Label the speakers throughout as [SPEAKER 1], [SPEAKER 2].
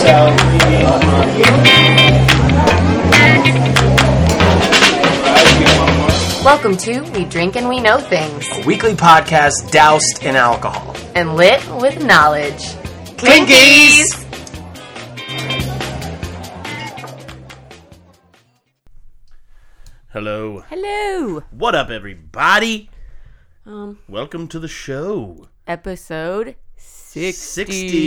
[SPEAKER 1] So
[SPEAKER 2] Welcome to We Drink and We Know Things
[SPEAKER 1] weekly podcast doused in alcohol.
[SPEAKER 2] and Lit with Knowledge.
[SPEAKER 1] Clinkies!
[SPEAKER 3] Hello.
[SPEAKER 4] Hello.
[SPEAKER 3] What up, everybody?
[SPEAKER 4] Um,
[SPEAKER 3] Welcome to the show.
[SPEAKER 4] episode sixty.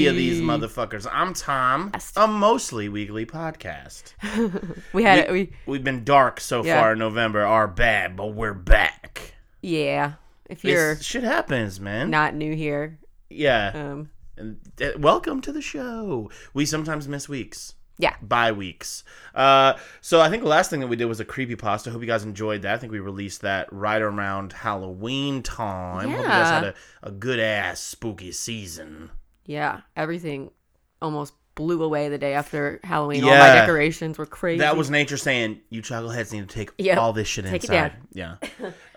[SPEAKER 3] 60 of these motherfuckers. I'm Tom, a mostly weekly podcast.
[SPEAKER 4] We had we,
[SPEAKER 3] We've been dark so
[SPEAKER 4] Yeah.
[SPEAKER 3] far in November, are bad, but we're back.
[SPEAKER 4] yeah. If
[SPEAKER 3] This
[SPEAKER 4] you're
[SPEAKER 3] shit happens, man.
[SPEAKER 4] not new here,
[SPEAKER 3] yeah.
[SPEAKER 4] um,
[SPEAKER 3] And, uh, welcome to the show. We sometimes miss weeks.
[SPEAKER 4] yeah,
[SPEAKER 3] bye weeks. Uh, so I think the last thing that we did was a creepy pasta. Hope you guys enjoyed that. I think we released that right around Halloween time. Hope you guys
[SPEAKER 4] Yeah.
[SPEAKER 3] had a, a good ass spooky season.
[SPEAKER 4] yeah. Everything almost blew away the day after Halloween. All
[SPEAKER 3] Yeah.
[SPEAKER 4] my decorations were crazy.
[SPEAKER 3] That was nature saying, "You chuckleheads need to take
[SPEAKER 4] Yep.
[SPEAKER 3] all this shit
[SPEAKER 4] Take it
[SPEAKER 3] inside." Yeah.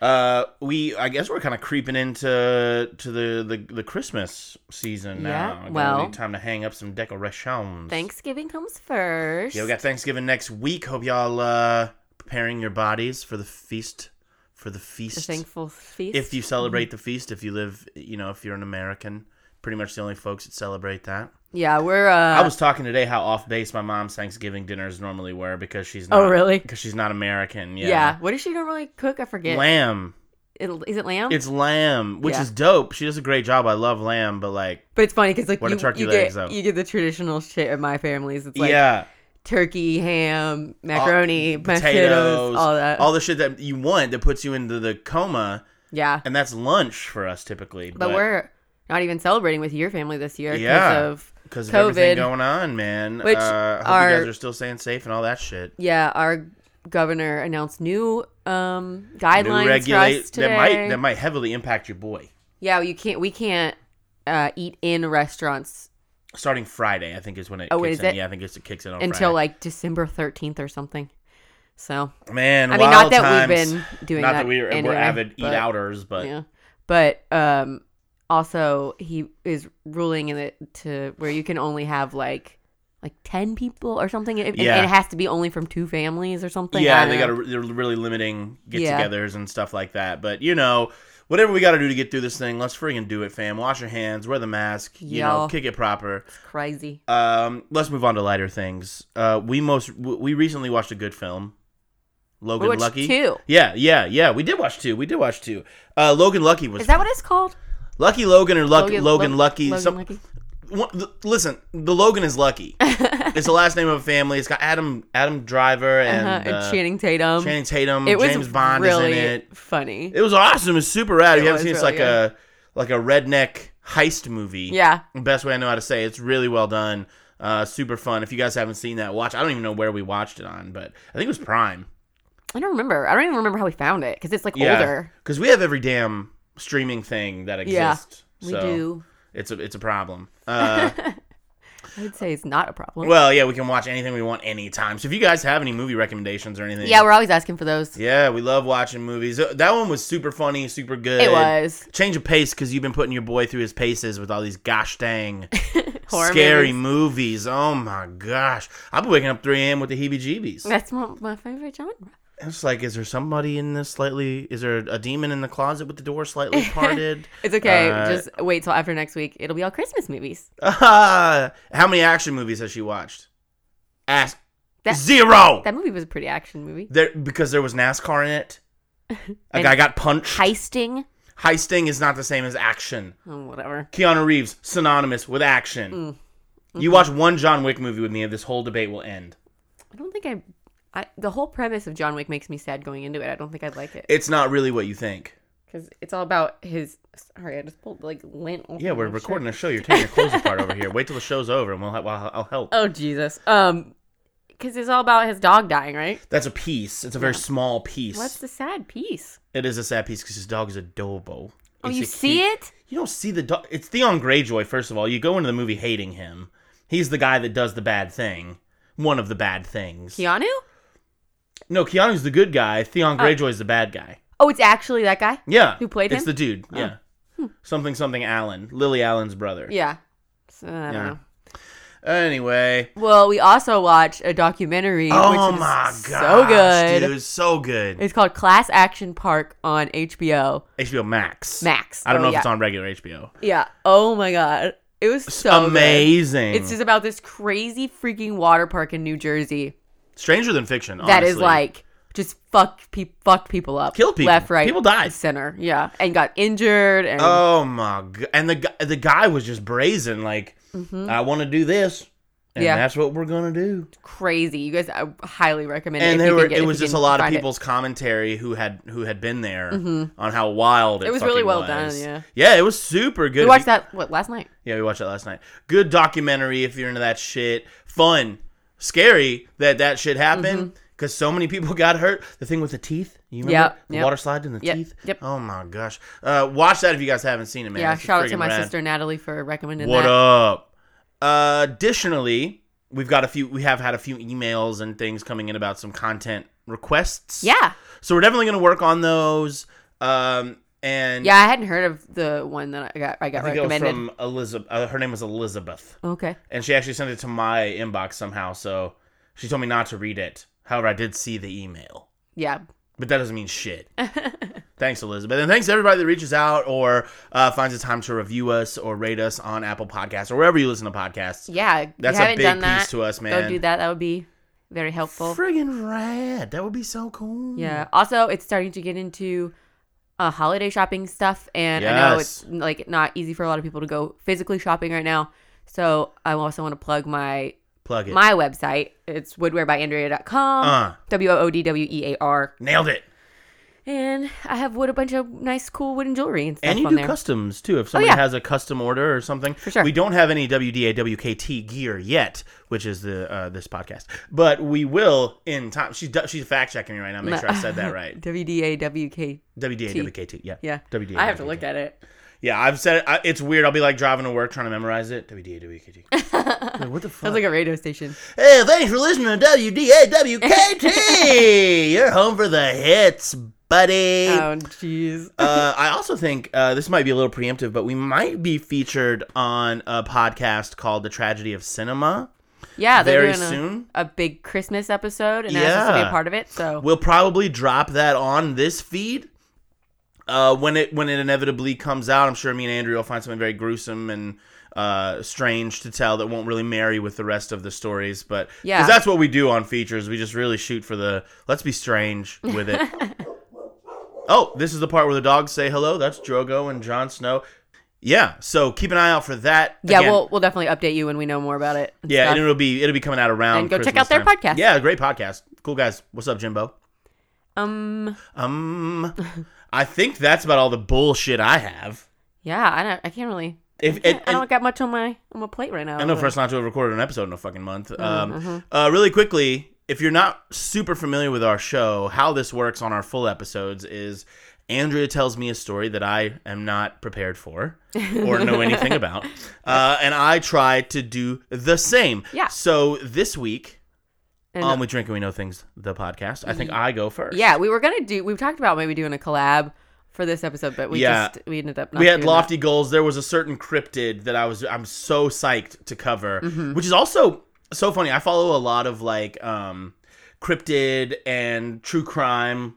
[SPEAKER 3] Uh, we, I guess, we're kind of creeping into to the, the the Christmas season
[SPEAKER 4] Yeah,
[SPEAKER 3] now. Gonna
[SPEAKER 4] well-
[SPEAKER 3] need time to hang up some decorations.
[SPEAKER 4] Thanksgiving comes first.
[SPEAKER 3] Yeah, we got Thanksgiving next week. Hope y'all uh, preparing your bodies for the feast. For the
[SPEAKER 4] the Mhm.
[SPEAKER 3] feast.
[SPEAKER 4] thankful feast.
[SPEAKER 3] if you celebrate the feast, if you live, you know, if you're an American, pretty much the only folks that celebrate that.
[SPEAKER 4] yeah, we're uh,
[SPEAKER 3] I was talking today how off base my mom's Thanksgiving dinners normally were because she's not,
[SPEAKER 4] Oh, really?
[SPEAKER 3] because she's not American.
[SPEAKER 4] yeah.
[SPEAKER 3] Yeah,
[SPEAKER 4] What does she normally cook? I forget.
[SPEAKER 3] lamb.
[SPEAKER 4] It, is it lamb?
[SPEAKER 3] It's lamb, which
[SPEAKER 4] Yeah.
[SPEAKER 3] is dope. She does a great job. I love lamb, but like,
[SPEAKER 4] but it's funny because like
[SPEAKER 3] What are
[SPEAKER 4] you,
[SPEAKER 3] turkey
[SPEAKER 4] you
[SPEAKER 3] legs,
[SPEAKER 4] get
[SPEAKER 3] though?
[SPEAKER 4] you get the traditional shit in my family's. It's like
[SPEAKER 3] yeah,
[SPEAKER 4] turkey, ham, macaroni, potatoes,
[SPEAKER 3] potatoes,
[SPEAKER 4] all that.
[SPEAKER 3] all the shit that you want that puts you into the coma,
[SPEAKER 4] yeah.
[SPEAKER 3] and that's lunch for us typically.
[SPEAKER 4] But, we're not even celebrating with your family this year because
[SPEAKER 3] Yeah.
[SPEAKER 4] of
[SPEAKER 3] because of
[SPEAKER 4] COVID.
[SPEAKER 3] everything going on, man.
[SPEAKER 4] Which
[SPEAKER 3] uh, hope you guys
[SPEAKER 4] are-
[SPEAKER 3] are still staying safe and all that shit.
[SPEAKER 4] yeah, our governor announced new um guidelines
[SPEAKER 3] New
[SPEAKER 4] for us
[SPEAKER 3] regulate
[SPEAKER 4] today.
[SPEAKER 3] that might that might heavily impact your boy.
[SPEAKER 4] yeah, you can't we can't uh, eat in restaurants
[SPEAKER 3] Starting Friday, I think is when it
[SPEAKER 4] Oh,
[SPEAKER 3] kicks
[SPEAKER 4] is
[SPEAKER 3] in.
[SPEAKER 4] it?
[SPEAKER 3] Yeah, I think it's, it kicks in on
[SPEAKER 4] until like December 13th or something. So,
[SPEAKER 3] like man.
[SPEAKER 4] I mean,
[SPEAKER 3] wild
[SPEAKER 4] not that we've
[SPEAKER 3] times.
[SPEAKER 4] been doing
[SPEAKER 3] not
[SPEAKER 4] that.
[SPEAKER 3] that we're,
[SPEAKER 4] anyway,
[SPEAKER 3] we're avid eat
[SPEAKER 4] but-
[SPEAKER 3] outers, but
[SPEAKER 4] Yeah. But um also he is ruling in it to where you can only have like like 10 people or something and, and
[SPEAKER 3] Yeah.
[SPEAKER 4] it has to be only from two families or something. I
[SPEAKER 3] yeah,
[SPEAKER 4] don't
[SPEAKER 3] they
[SPEAKER 4] know.
[SPEAKER 3] got they're really limiting
[SPEAKER 4] Yeah.
[SPEAKER 3] get-togethers and stuff like that. But you know, whatever we got to do to get through this thing, let's friggin' do it, fam. Wash your hands, wear the mask, you know,
[SPEAKER 4] Y'all.
[SPEAKER 3] kick it proper.
[SPEAKER 4] It's crazy.
[SPEAKER 3] Um, let's move on to lighter things. Uh, we most w- we recently watched a good film, Logan
[SPEAKER 4] watched
[SPEAKER 3] Lucky.
[SPEAKER 4] two.
[SPEAKER 3] Yeah, yeah, yeah. We did watch two. We did watch two. Uh, Logan Lucky was
[SPEAKER 4] Is that what it's called?
[SPEAKER 3] Lucky Logan or Luck- Logan,
[SPEAKER 4] Lo-
[SPEAKER 3] Lucky.
[SPEAKER 4] Logan
[SPEAKER 3] some-
[SPEAKER 4] Lucky.
[SPEAKER 3] one- th- listen, the Logan is Lucky. it's the last name of a family. It's got Adam Adam Driver and,
[SPEAKER 4] Uh-huh,
[SPEAKER 3] uh, Channing,
[SPEAKER 4] Channing Tatum.
[SPEAKER 3] Tatum.
[SPEAKER 4] it was
[SPEAKER 3] James Bond
[SPEAKER 4] really
[SPEAKER 3] is in it.
[SPEAKER 4] funny.
[SPEAKER 3] It was awesome. It's super rad. If you
[SPEAKER 4] It
[SPEAKER 3] haven't seen it,
[SPEAKER 4] was
[SPEAKER 3] it's like
[SPEAKER 4] really
[SPEAKER 3] a like a redneck heist movie.
[SPEAKER 4] yeah.
[SPEAKER 3] Best way I know how to say it. it's really well done. Uh, super fun. If you guys haven't seen that, watch. I don't even know where we watched it on, but I think it was Prime.
[SPEAKER 4] I don't remember. I don't even remember how we found it cuz it's like older.
[SPEAKER 3] because we have every damn streaming thing that
[SPEAKER 4] Yeah,
[SPEAKER 3] exists.
[SPEAKER 4] We
[SPEAKER 3] so
[SPEAKER 4] do.
[SPEAKER 3] It's a it's a problem. Uh,
[SPEAKER 4] I would say it's not a problem.
[SPEAKER 3] well, yeah, we can watch anything we want anytime. So if you guys have any movie recommendations or anything,
[SPEAKER 4] yeah, we're always asking for those.
[SPEAKER 3] yeah, we love watching movies. Uh, That one was super funny, super good.
[SPEAKER 4] It was
[SPEAKER 3] change of pace because you've been putting your boy through his paces with all these gosh dang
[SPEAKER 4] Horror
[SPEAKER 3] scary
[SPEAKER 4] movies.
[SPEAKER 3] movies. Oh my gosh, I've been waking up 3 a.m. with the heebie-jeebies.
[SPEAKER 4] That's my, my favorite genre.
[SPEAKER 3] It's like, is there somebody in this slightly? Is there a demon in the closet with the door slightly parted?
[SPEAKER 4] It's okay.
[SPEAKER 3] Uh,
[SPEAKER 4] Just wait till after next week. It'll be all Christmas movies.
[SPEAKER 3] Ah, how many action movies has she watched? Ask
[SPEAKER 4] That-
[SPEAKER 3] zero.
[SPEAKER 4] That movie was a pretty action movie.
[SPEAKER 3] there, because there was NASCAR in it. A
[SPEAKER 4] And-
[SPEAKER 3] guy got punched.
[SPEAKER 4] Heisting.
[SPEAKER 3] Heisting is not the same as action.
[SPEAKER 4] Oh, whatever.
[SPEAKER 3] Keanu Reeves synonymous with action.
[SPEAKER 4] Mm. Mm-hmm.
[SPEAKER 3] You watch one John Wick movie with me, and this whole debate will end.
[SPEAKER 4] I don't think I, I. The whole premise of John Wick makes me sad going into it. I don't think I'd like it
[SPEAKER 3] It's not really what you think.
[SPEAKER 4] because it's all about his. Sorry, I just pulled like lint. off
[SPEAKER 3] Yeah,
[SPEAKER 4] of
[SPEAKER 3] we're
[SPEAKER 4] my
[SPEAKER 3] recording
[SPEAKER 4] shirt.
[SPEAKER 3] a show. You're taking your clothes apart over here. Wait till the show's over, and we'll, ha- well I'll help.
[SPEAKER 4] Oh Jesus. Um, because it's all about his dog dying, right?
[SPEAKER 3] That's a piece. It's a very small piece.
[SPEAKER 4] What's the sad piece?
[SPEAKER 3] It is a sad piece because his dog is adobo.
[SPEAKER 4] Oh,
[SPEAKER 3] It's
[SPEAKER 4] you
[SPEAKER 3] a
[SPEAKER 4] see
[SPEAKER 3] cute-
[SPEAKER 4] it?
[SPEAKER 3] You don't see the dog. It's Theon Greyjoy. First of all, you go into the movie hating him. He's the guy that does the bad thing. One of the bad things.
[SPEAKER 4] Keanu?
[SPEAKER 3] No, Keanu's the good guy. Theon Greyjoy's the bad guy.
[SPEAKER 4] Oh, it's actually that guy.
[SPEAKER 3] Yeah.
[SPEAKER 4] Who played
[SPEAKER 3] it's
[SPEAKER 4] him? Oh. Hmm.
[SPEAKER 3] the dude. Yeah. Something something Allen. Lily Allen's brother.
[SPEAKER 4] Yeah. So, I don't
[SPEAKER 3] Yeah.
[SPEAKER 4] know.
[SPEAKER 3] Anyway,
[SPEAKER 4] Well, we also watched a documentary,
[SPEAKER 3] oh
[SPEAKER 4] which is
[SPEAKER 3] my
[SPEAKER 4] so
[SPEAKER 3] god,
[SPEAKER 4] good.
[SPEAKER 3] dude, so good.
[SPEAKER 4] It's called Class Action Park on HBO
[SPEAKER 3] HBO Max.
[SPEAKER 4] Max.
[SPEAKER 3] I don't
[SPEAKER 4] Oh,
[SPEAKER 3] know if
[SPEAKER 4] yeah.
[SPEAKER 3] it's on regular HBO.
[SPEAKER 4] Yeah. Oh my god, it was so good.
[SPEAKER 3] Amazing.
[SPEAKER 4] It's just about this crazy freaking water park in New Jersey
[SPEAKER 3] Stranger than fiction.
[SPEAKER 4] that is
[SPEAKER 3] honestly.
[SPEAKER 4] like just fuck pe- fucked people up,
[SPEAKER 3] Kill people.
[SPEAKER 4] left, right,
[SPEAKER 3] People died.
[SPEAKER 4] and center. Yeah, and got injured and
[SPEAKER 3] Oh my god! And the gu- the guy was just brazen, like, "I want to do this, and
[SPEAKER 4] Mm-hmm. Yeah.
[SPEAKER 3] that's what we're gonna do."
[SPEAKER 4] crazy. You guys, I highly recommend it.
[SPEAKER 3] And
[SPEAKER 4] if
[SPEAKER 3] they
[SPEAKER 4] you
[SPEAKER 3] were
[SPEAKER 4] can get-
[SPEAKER 3] it
[SPEAKER 4] if
[SPEAKER 3] was
[SPEAKER 4] you
[SPEAKER 3] just a
[SPEAKER 4] can
[SPEAKER 3] lot of
[SPEAKER 4] find it. Mm-hmm.
[SPEAKER 3] people's commentary who had who had been there on how wild it,
[SPEAKER 4] It was really
[SPEAKER 3] fucking
[SPEAKER 4] well
[SPEAKER 3] was.
[SPEAKER 4] done, yeah.
[SPEAKER 3] yeah, it was super good.
[SPEAKER 4] We
[SPEAKER 3] If
[SPEAKER 4] watched
[SPEAKER 3] you-
[SPEAKER 4] that what last night.
[SPEAKER 3] Yeah, we watched that last night. Good documentary if you're into that shit. Fun, scary that that shit happened because so many people got hurt. The thing with the teeth, you remember
[SPEAKER 4] Mm-hmm. Yep,
[SPEAKER 3] the
[SPEAKER 4] yep.
[SPEAKER 3] water slide in the
[SPEAKER 4] Yep,
[SPEAKER 3] teeth.
[SPEAKER 4] yep.
[SPEAKER 3] Oh my gosh! Uh, watch that if you guys haven't seen it, man.
[SPEAKER 4] yeah,
[SPEAKER 3] It's
[SPEAKER 4] shout out to
[SPEAKER 3] friggin'
[SPEAKER 4] my
[SPEAKER 3] rad.
[SPEAKER 4] sister Natalie for recommending
[SPEAKER 3] What
[SPEAKER 4] that.
[SPEAKER 3] up? Uh, additionally, we've got a few. We have had a few emails and things coming in about some content requests.
[SPEAKER 4] Yeah,
[SPEAKER 3] So we're definitely going to work on those. Um, and
[SPEAKER 4] yeah, I hadn't heard of the one that I got. I
[SPEAKER 3] I
[SPEAKER 4] got
[SPEAKER 3] think it was
[SPEAKER 4] recommended.
[SPEAKER 3] from Elizabeth. Uh, her name was Elizabeth,
[SPEAKER 4] okay,
[SPEAKER 3] and she actually sent it to my inbox somehow. So she told me not to read it. However, I did see the email.
[SPEAKER 4] yeah,
[SPEAKER 3] But that doesn't mean shit. thanks, Elizabeth. And thanks to everybody that reaches out or uh, finds the time to review us or rate us on Apple Podcasts or wherever you listen to podcasts.
[SPEAKER 4] yeah. if you
[SPEAKER 3] That's a
[SPEAKER 4] haven't
[SPEAKER 3] big
[SPEAKER 4] done
[SPEAKER 3] piece
[SPEAKER 4] that,
[SPEAKER 3] to us, man.
[SPEAKER 4] Go do that. That would be very helpful.
[SPEAKER 3] Friggin' rad. That would be so cool.
[SPEAKER 4] Yeah. Also, it's starting to get into uh, holiday shopping stuff, and I know
[SPEAKER 3] Yes.
[SPEAKER 4] it's like not easy for a lot of people to go physically shopping right now. So I also want to plug my
[SPEAKER 3] Plug it.
[SPEAKER 4] my website. It's woodwearbyandrea.com.
[SPEAKER 3] Uh.
[SPEAKER 4] W o o d w e a r.
[SPEAKER 3] Nailed it.
[SPEAKER 4] And I have wood a bunch of nice, cool wooden jewelry and stuff
[SPEAKER 3] And you
[SPEAKER 4] on
[SPEAKER 3] do
[SPEAKER 4] there. Oh,
[SPEAKER 3] customs too. If somebody
[SPEAKER 4] yeah.
[SPEAKER 3] has a custom order or something, for
[SPEAKER 4] sure.
[SPEAKER 3] We don't have any WDA WKT gear yet, which is the uh, this podcast, but we will in time. She's do- she's fact checking me right now. Make sure I said that right.
[SPEAKER 4] W d a w k.
[SPEAKER 3] WDA WKT. Yeah.
[SPEAKER 4] Yeah.
[SPEAKER 3] WDA.
[SPEAKER 4] I have to look at it.
[SPEAKER 3] Yeah, I've said it. I, it's weird. I'll be like driving to work trying to memorize it. WDA WKT. Like, what the fuck?
[SPEAKER 4] Sounds like a radio station.
[SPEAKER 3] Hey, thanks for listening to WDAWKT. You're home for the hits, buddy.
[SPEAKER 4] Oh, jeez.
[SPEAKER 3] uh, I also think uh, this might be a little preemptive, but we might be featured on a podcast called "The Tragedy of Cinema."
[SPEAKER 4] Yeah, they're
[SPEAKER 3] very
[SPEAKER 4] doing a,
[SPEAKER 3] soon?
[SPEAKER 4] a big Christmas episode, and I was supposed to be
[SPEAKER 3] Yeah.
[SPEAKER 4] a part of it. So
[SPEAKER 3] We'll probably drop that on this feed uh, when it when it inevitably comes out. I'm sure me and Andrew will find something very gruesome and uh, strange to tell that won't really marry with the rest of the stories. But
[SPEAKER 4] Yeah.
[SPEAKER 3] because that's what we do on features, we just really shoot for the let's be strange with it. oh, this is the part where the dogs say hello. That's Drogo and Jon Snow. Yeah, so keep an eye out for that.
[SPEAKER 4] Yeah,
[SPEAKER 3] Again,
[SPEAKER 4] we'll we'll definitely update you when we know more about it. and
[SPEAKER 3] yeah,
[SPEAKER 4] stuff.
[SPEAKER 3] and it'll be it'll be coming out around.
[SPEAKER 4] And go check
[SPEAKER 3] Christmas
[SPEAKER 4] out their
[SPEAKER 3] time.
[SPEAKER 4] podcast.
[SPEAKER 3] Yeah, great podcast. Cool guys. What's up, Jimbo?
[SPEAKER 4] um,
[SPEAKER 3] Um, I think that's about all the bullshit I have.
[SPEAKER 4] yeah, I don't, I can't really.
[SPEAKER 3] If
[SPEAKER 4] I
[SPEAKER 3] and,
[SPEAKER 4] don't
[SPEAKER 3] and,
[SPEAKER 4] got much on my on my plate right now.
[SPEAKER 3] I know
[SPEAKER 4] but-
[SPEAKER 3] for us not to have recorded an episode in a fucking month.
[SPEAKER 4] Uh-huh,
[SPEAKER 3] Um, uh, really quickly, if you're not super familiar with our show, how this works on our full episodes is Andrea tells me a story that I am not prepared for or know anything about, uh, and I try to do the same.
[SPEAKER 4] Yeah.
[SPEAKER 3] So this week
[SPEAKER 4] and-
[SPEAKER 3] on We Drink and We Know Things, the podcast, I think I go first.
[SPEAKER 4] yeah, we were gonna do. We've talked about maybe doing a collab for this episode, but we
[SPEAKER 3] Yeah.
[SPEAKER 4] just we ended up. Not
[SPEAKER 3] we had
[SPEAKER 4] doing that.
[SPEAKER 3] lofty goals. There was a certain cryptid that I was I'm so psyched to cover,
[SPEAKER 4] Mm-hmm.
[SPEAKER 3] which is also so funny. I follow a lot of like um cryptid and true crime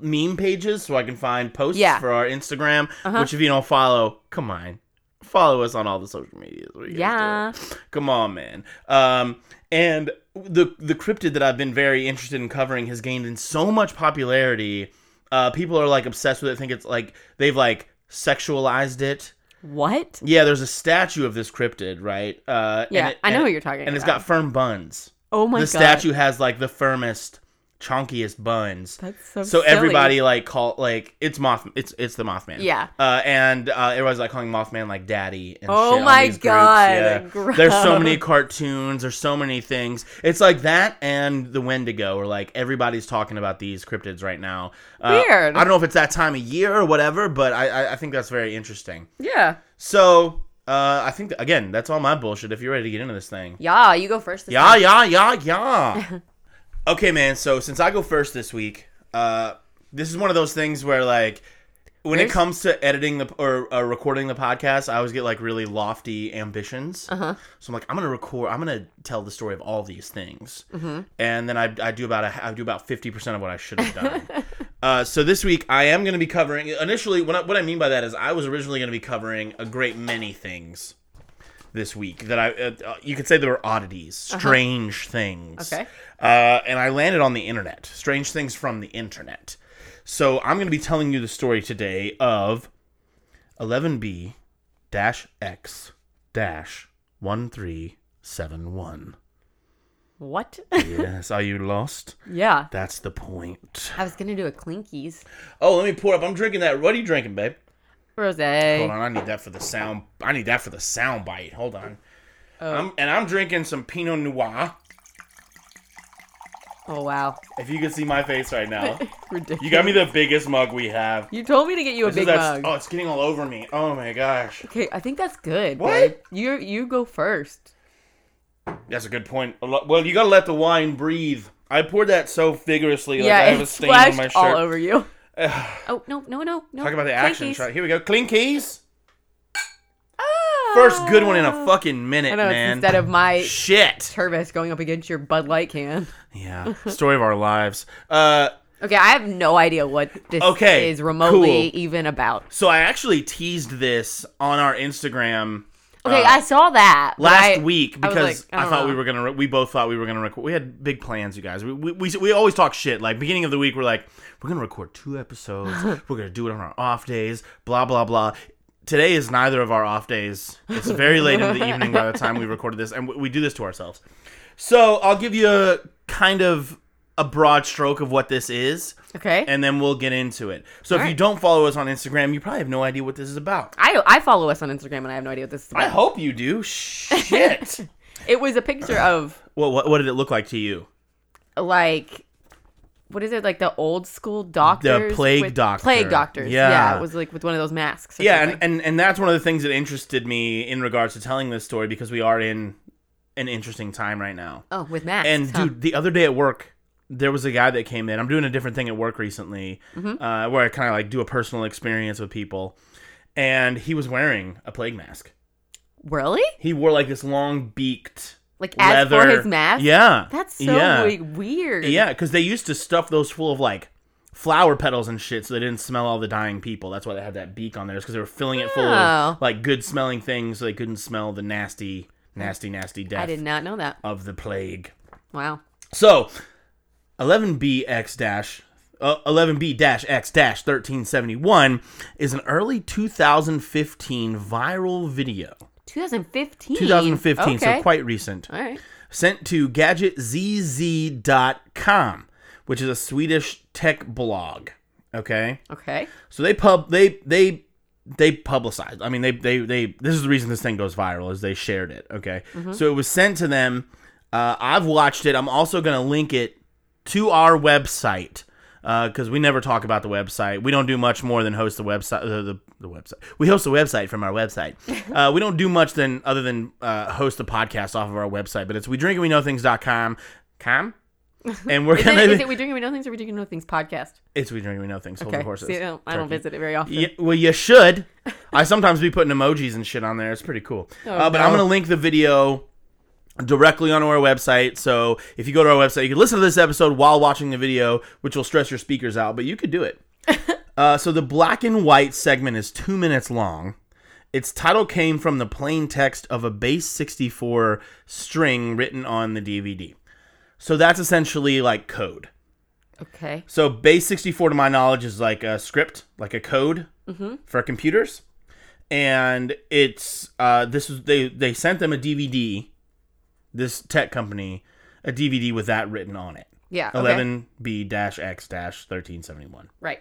[SPEAKER 3] meme pages so I can find posts
[SPEAKER 4] Yeah. Uh-huh.
[SPEAKER 3] for our Instagram, which if you don't follow, come on. Follow us on all the social medias. What are you
[SPEAKER 4] Yeah.
[SPEAKER 3] guys doing? Come on, man. Um and the the cryptid that I've been very interested in covering has gained in so much popularity. Uh people are like obsessed with it. think it's like they've like sexualized it.
[SPEAKER 4] What?
[SPEAKER 3] Yeah, there's a statue of this cryptid, right? Uh
[SPEAKER 4] Yeah,
[SPEAKER 3] and it-
[SPEAKER 4] I know
[SPEAKER 3] and-
[SPEAKER 4] who you're talking.
[SPEAKER 3] And
[SPEAKER 4] about.
[SPEAKER 3] it's got firm buns.
[SPEAKER 4] Oh my
[SPEAKER 3] the
[SPEAKER 4] god.
[SPEAKER 3] statue has like the firmest, chunkiest buns
[SPEAKER 4] That's so.
[SPEAKER 3] so
[SPEAKER 4] silly.
[SPEAKER 3] everybody like call like it's moth it's it's the Mothman.
[SPEAKER 4] Yeah.
[SPEAKER 3] Uh, and uh, everybody's like calling Mothman like daddy. And
[SPEAKER 4] Oh
[SPEAKER 3] shit on
[SPEAKER 4] my
[SPEAKER 3] these groups,
[SPEAKER 4] God, gross.
[SPEAKER 3] There's so many cartoons. There's so many things. It's like that and the Wendigo are like everybody's talking about these cryptids right now. Uh,
[SPEAKER 4] Weird.
[SPEAKER 3] I don't know if it's that time of year or whatever, but I I, I think that's very interesting.
[SPEAKER 4] Yeah.
[SPEAKER 3] So uh, I think that, again that's all my bullshit. If you're ready to get into this thing.
[SPEAKER 4] Yeah. You go first. This
[SPEAKER 3] Yeah, yeah, yeah, yeah. okay, man. So since I go first this week, uh, this is one of those things where like when it
[SPEAKER 4] There's-
[SPEAKER 3] comes to editing the or uh, recording the podcast, I always get like really lofty ambitions. Uh-huh. So I'm like, I'm gonna record. I'm gonna tell the story of all these things, and then I, I do about a, I do about fifty percent of what I should have done. uh, so this week I am gonna be covering. Initially, what I, what I mean by that is I was originally gonna be covering a great many things this week that I uh, you could say there were oddities, strange things.
[SPEAKER 4] Okay.
[SPEAKER 3] Uh, and I landed on the internet, strange things from the internet. So I'm going to be telling you the story today of 11B dash X dash 1371.
[SPEAKER 4] What?
[SPEAKER 3] Yes, are you lost?
[SPEAKER 4] yeah.
[SPEAKER 3] That's the point.
[SPEAKER 4] I was gonna do a clinkies
[SPEAKER 3] Oh, let me pour up. I'm drinking that. What are you drinking, babe?
[SPEAKER 4] rose.
[SPEAKER 3] Hold on, I need that for the sound. I need that for the sound bite. Hold on. I'm, and I'm drinking some Pinot Noir.
[SPEAKER 4] Oh wow,
[SPEAKER 3] If you could see my face right now,
[SPEAKER 4] ridiculous!
[SPEAKER 3] you got me the biggest mug we have.
[SPEAKER 4] You told me to get you a
[SPEAKER 3] This is
[SPEAKER 4] big
[SPEAKER 3] that-
[SPEAKER 4] mug.
[SPEAKER 3] oh, it's getting all over me. Oh my gosh,
[SPEAKER 4] Okay, I think that's good.
[SPEAKER 3] What?
[SPEAKER 4] babe. You you go first.
[SPEAKER 3] that's a good point. A lo- Well, you gotta let the wine breathe. I poured that so vigorously, like
[SPEAKER 4] yeah,
[SPEAKER 3] I have a
[SPEAKER 4] it
[SPEAKER 3] stain on
[SPEAKER 4] splashed
[SPEAKER 3] my shirt.
[SPEAKER 4] all over you. oh no no no no!
[SPEAKER 3] Talk about the action
[SPEAKER 4] Clinkies.
[SPEAKER 3] shot. Here we go. Clean keys. First good one in a fucking minute,
[SPEAKER 4] Oh. Ah. I know
[SPEAKER 3] man.
[SPEAKER 4] it's instead of my
[SPEAKER 3] shit.
[SPEAKER 4] turbis going up against your Bud Light can.
[SPEAKER 3] Yeah, story of our lives. Uh,
[SPEAKER 4] Okay, I have no idea what this
[SPEAKER 3] Okay,
[SPEAKER 4] is remotely
[SPEAKER 3] cool.
[SPEAKER 4] even about.
[SPEAKER 3] so I actually teased this on our Instagram
[SPEAKER 4] Okay, I saw that but
[SPEAKER 3] Uh, last
[SPEAKER 4] I-
[SPEAKER 3] week
[SPEAKER 4] I was
[SPEAKER 3] because I,
[SPEAKER 4] like, I don't
[SPEAKER 3] thought we
[SPEAKER 4] know.
[SPEAKER 3] were gonna. Re- we both thought we were gonna record. We had big plans, you guys. We, we, we, we always talk shit. Like beginning of the week, we're like, we're gonna record two episodes. we're gonna do it on our off days. Blah blah blah. Today is neither of our off days. It's very late in the evening by the time we recorded this, and we, we do this to ourselves. So I'll give you a kind of a broad stroke of what this is.
[SPEAKER 4] Okay,
[SPEAKER 3] And then we'll get into it. So if you
[SPEAKER 4] right.
[SPEAKER 3] don't follow us on Instagram, you probably have no idea what this is about.
[SPEAKER 4] I I follow us on Instagram and I have no idea what this is
[SPEAKER 3] I
[SPEAKER 4] about.
[SPEAKER 3] hope you do. Shit.
[SPEAKER 4] It was a picture of
[SPEAKER 3] What, what what did it look like to you?
[SPEAKER 4] like what is it like the old school doctors
[SPEAKER 3] plague
[SPEAKER 4] with-
[SPEAKER 3] doctor.
[SPEAKER 4] plague doctors
[SPEAKER 3] Yeah.
[SPEAKER 4] yeah. it was like with one of those masks or
[SPEAKER 3] Yeah,
[SPEAKER 4] something.
[SPEAKER 3] and, and and that's one of the things that interested me in regards to telling this story because we are in an interesting time right now.
[SPEAKER 4] oh with masks
[SPEAKER 3] And
[SPEAKER 4] huh?
[SPEAKER 3] dude, the other day at work, there was a guy that came in. I'm doing a different thing at work recently,
[SPEAKER 4] Mm-hmm.
[SPEAKER 3] uh, where I kind of like do a personal experience with people, and he was wearing a plague mask.
[SPEAKER 4] really
[SPEAKER 3] He wore like this long beaked
[SPEAKER 4] like as
[SPEAKER 3] leather
[SPEAKER 4] for his mask
[SPEAKER 3] Yeah,
[SPEAKER 4] that's so
[SPEAKER 3] yeah.
[SPEAKER 4] like, weird
[SPEAKER 3] Yeah, because they used to stuff those full of like flower petals and shit, so they didn't smell all the dying people. That's why they had that beak on there, is because they were filling it full
[SPEAKER 4] Oh.
[SPEAKER 3] of like good smelling things, so they couldn't smell the nasty, nasty, nasty death
[SPEAKER 4] i did not know that
[SPEAKER 3] of the plague.
[SPEAKER 4] wow
[SPEAKER 3] So, 11BX dash. Uh, 11B X 1371 is an early 2015 viral video.
[SPEAKER 4] 2015
[SPEAKER 3] 2015,
[SPEAKER 4] okay.
[SPEAKER 3] so quite recent
[SPEAKER 4] all right
[SPEAKER 3] sent to gadgetzz.com, which is a Swedish tech blog. Okay,
[SPEAKER 4] okay
[SPEAKER 3] so they pub they they they publicized. I mean, they they they. This is the reason this thing goes viral is they shared it. Okay,
[SPEAKER 4] Mm-hmm.
[SPEAKER 3] so it was sent to them. Uh, I've watched it. I'm also gonna link it to our website because we never talk about the website. We don't do much more than host the website. uh, The, the, the website we host the website from our website. uh, we don't do much than other than uh, host the podcast off of our website. But it's we drink and we know things.com. Com? And we're
[SPEAKER 4] is
[SPEAKER 3] gonna.
[SPEAKER 4] it, is it we drinking we know things or we drinking no things podcast
[SPEAKER 3] it's we drink and we know things. Hold
[SPEAKER 4] okay
[SPEAKER 3] the horses.
[SPEAKER 4] See, I, don't, I don't
[SPEAKER 3] Turkey.
[SPEAKER 4] visit it very often
[SPEAKER 3] Yeah, well, you should. I sometimes be putting emojis and shit on there. It's pretty cool. uh, but I'm
[SPEAKER 4] Oh, no.
[SPEAKER 3] gonna link the video directly onto our website. So if you go to our website, you can listen to this episode while watching the video, which will stress your speakers out. But you could do it. uh, so the black and white segment is two minutes long. Its title came from the plain text of a base 64 string written on the DVD. So that's essentially like code.
[SPEAKER 4] okay
[SPEAKER 3] So base 64 to my knowledge is like a script, like a code for computers. And it's uh, this is they they sent them a DVD, this tech company, a DVD with that written on it.
[SPEAKER 4] yeah okay.
[SPEAKER 3] 11B X 1371.
[SPEAKER 4] right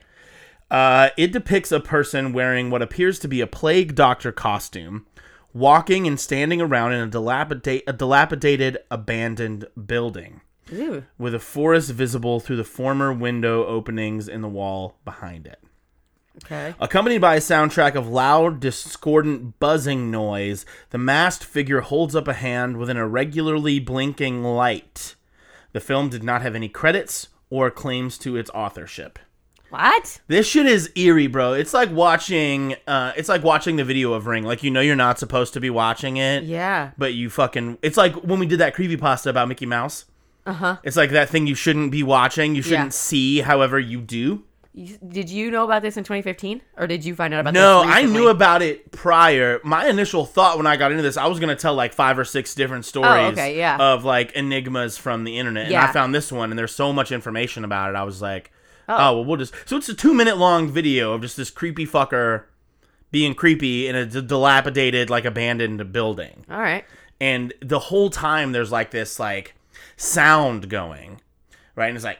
[SPEAKER 3] Uh, it depicts a person wearing what appears to be a plague doctor costume, walking and standing around in a, dilapidate, a dilapidated, abandoned building
[SPEAKER 4] Ooh.
[SPEAKER 3] with a forest visible through the former window openings in the wall behind it.
[SPEAKER 4] okay
[SPEAKER 3] Accompanied by a soundtrack of loud, discordant buzzing noise, the masked figure holds up a hand with an irregularly blinking light. The film did not have any credits or claims to its authorship.
[SPEAKER 4] What?
[SPEAKER 3] This shit is eerie, bro. It's like watching uh it's like watching the video of Ring. Like you know you're not supposed to be watching it.
[SPEAKER 4] Yeah.
[SPEAKER 3] But you fucking it's like when we did that creepypasta about Mickey Mouse. Uh-huh. It's like that thing you shouldn't be watching, you shouldn't
[SPEAKER 4] Yeah.
[SPEAKER 3] see, however you do.
[SPEAKER 4] You, did you know about this in 2015, or did you find out about
[SPEAKER 3] No,
[SPEAKER 4] this?
[SPEAKER 3] I
[SPEAKER 4] recently?
[SPEAKER 3] knew about it prior. My initial thought when I got into this, I was gonna tell like five or six different stories
[SPEAKER 4] Oh, okay, yeah.
[SPEAKER 3] of like enigmas from the internet, and I
[SPEAKER 4] Yeah.
[SPEAKER 3] found this one, and there's so much information about it. I was like, oh, well, we'll just. So it's a two minute long video of just this creepy fucker being creepy in a d- dilapidated, like abandoned building,
[SPEAKER 4] All right.
[SPEAKER 3] and the whole time there's like this like sound going, right, and it's like.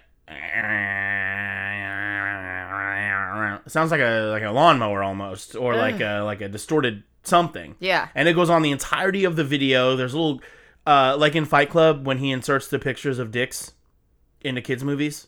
[SPEAKER 3] It sounds like a like a lawnmower almost, or like a like a distorted something.
[SPEAKER 4] Yeah.
[SPEAKER 3] And it goes on the entirety of the video. There's a little, uh, like in Fight Club when he inserts the pictures of dicks into kids' movies.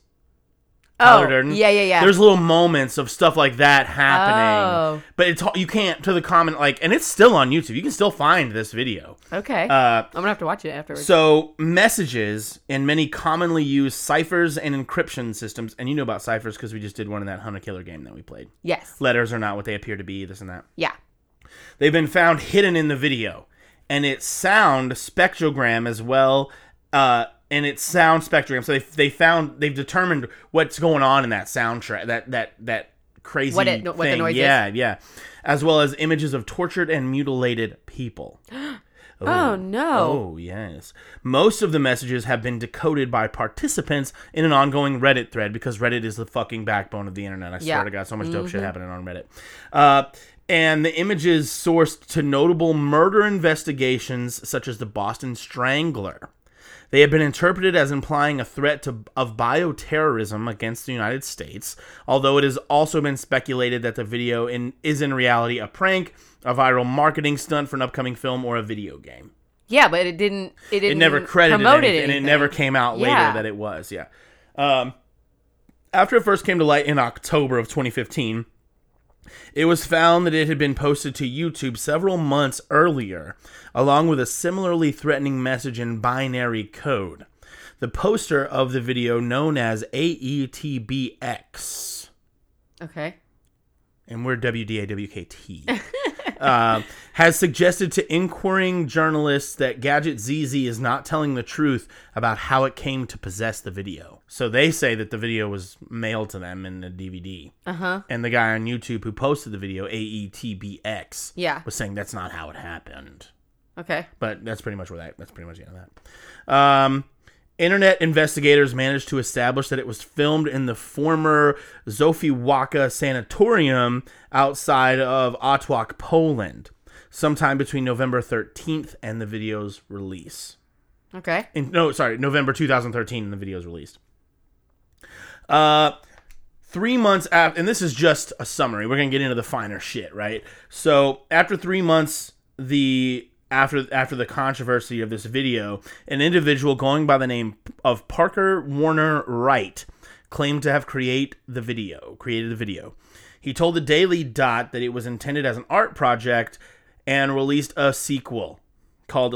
[SPEAKER 4] Oh,
[SPEAKER 3] Tyler Durden.
[SPEAKER 4] yeah, yeah, yeah.
[SPEAKER 3] There's little moments of stuff like that happening,
[SPEAKER 4] Oh.
[SPEAKER 3] but it's you can't to the comment like, and it's still on YouTube. You can still find this video.
[SPEAKER 4] okay.
[SPEAKER 3] Uh,
[SPEAKER 4] I'm gonna have to watch it afterwards.
[SPEAKER 3] so messages and many commonly used ciphers and encryption systems, and you know about ciphers because we just did one in that hunter killer game that we played.
[SPEAKER 4] yes.
[SPEAKER 3] Letters are not what they appear to be. This and that.
[SPEAKER 4] Yeah.
[SPEAKER 3] They've been found hidden in the video, and its sound spectrogram as well, uh, and its sound spectrogram. So they they found they've determined what's going on in that soundtrack, that that that crazy
[SPEAKER 4] What it-
[SPEAKER 3] thing.
[SPEAKER 4] what the noise is.
[SPEAKER 3] yeah, yeah, as well as images of tortured and mutilated people.
[SPEAKER 4] Oh, no.
[SPEAKER 3] Hmm. Oh yes. Most of the messages have been decoded by participants in an ongoing Reddit thread because Reddit is the fucking backbone of the internet. I
[SPEAKER 4] Yeah.
[SPEAKER 3] swear to God, so much dope shit happening on Reddit. Uh, and the images sourced to notable murder investigations such as the Boston Strangler. They have been interpreted as implying a threat to, of bioterrorism against the United States, although it has also been speculated that the video in, is in reality a prank, a viral marketing stunt for an upcoming film, or a video game
[SPEAKER 4] Yeah, but it didn't. It didn't.
[SPEAKER 3] it never credited
[SPEAKER 4] promoted
[SPEAKER 3] anything, and it never came out later
[SPEAKER 4] Yeah.
[SPEAKER 3] that it was. Yeah. Um, after it first came to light in October of 2015, it was found that it had been posted to YouTube several months earlier, along with a similarly threatening message in binary code. The poster of the video, known as E AETBX,
[SPEAKER 4] Okay.
[SPEAKER 3] and we're WDAWKT, uh, has suggested to inquiring journalists that Gadget ZZ is not telling the truth about how it came to possess the video. So they say that the video was mailed to them in a DVD.
[SPEAKER 4] Uh huh.
[SPEAKER 3] And the guy on YouTube who posted the video, E AETBX,
[SPEAKER 4] Yeah.
[SPEAKER 3] was saying that's not how it happened
[SPEAKER 4] Okay.
[SPEAKER 3] but that's pretty much where that that's pretty much the end of that. Um, internet investigators managed to establish that it was filmed in the former Zofiwaka sanatorium outside of Otwock, Poland, sometime between November 13th and the video's release.
[SPEAKER 4] Okay.
[SPEAKER 3] In, no, sorry, November 2013 and the video's released. Uh, three months after, and this is just a summary. We're gonna get into the finer shit, right? So after three months, the after after the controversy of this video, an individual going by the name of Parker Warner Wright claimed to have create the video, created the video. He told the Daily Dot that it was intended as an art project and released a sequel called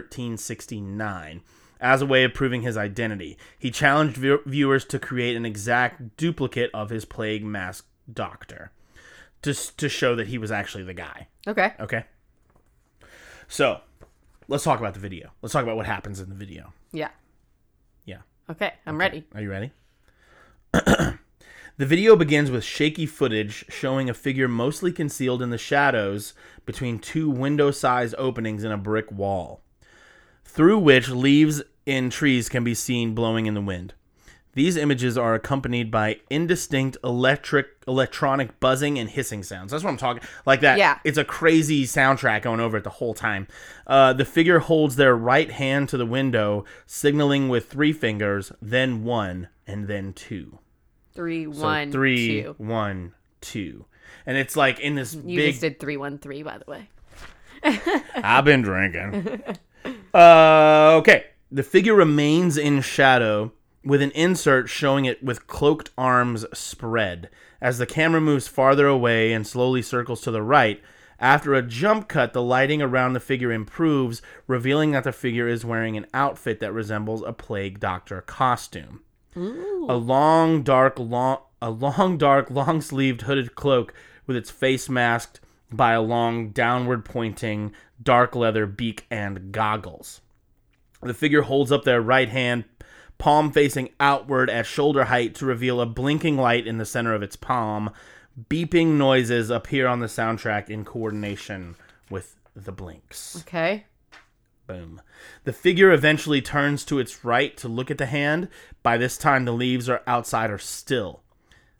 [SPEAKER 3] 11B-3-1369 as a way of proving his identity. He challenged view- viewers to create an exact duplicate of his plague mask doctor just to show that he was actually the guy.
[SPEAKER 4] Okay.
[SPEAKER 3] Okay? So, let's talk about the video. Let's talk about what happens in the video.
[SPEAKER 4] Yeah.
[SPEAKER 3] Yeah.
[SPEAKER 4] Okay. I'm ready.
[SPEAKER 3] Are you ready? the video begins with shaky footage showing a figure mostly concealed in the shadows between two window sized openings in a brick wall, through which leaves in trees can be seen blowing in the wind. These images are accompanied by indistinct electric electronic buzzing and hissing sounds. That's what I'm talking like that.
[SPEAKER 4] Yeah.
[SPEAKER 3] It's a crazy soundtrack going over it the whole time. Uh, the figure holds their right hand to the window, signaling with three fingers, then one, and then two.
[SPEAKER 4] Three, one,
[SPEAKER 3] So
[SPEAKER 4] two.
[SPEAKER 3] three, one, two. And it's like in this
[SPEAKER 4] You
[SPEAKER 3] big
[SPEAKER 4] just did three, one, three. By the way.
[SPEAKER 3] I've been drinking. uh, okay. The figure remains in shadow with an insert showing it with cloaked arms spread. As the camera moves farther away and slowly circles to the right, after a jump cut, the lighting around the figure improves, revealing that the figure is wearing an outfit that resembles a plague doctor costume. A long, dark, long, a long, dark, long-sleeved hooded cloak with its face masked by a long, downward-pointing, dark leather beak and goggles. The figure holds up their right hand, palm facing outward at shoulder height to reveal a blinking light in the center of its palm. Beeping noises appear on the soundtrack in coordination with the blinks.
[SPEAKER 4] Okay.
[SPEAKER 3] Boom. The figure eventually turns to its right to look at the hand. By this time, the leaves are outside are still.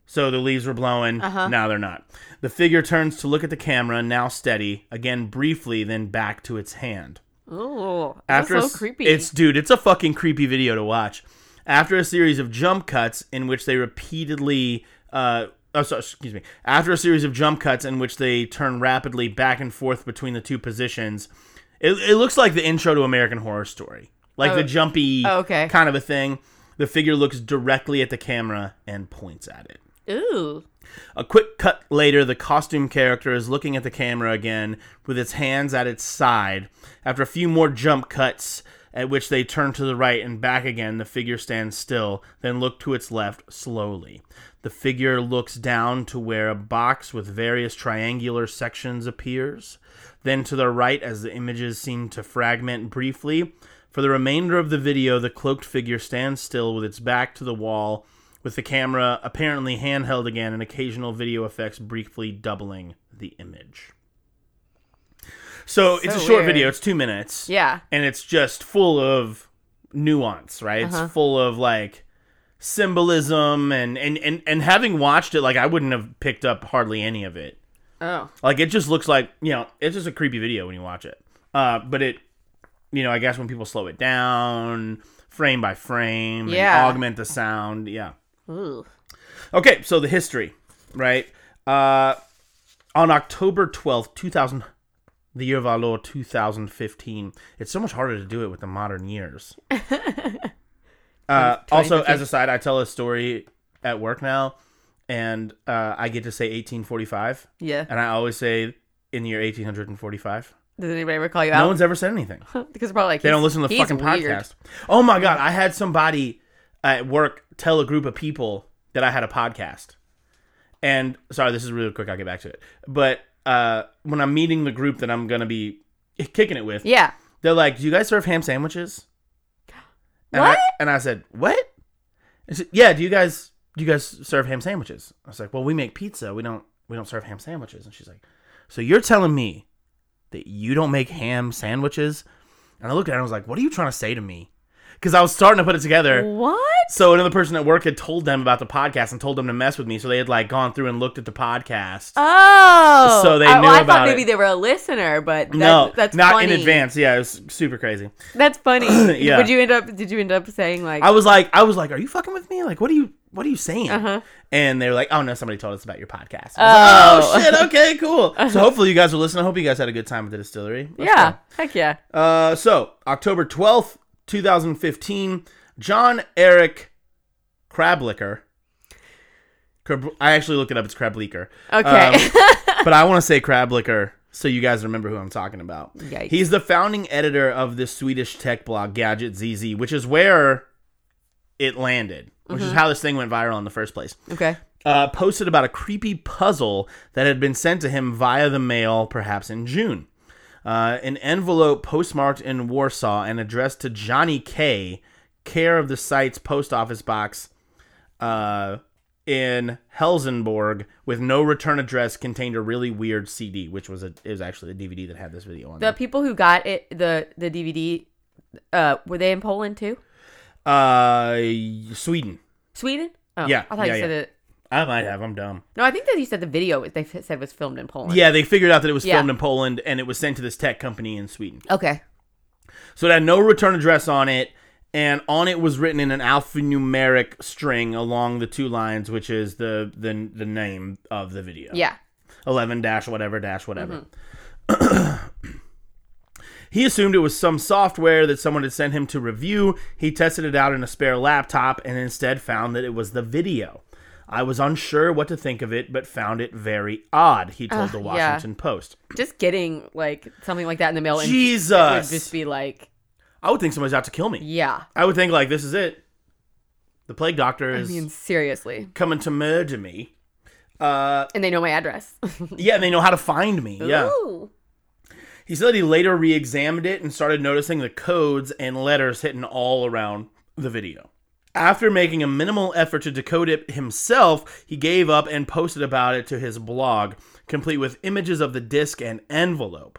[SPEAKER 3] So the leaves were blowing. Now they're not. The figure turns to look at the camera, now steady, again briefly, then back to its hand.
[SPEAKER 4] Ooh.
[SPEAKER 3] After
[SPEAKER 4] After so
[SPEAKER 3] a s-
[SPEAKER 4] creepy.
[SPEAKER 3] It's dude, it's a fucking creepy video to watch. After a series of jump cuts in which they repeatedly uh oh, sorry, excuse me. After a series of jump cuts in which they turn rapidly back and forth between the two positions, it, it looks like the intro to American Horror Story. Like the jumpy
[SPEAKER 4] Oh, okay.
[SPEAKER 3] kind of a thing. The figure looks directly at the camera and points at it.
[SPEAKER 4] ooh.
[SPEAKER 3] A quick cut later, the costume character is looking at the camera again with its hands at its side. After a few more jump cuts, at which they turn to the right and back again, the figure stands still, then look to its left slowly. The figure looks down to where a box with various triangular sections appears, then to the right as the images seem to fragment briefly. For the remainder of the video, the cloaked figure stands still with its back to the wall with the camera apparently handheld again and occasional video effects briefly doubling the image. So, it's a
[SPEAKER 4] So
[SPEAKER 3] short
[SPEAKER 4] weird.
[SPEAKER 3] video, it's two minutes.
[SPEAKER 4] Yeah.
[SPEAKER 3] And it's just full of nuance, right?
[SPEAKER 4] Uh-huh.
[SPEAKER 3] It's full of like symbolism and, and, and, and having watched it, like I wouldn't have picked up hardly any of it.
[SPEAKER 4] Oh.
[SPEAKER 3] Like it just looks like you know, it's just a creepy video when you watch it. Uh, but it, you know, I guess when people slow it down, frame by frame, and
[SPEAKER 4] Yeah.
[SPEAKER 3] augment the sound, yeah.
[SPEAKER 4] Ooh.
[SPEAKER 3] Okay, so the history, right? Uh, on October 12th, 2000, the year of our Lord 2015. It's so much harder to do it with the modern years. uh, also, as a side, I tell a story at work now, and uh, I get to say 1845,
[SPEAKER 4] Yeah.
[SPEAKER 3] and I always say in the year 1845.
[SPEAKER 4] Does anybody ever call you
[SPEAKER 3] No
[SPEAKER 4] out?
[SPEAKER 3] one's ever said anything.
[SPEAKER 4] because they're probably like
[SPEAKER 3] They don't
[SPEAKER 4] he's-
[SPEAKER 3] listen to the
[SPEAKER 4] he's
[SPEAKER 3] fucking
[SPEAKER 4] weird.
[SPEAKER 3] podcast. Oh my god, I had somebody at work tell a group of people that I had a podcast. And sorry, this is really quick. I'll get back to it. But uh, when I'm meeting the group that I'm gonna be kicking it with,
[SPEAKER 4] Yeah.
[SPEAKER 3] they're like, "Do you guys serve ham sandwiches?" And I,
[SPEAKER 4] What?
[SPEAKER 3] and I said, "What?" I said, yeah. Do you guys do you guys serve ham sandwiches? I was like, "Well, we make pizza. We don't we don't serve ham sandwiches." And she's like, "So you're telling me that you don't make ham sandwiches?" And I looked at her and I was like, "What are you trying to say to me?" Because I was starting to put it together.
[SPEAKER 4] What?
[SPEAKER 3] So another person at work had told them about the podcast and told them to mess with me. So they had like gone through and looked at the podcast.
[SPEAKER 4] Oh.
[SPEAKER 3] So they
[SPEAKER 4] I,
[SPEAKER 3] knew
[SPEAKER 4] well, I
[SPEAKER 3] about
[SPEAKER 4] thought maybe
[SPEAKER 3] it.
[SPEAKER 4] they were a listener, but that's,
[SPEAKER 3] no,
[SPEAKER 4] that's
[SPEAKER 3] not
[SPEAKER 4] funny.
[SPEAKER 3] in advance. Yeah, it was super crazy.
[SPEAKER 4] That's funny.
[SPEAKER 3] Yeah.
[SPEAKER 4] Would you end up? Did you end up saying like?
[SPEAKER 3] I was like, I was like, are you fucking with me? Like, what are you, what are you saying?
[SPEAKER 4] Uh-huh.
[SPEAKER 3] And they were like, oh no, somebody told us about your podcast. I was like, oh shit, okay, cool. So hopefully you guys will listen. I hope you guys had a good time at the distillery. Let's
[SPEAKER 4] Uh-huh. yeah.
[SPEAKER 3] go.
[SPEAKER 4] Heck yeah.
[SPEAKER 3] Uh, so October twelfth, two thousand fifteen, John Eric Crablicker. Crab- I actually looked it up. It's Crablicker.
[SPEAKER 4] Okay.
[SPEAKER 3] Um, but I want to say Crablicker so you guys remember who I'm talking about.
[SPEAKER 4] Yikes.
[SPEAKER 3] He's the founding editor of the Swedish tech blog Gadget ZZ, which is where it landed, which is how this thing went viral in the first place.
[SPEAKER 4] okay.
[SPEAKER 3] Uh, posted about a creepy puzzle that had been sent to him via the mail, perhaps in June. Uh, an envelope postmarked in Warsaw and addressed to Johnny K, care of the site's post office box uh, in Helsingborg, with no return address, contained a really weird CD, which was a is actually a DVD that had this video on.
[SPEAKER 4] The people who got it, the the DVD, uh, were they in Poland too?
[SPEAKER 3] it. Uh, Sweden.
[SPEAKER 4] Sweden? Oh,
[SPEAKER 3] Yeah,
[SPEAKER 4] I thought
[SPEAKER 3] yeah,
[SPEAKER 4] you said
[SPEAKER 3] yeah.
[SPEAKER 4] it.
[SPEAKER 3] I might have. I'm dumb.
[SPEAKER 4] No, I think that you said the video was, they f- said was filmed in Poland.
[SPEAKER 3] Yeah, they figured out that it was
[SPEAKER 4] Yeah.
[SPEAKER 3] filmed in Poland and it was sent to this tech company in Sweden.
[SPEAKER 4] Okay.
[SPEAKER 3] So it had no return address on it, and on it was written in an alphanumeric string along the two lines, which is the the, the name of the video.
[SPEAKER 4] Yeah.
[SPEAKER 3] Eleven dash whatever dash whatever.
[SPEAKER 4] Mm-hmm.
[SPEAKER 3] he assumed it was some software that someone had sent him to review. He tested it out in a spare laptop and instead found that it was the video. I was unsure what to think of it, but found it very odd, he told the
[SPEAKER 4] yeah.
[SPEAKER 3] Washington Post.
[SPEAKER 4] Just getting like something like that in the mail and it would
[SPEAKER 3] Jesus!
[SPEAKER 4] just be like,
[SPEAKER 3] I would think somebody's out to kill me.
[SPEAKER 4] yeah,
[SPEAKER 3] I would think, like, this is it. The plague doctor
[SPEAKER 4] I
[SPEAKER 3] is
[SPEAKER 4] mean, seriously.
[SPEAKER 3] coming to murder me. Uh,
[SPEAKER 4] And they know my address.
[SPEAKER 3] yeah, they know how to find me. Yeah.
[SPEAKER 4] Ooh.
[SPEAKER 3] He said he later re examined it and started noticing the codes and letters hidden all around the video. After making a minimal effort to decode it himself, he gave up and posted about it to his blog, complete with images of the disc and envelope.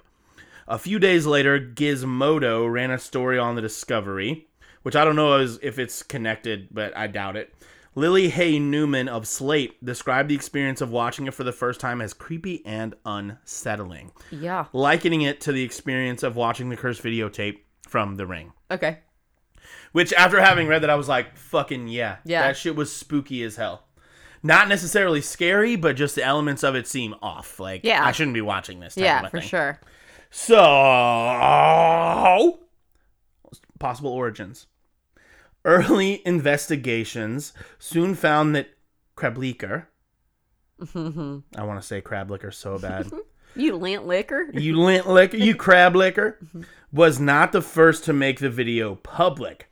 [SPEAKER 3] A few days later, Gizmodo ran a story on the discovery, which I don't know is- if it's connected, but I doubt it. Lily Hay Newman of Slate described the experience of watching it for the first time as creepy and unsettling
[SPEAKER 4] Yeah.
[SPEAKER 3] likening it to the experience of watching the cursed videotape from The Ring.
[SPEAKER 4] Okay.
[SPEAKER 3] Which, after having read that, I was like, fucking yeah.
[SPEAKER 4] Yeah.
[SPEAKER 3] That shit was spooky as hell. Not necessarily scary, but just the elements of it seem off. Like,
[SPEAKER 4] Yeah.
[SPEAKER 3] I shouldn't be watching this. Type of
[SPEAKER 4] Yeah,
[SPEAKER 3] a
[SPEAKER 4] for
[SPEAKER 3] thing.
[SPEAKER 4] sure.
[SPEAKER 3] So, possible origins. Early investigations soon found that Krabliker, I want to say Krabliker so bad.
[SPEAKER 4] You lint liquor?
[SPEAKER 3] you lint licker, you crab licker, was not the first to make the video public.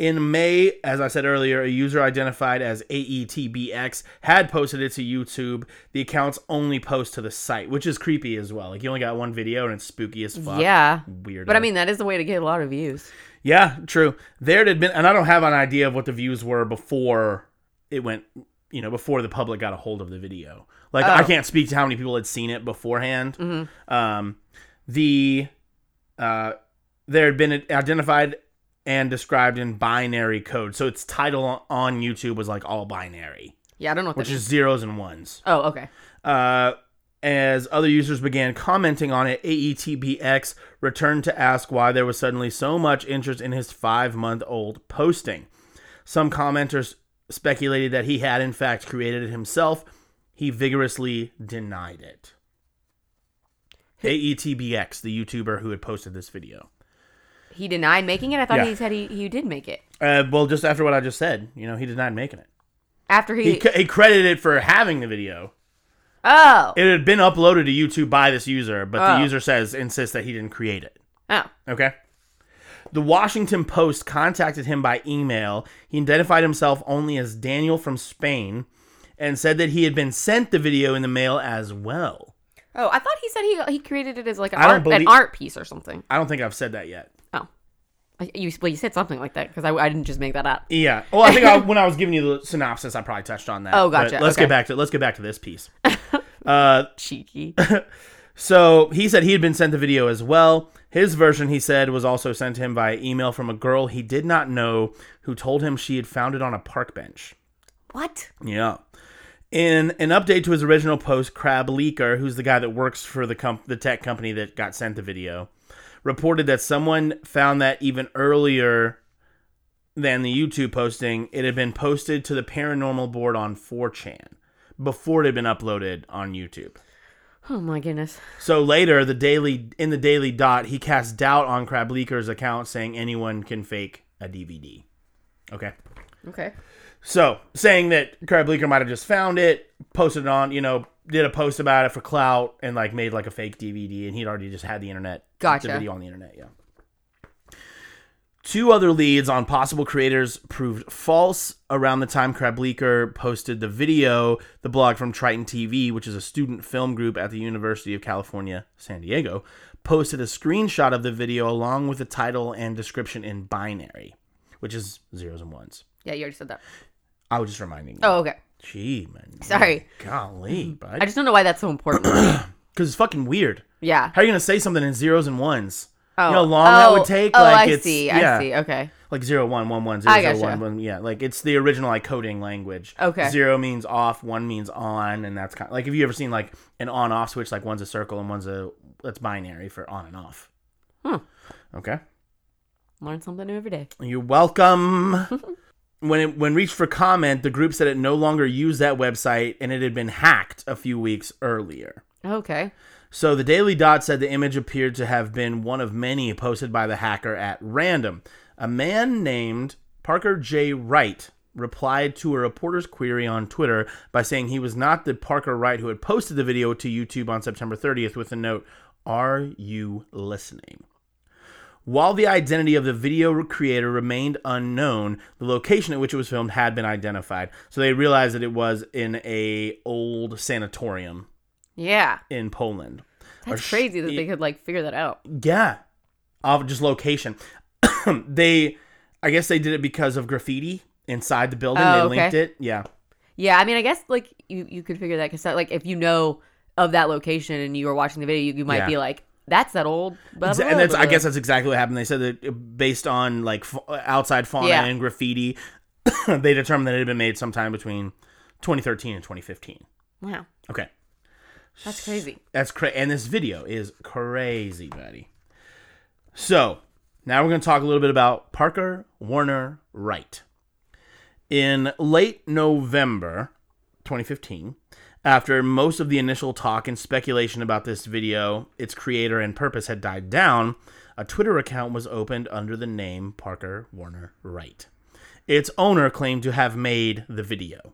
[SPEAKER 3] In May, as I said earlier, a user identified as E AETBX had posted it to YouTube. The account's only post to the site, which is creepy as well. Like you only got one video and it's spooky as fuck.
[SPEAKER 4] Yeah.
[SPEAKER 3] Weird.
[SPEAKER 4] But I mean, that is the way to get a lot of views.
[SPEAKER 3] Yeah, true. There it had been, and I don't have an idea of what the views were before it went, you know, before the public got a hold of the video. Like,
[SPEAKER 4] Oh.
[SPEAKER 3] I can't speak to how many people had seen it beforehand.
[SPEAKER 4] Mm-hmm.
[SPEAKER 3] Um, the uh, there had been identified and described in binary code, so its title on YouTube was like all binary,
[SPEAKER 4] Yeah, I don't know what
[SPEAKER 3] which
[SPEAKER 4] that
[SPEAKER 3] is zeros and ones.
[SPEAKER 4] Oh, okay.
[SPEAKER 3] Uh, as other users began commenting on it, E AETBX returned to ask why there was suddenly so much interest in his five month old posting. Some commenters speculated that he had, in fact, created it himself. He vigorously denied it. E AETBX, the YouTuber who had posted this video.
[SPEAKER 4] He denied making it. I thought
[SPEAKER 3] Yeah.
[SPEAKER 4] he said he, he did make it
[SPEAKER 3] Uh, well, just after what I just said, you know, he denied making it.
[SPEAKER 4] after he.
[SPEAKER 3] He, c- he credited it for having the video.
[SPEAKER 4] oh,
[SPEAKER 3] It had been uploaded to YouTube by this user, but
[SPEAKER 4] Oh.
[SPEAKER 3] the user says insists that he didn't create it.
[SPEAKER 4] oh,
[SPEAKER 3] Okay. The Washington Post contacted him by email. He identified himself only as Daniel from Spain and said that he had been sent the video in the mail as well.
[SPEAKER 4] oh! I thought he said he he created it as like an,
[SPEAKER 3] I don't
[SPEAKER 4] art, an
[SPEAKER 3] believe-
[SPEAKER 4] art piece or something.
[SPEAKER 3] I don't think I've said that yet.
[SPEAKER 4] Oh, I- you well you said something like that because I, I didn't just make that up.
[SPEAKER 3] Yeah. Well, I think I, when I was giving you the synopsis, I probably touched on that.
[SPEAKER 4] Oh,
[SPEAKER 3] But
[SPEAKER 4] gotcha.
[SPEAKER 3] let's
[SPEAKER 4] Okay.
[SPEAKER 3] get back to let's get back to this piece. uh,
[SPEAKER 4] Cheeky.
[SPEAKER 3] So he said he had been sent the video as well. His version, he said, was also sent to him via email from a girl he did not know who told him she had found it on a park bench.
[SPEAKER 4] what?
[SPEAKER 3] Yeah. In an update to his original post, Crab Leaker, who's the guy that works for the comp- the tech company that got sent the video, reported that someone found that even earlier than the YouTube posting, it had been posted to the paranormal board on 4chan before it had been uploaded on YouTube.
[SPEAKER 4] Oh my goodness.
[SPEAKER 3] So later, the daily in the Daily Dot, he cast doubt on Crab Leaker's account, saying anyone can fake a DVD. Okay.
[SPEAKER 4] Okay.
[SPEAKER 3] So, saying that Crab Leaker might have just found it, posted it on, you know, did a post about it for clout and like made like a fake DVD and he'd already just had the internet.
[SPEAKER 4] Gotcha.
[SPEAKER 3] The video on the internet, yeah. Two other leads on possible creators proved false around the time Crab Leaker posted the video, the blog from Triton TV, which is a student film group at the University of California, San Diego, posted a screenshot of the video along with the title and description in binary, which is zeros and ones.
[SPEAKER 4] Yeah, you already said that.
[SPEAKER 3] I was just reminding you.
[SPEAKER 4] Oh, okay.
[SPEAKER 3] Gee, man.
[SPEAKER 4] Sorry.
[SPEAKER 3] Golly,
[SPEAKER 4] I
[SPEAKER 3] bud.
[SPEAKER 4] just don't know why that's so important.
[SPEAKER 3] Because it's fucking weird.
[SPEAKER 4] yeah.
[SPEAKER 3] How are you going to say something in zeros and ones?
[SPEAKER 4] Oh.
[SPEAKER 3] You know how long that
[SPEAKER 4] Oh,
[SPEAKER 3] would take?
[SPEAKER 4] Oh,
[SPEAKER 3] like
[SPEAKER 4] I
[SPEAKER 3] it's,
[SPEAKER 4] see.
[SPEAKER 3] Yeah,
[SPEAKER 4] I see. Okay.
[SPEAKER 3] Like zero, one, one, one, zero,
[SPEAKER 4] I
[SPEAKER 3] zero,
[SPEAKER 4] gotcha.
[SPEAKER 3] one, one. Yeah, like it's the original like coding language.
[SPEAKER 4] Okay.
[SPEAKER 3] Zero means off, one means on, and that's kind of like if you ever seen like an on off switch, like one's a circle and one's a, that's binary for on and off.
[SPEAKER 4] Hmm.
[SPEAKER 3] Okay.
[SPEAKER 4] Learn something new every day.
[SPEAKER 3] You're welcome. when it, when reached for comment, the group said it no longer used that website and it had been hacked a few weeks earlier.
[SPEAKER 4] Okay.
[SPEAKER 3] So the Daily Dot said the image appeared to have been one of many posted by the hacker at random. A man named Parker J. Wright replied to a reporter's query on Twitter by saying he was not the Parker Wright who had posted the video to YouTube on September 30th with the note, Are you listening? While the identity of the video creator remained unknown, the location at which it was filmed had been identified. So they realized that it was in a old sanatorium
[SPEAKER 4] Yeah.
[SPEAKER 3] in Poland.
[SPEAKER 4] That's
[SPEAKER 3] Or sh-
[SPEAKER 4] crazy that
[SPEAKER 3] y-
[SPEAKER 4] they could like figure that out.
[SPEAKER 3] Yeah, of just location. they, I guess they did it because of graffiti inside the building.
[SPEAKER 4] Oh,
[SPEAKER 3] they
[SPEAKER 4] okay.
[SPEAKER 3] linked it. Yeah,
[SPEAKER 4] Yeah, I mean, I guess like you you could figure that because like if you know of that location and you were watching the video, you, you might
[SPEAKER 3] Yeah.
[SPEAKER 4] be like, "That's that old." Blah,
[SPEAKER 3] Exa-
[SPEAKER 4] blah,
[SPEAKER 3] and that's I
[SPEAKER 4] blah.
[SPEAKER 3] guess that's exactly what happened. They said that it- based on like f- outside fauna
[SPEAKER 4] Yeah.
[SPEAKER 3] and graffiti, they determined that it had been made sometime between 2013 and 2015.
[SPEAKER 4] Wow,
[SPEAKER 3] Okay,
[SPEAKER 4] that's crazy.
[SPEAKER 3] that's crazy. And this video is crazy, buddy. So now we're going to talk a little bit about Parker Warner Wright. In late November 2015, after most of the initial talk and speculation about this video, its creator and purpose had died down, a Twitter account was opened under the name Parker Warner Wright. Its owner claimed to have made the video.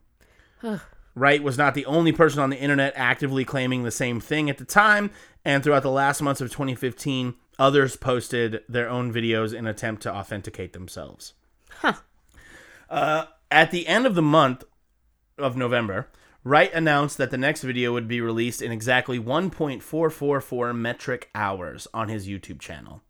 [SPEAKER 3] Wright was not the only person on the internet actively claiming the same thing at the time, and throughout the last months of 2015, others posted their own videos in attempt to authenticate themselves. Huh. Uh, at the end of the month of November, Wright announced that the next video would be released in exactly 1.444 metric hours on his YouTube channel.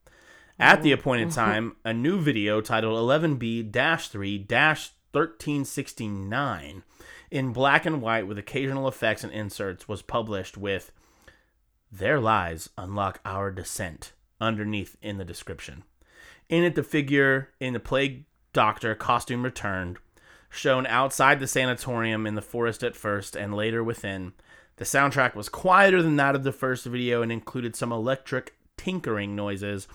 [SPEAKER 3] At the appointed time, a new video titled 11B 3 1369 in black and white with occasional effects and inserts was published with Their Lies Unlock Our Descent underneath in the description. In it, the figure in the plague doctor costume returned, shown outside the sanatorium in the forest at first and later within. The soundtrack was quieter than that of the first video and included some electric tinkering noises,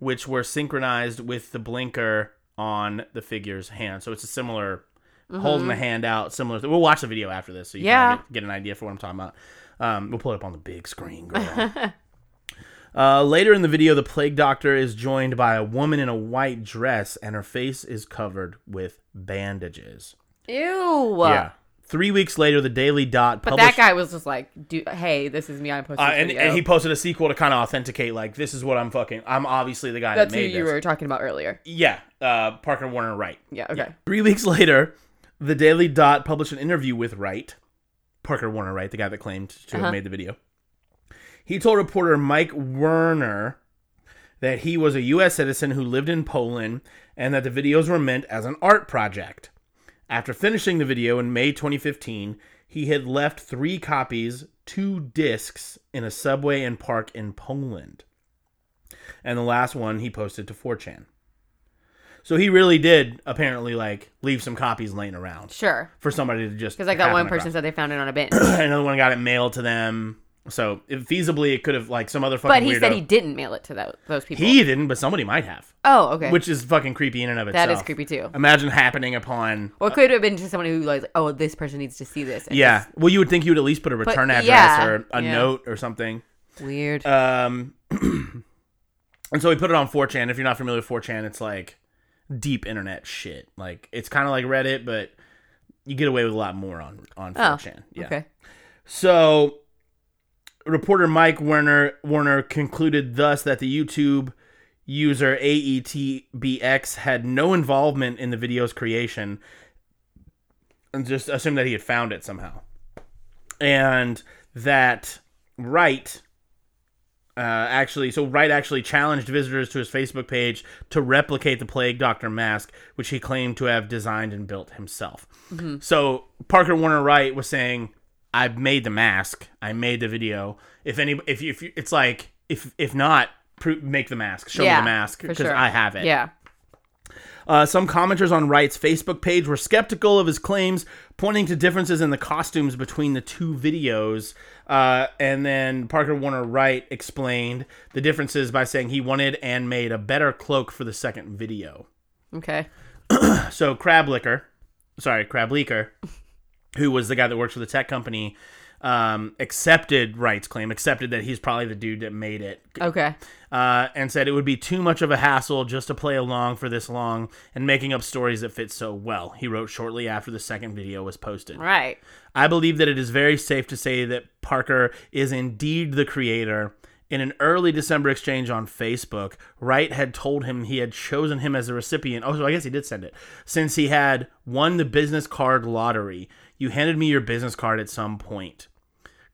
[SPEAKER 3] which were synchronized with the blinker on the figure's hand. So it's a similar holding the hand out, similar. Th- we'll watch the video after this so you
[SPEAKER 4] Yeah.
[SPEAKER 3] can get, get an idea for what I'm talking about. Um, we'll pull it up on the big screen, girl. Uh, later in the video, the plague doctor is joined by a woman in a white dress, and her face is covered with bandages.
[SPEAKER 4] Ew.
[SPEAKER 3] Three weeks later, the Daily Dot
[SPEAKER 4] But
[SPEAKER 3] published.
[SPEAKER 4] that guy was just like, "Do hey, this is me. I'm posting."
[SPEAKER 3] uh,
[SPEAKER 4] this
[SPEAKER 3] and,
[SPEAKER 4] video."
[SPEAKER 3] and he posted a sequel to kind of authenticate, like, this is what I'm fucking. I'm obviously the guy
[SPEAKER 4] That's
[SPEAKER 3] that
[SPEAKER 4] who
[SPEAKER 3] made
[SPEAKER 4] you
[SPEAKER 3] this.
[SPEAKER 4] were talking about earlier.
[SPEAKER 3] Yeah, uh, Parker Warner Wright.
[SPEAKER 4] Yeah. Okay.
[SPEAKER 3] Three weeks later, the Daily Dot published an interview with Wright, Parker Warner Wright, the guy that claimed to
[SPEAKER 4] Uh-huh.
[SPEAKER 3] have made the video. He told reporter Mike Werner that he was a U.S. citizen who lived in Poland and that the videos were meant as an art project. After finishing the video in May 2015, he had left three copies, two discs, in a subway and park in Poland. And the last one he posted to 4chan. So he really did apparently like leave some copies laying around
[SPEAKER 4] Sure.
[SPEAKER 3] for somebody to just
[SPEAKER 4] Because like that
[SPEAKER 3] have
[SPEAKER 4] one
[SPEAKER 3] them
[SPEAKER 4] person said they found it on a bench,
[SPEAKER 3] across. another one got it mailed to them. So if feasibly it could have like some other fucking
[SPEAKER 4] but he
[SPEAKER 3] weirdo.
[SPEAKER 4] said he didn't mail it to tho- those people.
[SPEAKER 3] He didn't, but somebody might have,
[SPEAKER 4] oh, okay.
[SPEAKER 3] which is fucking creepy in and of itself.
[SPEAKER 4] That is creepy too.
[SPEAKER 3] Imagine happening upon.
[SPEAKER 4] Or it could have been to someone who like, "Oh, this person needs to see this." and
[SPEAKER 3] Yeah, well, you would think you would at least put a return address
[SPEAKER 4] yeah,
[SPEAKER 3] or a
[SPEAKER 4] yeah.
[SPEAKER 3] note or something.
[SPEAKER 4] it's Weird.
[SPEAKER 3] Um, and so we put it on 4chan. If you're not familiar with 4chan, it's like deep internet shit. Like it's kind of like Reddit, but you get away with a lot more on on
[SPEAKER 4] oh.
[SPEAKER 3] 4chan. yeah.
[SPEAKER 4] Okay.
[SPEAKER 3] So reporter Mike Werner Warner concluded thus that the YouTube user E AETBX had no involvement in the video's creation and just assumed that he had found it somehow. And that Wright uh, actually, so Wright actually challenged visitors to his Facebook page to replicate the Plague Doctor mask, which he claimed to have designed and built himself.
[SPEAKER 4] Mm-hmm.
[SPEAKER 3] So Parker Warner Wright was saying, "I made the mask. I made the video. If any, if you, if you, it's like if if not, pro- make the mask. Show me
[SPEAKER 4] Yeah,
[SPEAKER 3] the mask
[SPEAKER 4] for
[SPEAKER 3] because
[SPEAKER 4] sure.
[SPEAKER 3] I have it.
[SPEAKER 4] Yeah.
[SPEAKER 3] Uh, some commenters on Wright's Facebook page were skeptical of his claims, pointing to differences in the costumes between the two videos. Uh, and then Parker Warner Wright explained the differences by saying he wanted and made a better cloak for the second video.
[SPEAKER 4] Okay.
[SPEAKER 3] So Crab Licker, sorry, Crab Leaker, who was the guy that works for the tech company, um, accepted Wright's claim, accepted that he's probably the dude that made it,
[SPEAKER 4] Okay.
[SPEAKER 3] uh, and said it would be too much of a hassle just to play along for this long and making up stories that fit so well. He wrote shortly after the second video was posted.
[SPEAKER 4] Right.
[SPEAKER 3] I believe that it is very safe to say that Parker is indeed the creator In an early December exchange on Facebook, Wright had told him he had chosen him as the recipient. Oh, so I guess he did send it. Since he had won the business card lottery, you handed me your business card at some point.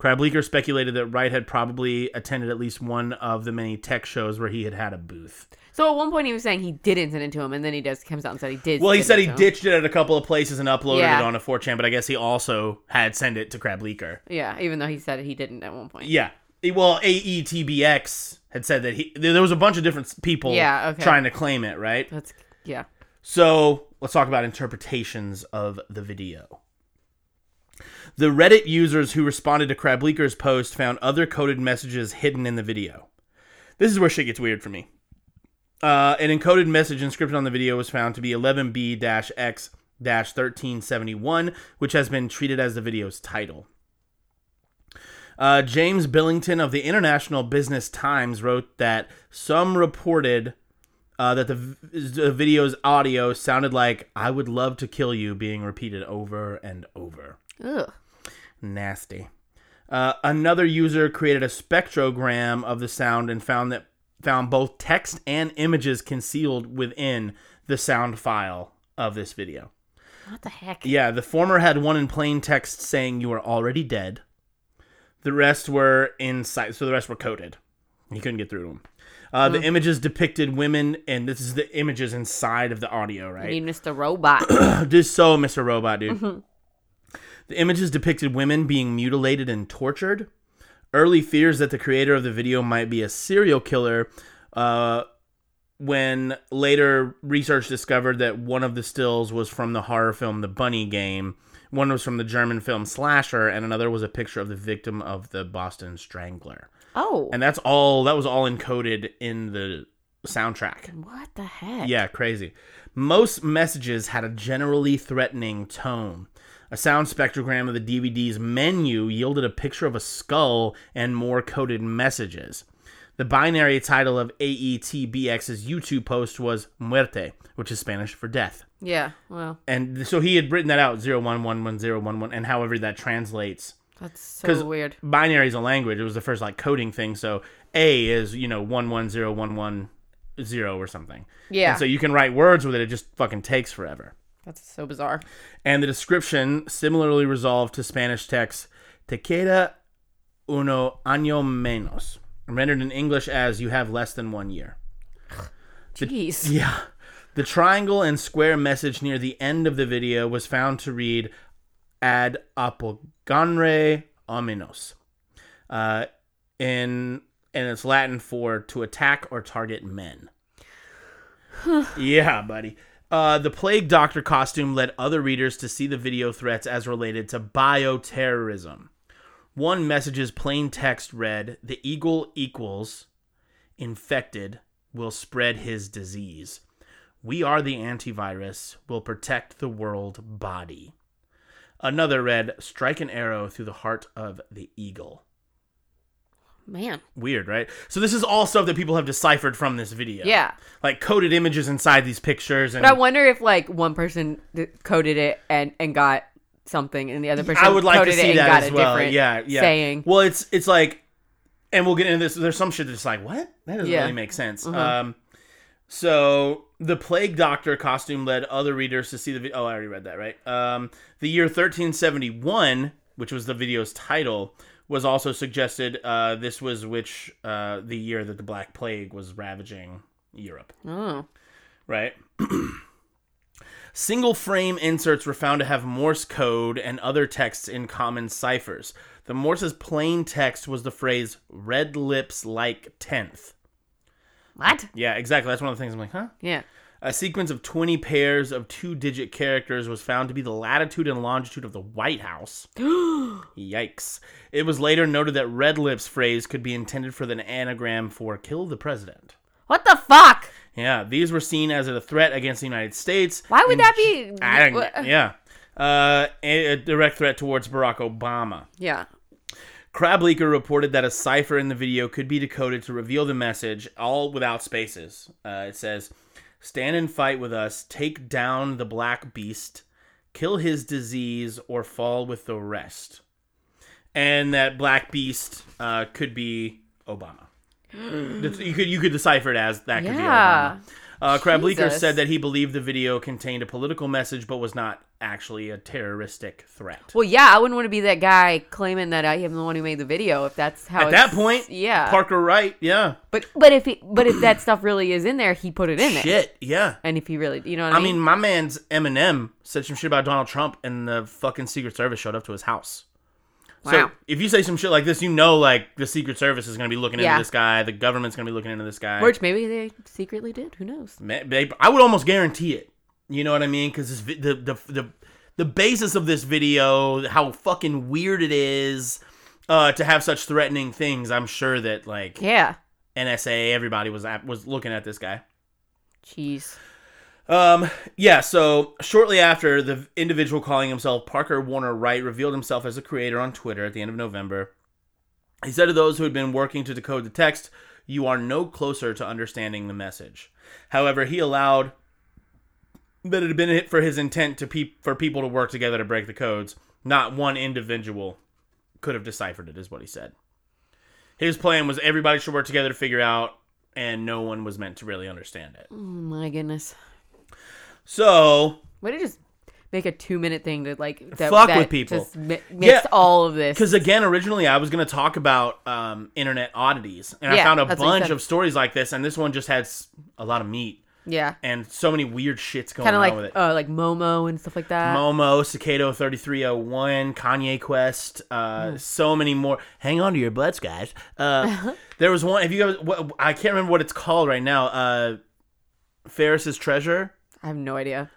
[SPEAKER 3] Crableaker speculated that Wright had probably attended at least one of the many tech shows where he had had a booth.
[SPEAKER 4] So at one point he was saying he didn't send it to him, and then he does comes out and said he did.
[SPEAKER 3] Well, he
[SPEAKER 4] send
[SPEAKER 3] said
[SPEAKER 4] it
[SPEAKER 3] he
[SPEAKER 4] to him.
[SPEAKER 3] ditched it at a couple of places and uploaded
[SPEAKER 4] Yeah.
[SPEAKER 3] it on a 4chan, but I guess he also had sent it to Crableaker.
[SPEAKER 4] Yeah, even though he said he didn't at one point.
[SPEAKER 3] Yeah. Eh, Well, AETBX had said that he there there was a bunch of different s- people
[SPEAKER 4] Yeah, okay.
[SPEAKER 3] trying to claim it, right?
[SPEAKER 4] That's yeah.
[SPEAKER 3] So let's talk about interpretations of the video. The Reddit users who responded to Crableaker's post found other coded messages hidden in the video. This is where shit gets weird for me. Uh, an encoded message inscription on the video was found to be 11b x 1371, which has been treated as the video's title. Uh, James Billington of the International Business Times wrote that some reported uh, that the, v- the video's audio sounded like "I would love to kill you" being repeated over and over.
[SPEAKER 4] Ugh.
[SPEAKER 3] Nasty. Uh, another user created a spectrogram of the sound and found that found both text and images concealed within the sound file of this video.
[SPEAKER 4] What the heck?
[SPEAKER 3] Yeah, the former had one in plain text saying "You are already dead." The rest were inside, so the rest were coded. He couldn't get through to them. Uh, The images depicted women, and this is the images inside of the audio,
[SPEAKER 4] I
[SPEAKER 3] right?
[SPEAKER 4] mean, Mr. Robot.
[SPEAKER 3] Just so Mr. Robot, dude. The images depicted women being mutilated and tortured. Early fears that the creator of the video might be a serial killer. Uh, when later research discovered that one of the stills was from the horror film The Bunny Game, one was from the German film Slasher, and another was a picture of the victim of the Boston Strangler.
[SPEAKER 4] oh,
[SPEAKER 3] And that's all. That was all encoded in the soundtrack.
[SPEAKER 4] what the heck?
[SPEAKER 3] Yeah, crazy. Most messages had a generally threatening tone. A sound spectrogram of the DVD's menu yielded a picture of a skull and more coded messages. The binary title of E AETBX's YouTube post was Muerte, which is Spanish for death.
[SPEAKER 4] Yeah. Well,
[SPEAKER 3] And so he had written that out 01111011 and however that translates
[SPEAKER 4] that's
[SPEAKER 3] 'Cause-
[SPEAKER 4] so weird.
[SPEAKER 3] binary is a language. It was the first like coding thing. So A is you know one one zero one one zero or something.
[SPEAKER 4] Yeah.
[SPEAKER 3] And so you can write words with it. It just fucking takes forever.
[SPEAKER 4] That's so bizarre.
[SPEAKER 3] And the description similarly resolved to Spanish text. Te queda uno año menos, rendered in English as "you have less than one year."
[SPEAKER 4] Jeez.
[SPEAKER 3] Yeah. The triangle and square message near the end of the video was found to read ad apogonre ominos. Uh, in and it's Latin for to attack or target men. yeah, buddy. Uh, the plague doctor costume led other readers to see the video threats as related to bioterrorism. One message's plain text read, "The eagle equals infected will spread his disease. We are the antivirus, will protect the world body. Another read, strike an arrow through the heart of the eagle.
[SPEAKER 4] Man.
[SPEAKER 3] Weird, right? So this is all stuff that people have deciphered from this video.
[SPEAKER 4] Yeah.
[SPEAKER 3] Like coded images inside these pictures and
[SPEAKER 4] But I wonder if like one person d- coded it and and got something, and the other person
[SPEAKER 3] I would like to
[SPEAKER 4] coded it
[SPEAKER 3] see
[SPEAKER 4] and
[SPEAKER 3] that
[SPEAKER 4] got
[SPEAKER 3] as
[SPEAKER 4] a
[SPEAKER 3] well.
[SPEAKER 4] different
[SPEAKER 3] Yeah, yeah.
[SPEAKER 4] saying.
[SPEAKER 3] Well, it's it's like, and we'll get into this. There's some shit that's like, what? That doesn't
[SPEAKER 4] Yeah. Mm-hmm.
[SPEAKER 3] really make sense. Um, so the plague doctor costume led other readers to see the video. Oh, I already read that, right? Um, the year 1371, which was the video's title, was also suggested. Uh, this was which uh, the year that the Black Plague was ravaging Europe
[SPEAKER 4] Oh.
[SPEAKER 3] right? Single frame inserts were found to have Morse code and other texts in common ciphers. The Morse's plain text was the phrase red lips like 10th.
[SPEAKER 4] What?
[SPEAKER 3] Yeah, exactly. That's one of the things I'm like, huh?
[SPEAKER 4] Yeah.
[SPEAKER 3] A sequence of 20 pairs of two digit characters was found to be the latitude and longitude of the White House. Yikes. It was later noted that red lips phrase could be intended for an anagram for kill the president.
[SPEAKER 4] What the fuck?
[SPEAKER 3] Yeah, these were seen as a threat against the United States.
[SPEAKER 4] Why would
[SPEAKER 3] and
[SPEAKER 4] that be?
[SPEAKER 3] I don't,
[SPEAKER 4] Wha-
[SPEAKER 3] yeah. Uh, a, a direct threat towards Barack Obama.
[SPEAKER 4] Yeah.
[SPEAKER 3] Crableaker reported that a cipher in the video could be decoded to reveal the message, all without spaces. Uh, it says, "Stand and fight with us. Take down the black beast. Kill his disease, or fall with the rest." And that black beast uh, could be Obama. That's- you could you could decipher it as that could
[SPEAKER 4] Yeah.
[SPEAKER 3] be Obama. Uh, Krableaker
[SPEAKER 4] Jesus.
[SPEAKER 3] said that he believed the video contained a political message, but was not actually a terroristic threat.
[SPEAKER 4] Well, yeah, I wouldn't want to be that guy claiming that I am the one who made the video if that's how.
[SPEAKER 3] At
[SPEAKER 4] it's-
[SPEAKER 3] that point,
[SPEAKER 4] yeah.
[SPEAKER 3] Parker Wright, yeah,
[SPEAKER 4] but but if he, but if that stuff really is in there, he put it in it.
[SPEAKER 3] shit, yeah.
[SPEAKER 4] And if he really, you know what
[SPEAKER 3] I mean, my man's Eminem said some shit about Donald Trump, and the fucking Secret Service showed up to his house. So
[SPEAKER 4] Wow.
[SPEAKER 3] if you say some shit like this, you know, like the Secret Service is going to be looking
[SPEAKER 4] Yeah.
[SPEAKER 3] into this guy, the government's going to be looking into this guy.
[SPEAKER 4] Which maybe they secretly did. Who knows?
[SPEAKER 3] Ma- babe, I would almost guarantee it. You know what I mean? Because the, the the the basis of this video, how fucking weird it is uh, to have such threatening things. I'm sure that like
[SPEAKER 4] Yeah.
[SPEAKER 3] NSA, everybody was at, was looking at this guy.
[SPEAKER 4] Jeez.
[SPEAKER 3] Um, yeah, so shortly after, the individual calling himself Parker Warner Wright revealed himself as a creator on Twitter at the end of November. He said to those who had been working to decode the text, You are no closer to understanding the message. However, he allowed that it had been it for his intent to pe- for people to work together to break the codes. Not one individual could have deciphered it, is what he said. His plan was everybody should work together to figure out, and no one was meant to really understand it.
[SPEAKER 4] Oh my goodness.
[SPEAKER 3] So
[SPEAKER 4] Why did just make a two minute thing to like that,
[SPEAKER 3] Fuck
[SPEAKER 4] that
[SPEAKER 3] with people.
[SPEAKER 4] Just mi- mix
[SPEAKER 3] Yeah.
[SPEAKER 4] all of this.
[SPEAKER 3] Because again, originally I was going to talk about um, internet oddities, and I
[SPEAKER 4] Yeah,
[SPEAKER 3] found a
[SPEAKER 4] that's what you
[SPEAKER 3] bunch
[SPEAKER 4] said.
[SPEAKER 3] of stories like this, and this one just had s- a lot of meat
[SPEAKER 4] yeah.
[SPEAKER 3] and so many weird shits going
[SPEAKER 4] Kind of
[SPEAKER 3] on
[SPEAKER 4] like
[SPEAKER 3] with it.
[SPEAKER 4] uh, like Momo and stuff like that.
[SPEAKER 3] Momo, Cicado 3301, Kanye Quest, uh,
[SPEAKER 4] Hmm.
[SPEAKER 3] so many more. Hang on to your butts, guys. Uh, there was one. If you guys, what, I can't remember what it's called right now. Uh, Ferris's Treasure.
[SPEAKER 4] I have no idea.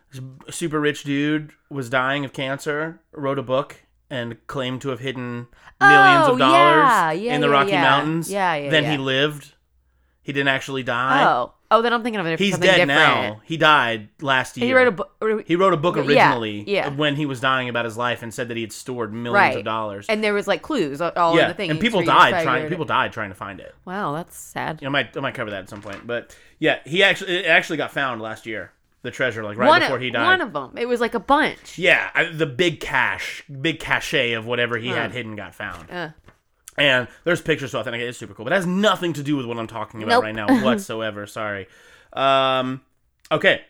[SPEAKER 3] Super rich dude was dying of cancer. Wrote a book and claimed to have hidden millions
[SPEAKER 4] Oh,
[SPEAKER 3] of dollars
[SPEAKER 4] yeah, yeah,
[SPEAKER 3] in the
[SPEAKER 4] yeah,
[SPEAKER 3] Rocky
[SPEAKER 4] yeah.
[SPEAKER 3] Mountains.
[SPEAKER 4] Yeah, yeah,
[SPEAKER 3] Then
[SPEAKER 4] yeah.
[SPEAKER 3] he lived. He didn't actually die.
[SPEAKER 4] oh, oh, then I'm thinking of it.
[SPEAKER 3] He's
[SPEAKER 4] something
[SPEAKER 3] dead
[SPEAKER 4] different.
[SPEAKER 3] now. He died last year.
[SPEAKER 4] He wrote a book.
[SPEAKER 3] He wrote a book
[SPEAKER 4] Yeah,
[SPEAKER 3] originally
[SPEAKER 4] yeah.
[SPEAKER 3] when he was dying about his life and said that he had stored millions
[SPEAKER 4] Right.
[SPEAKER 3] of dollars.
[SPEAKER 4] And there was like clues all in
[SPEAKER 3] yeah,
[SPEAKER 4] the thing.
[SPEAKER 3] and
[SPEAKER 4] It's
[SPEAKER 3] people
[SPEAKER 4] where you
[SPEAKER 3] died
[SPEAKER 4] figured-
[SPEAKER 3] trying. People died trying to find it.
[SPEAKER 4] Wow, that's sad.
[SPEAKER 3] You know, I might I might cover that at some point. But yeah, he actually it actually got found last year. The treasure, like right
[SPEAKER 4] one
[SPEAKER 3] before
[SPEAKER 4] of,
[SPEAKER 3] he died.
[SPEAKER 4] One of them. It was like a bunch.
[SPEAKER 3] Yeah, I- the big cache, big cachet of whatever he had hidden got found.
[SPEAKER 4] Uh.
[SPEAKER 3] And there's pictures to authenticate. It's super cool, but it has nothing to do with what I'm talking about
[SPEAKER 4] Nope.
[SPEAKER 3] right now whatsoever. Sorry. Um, okay,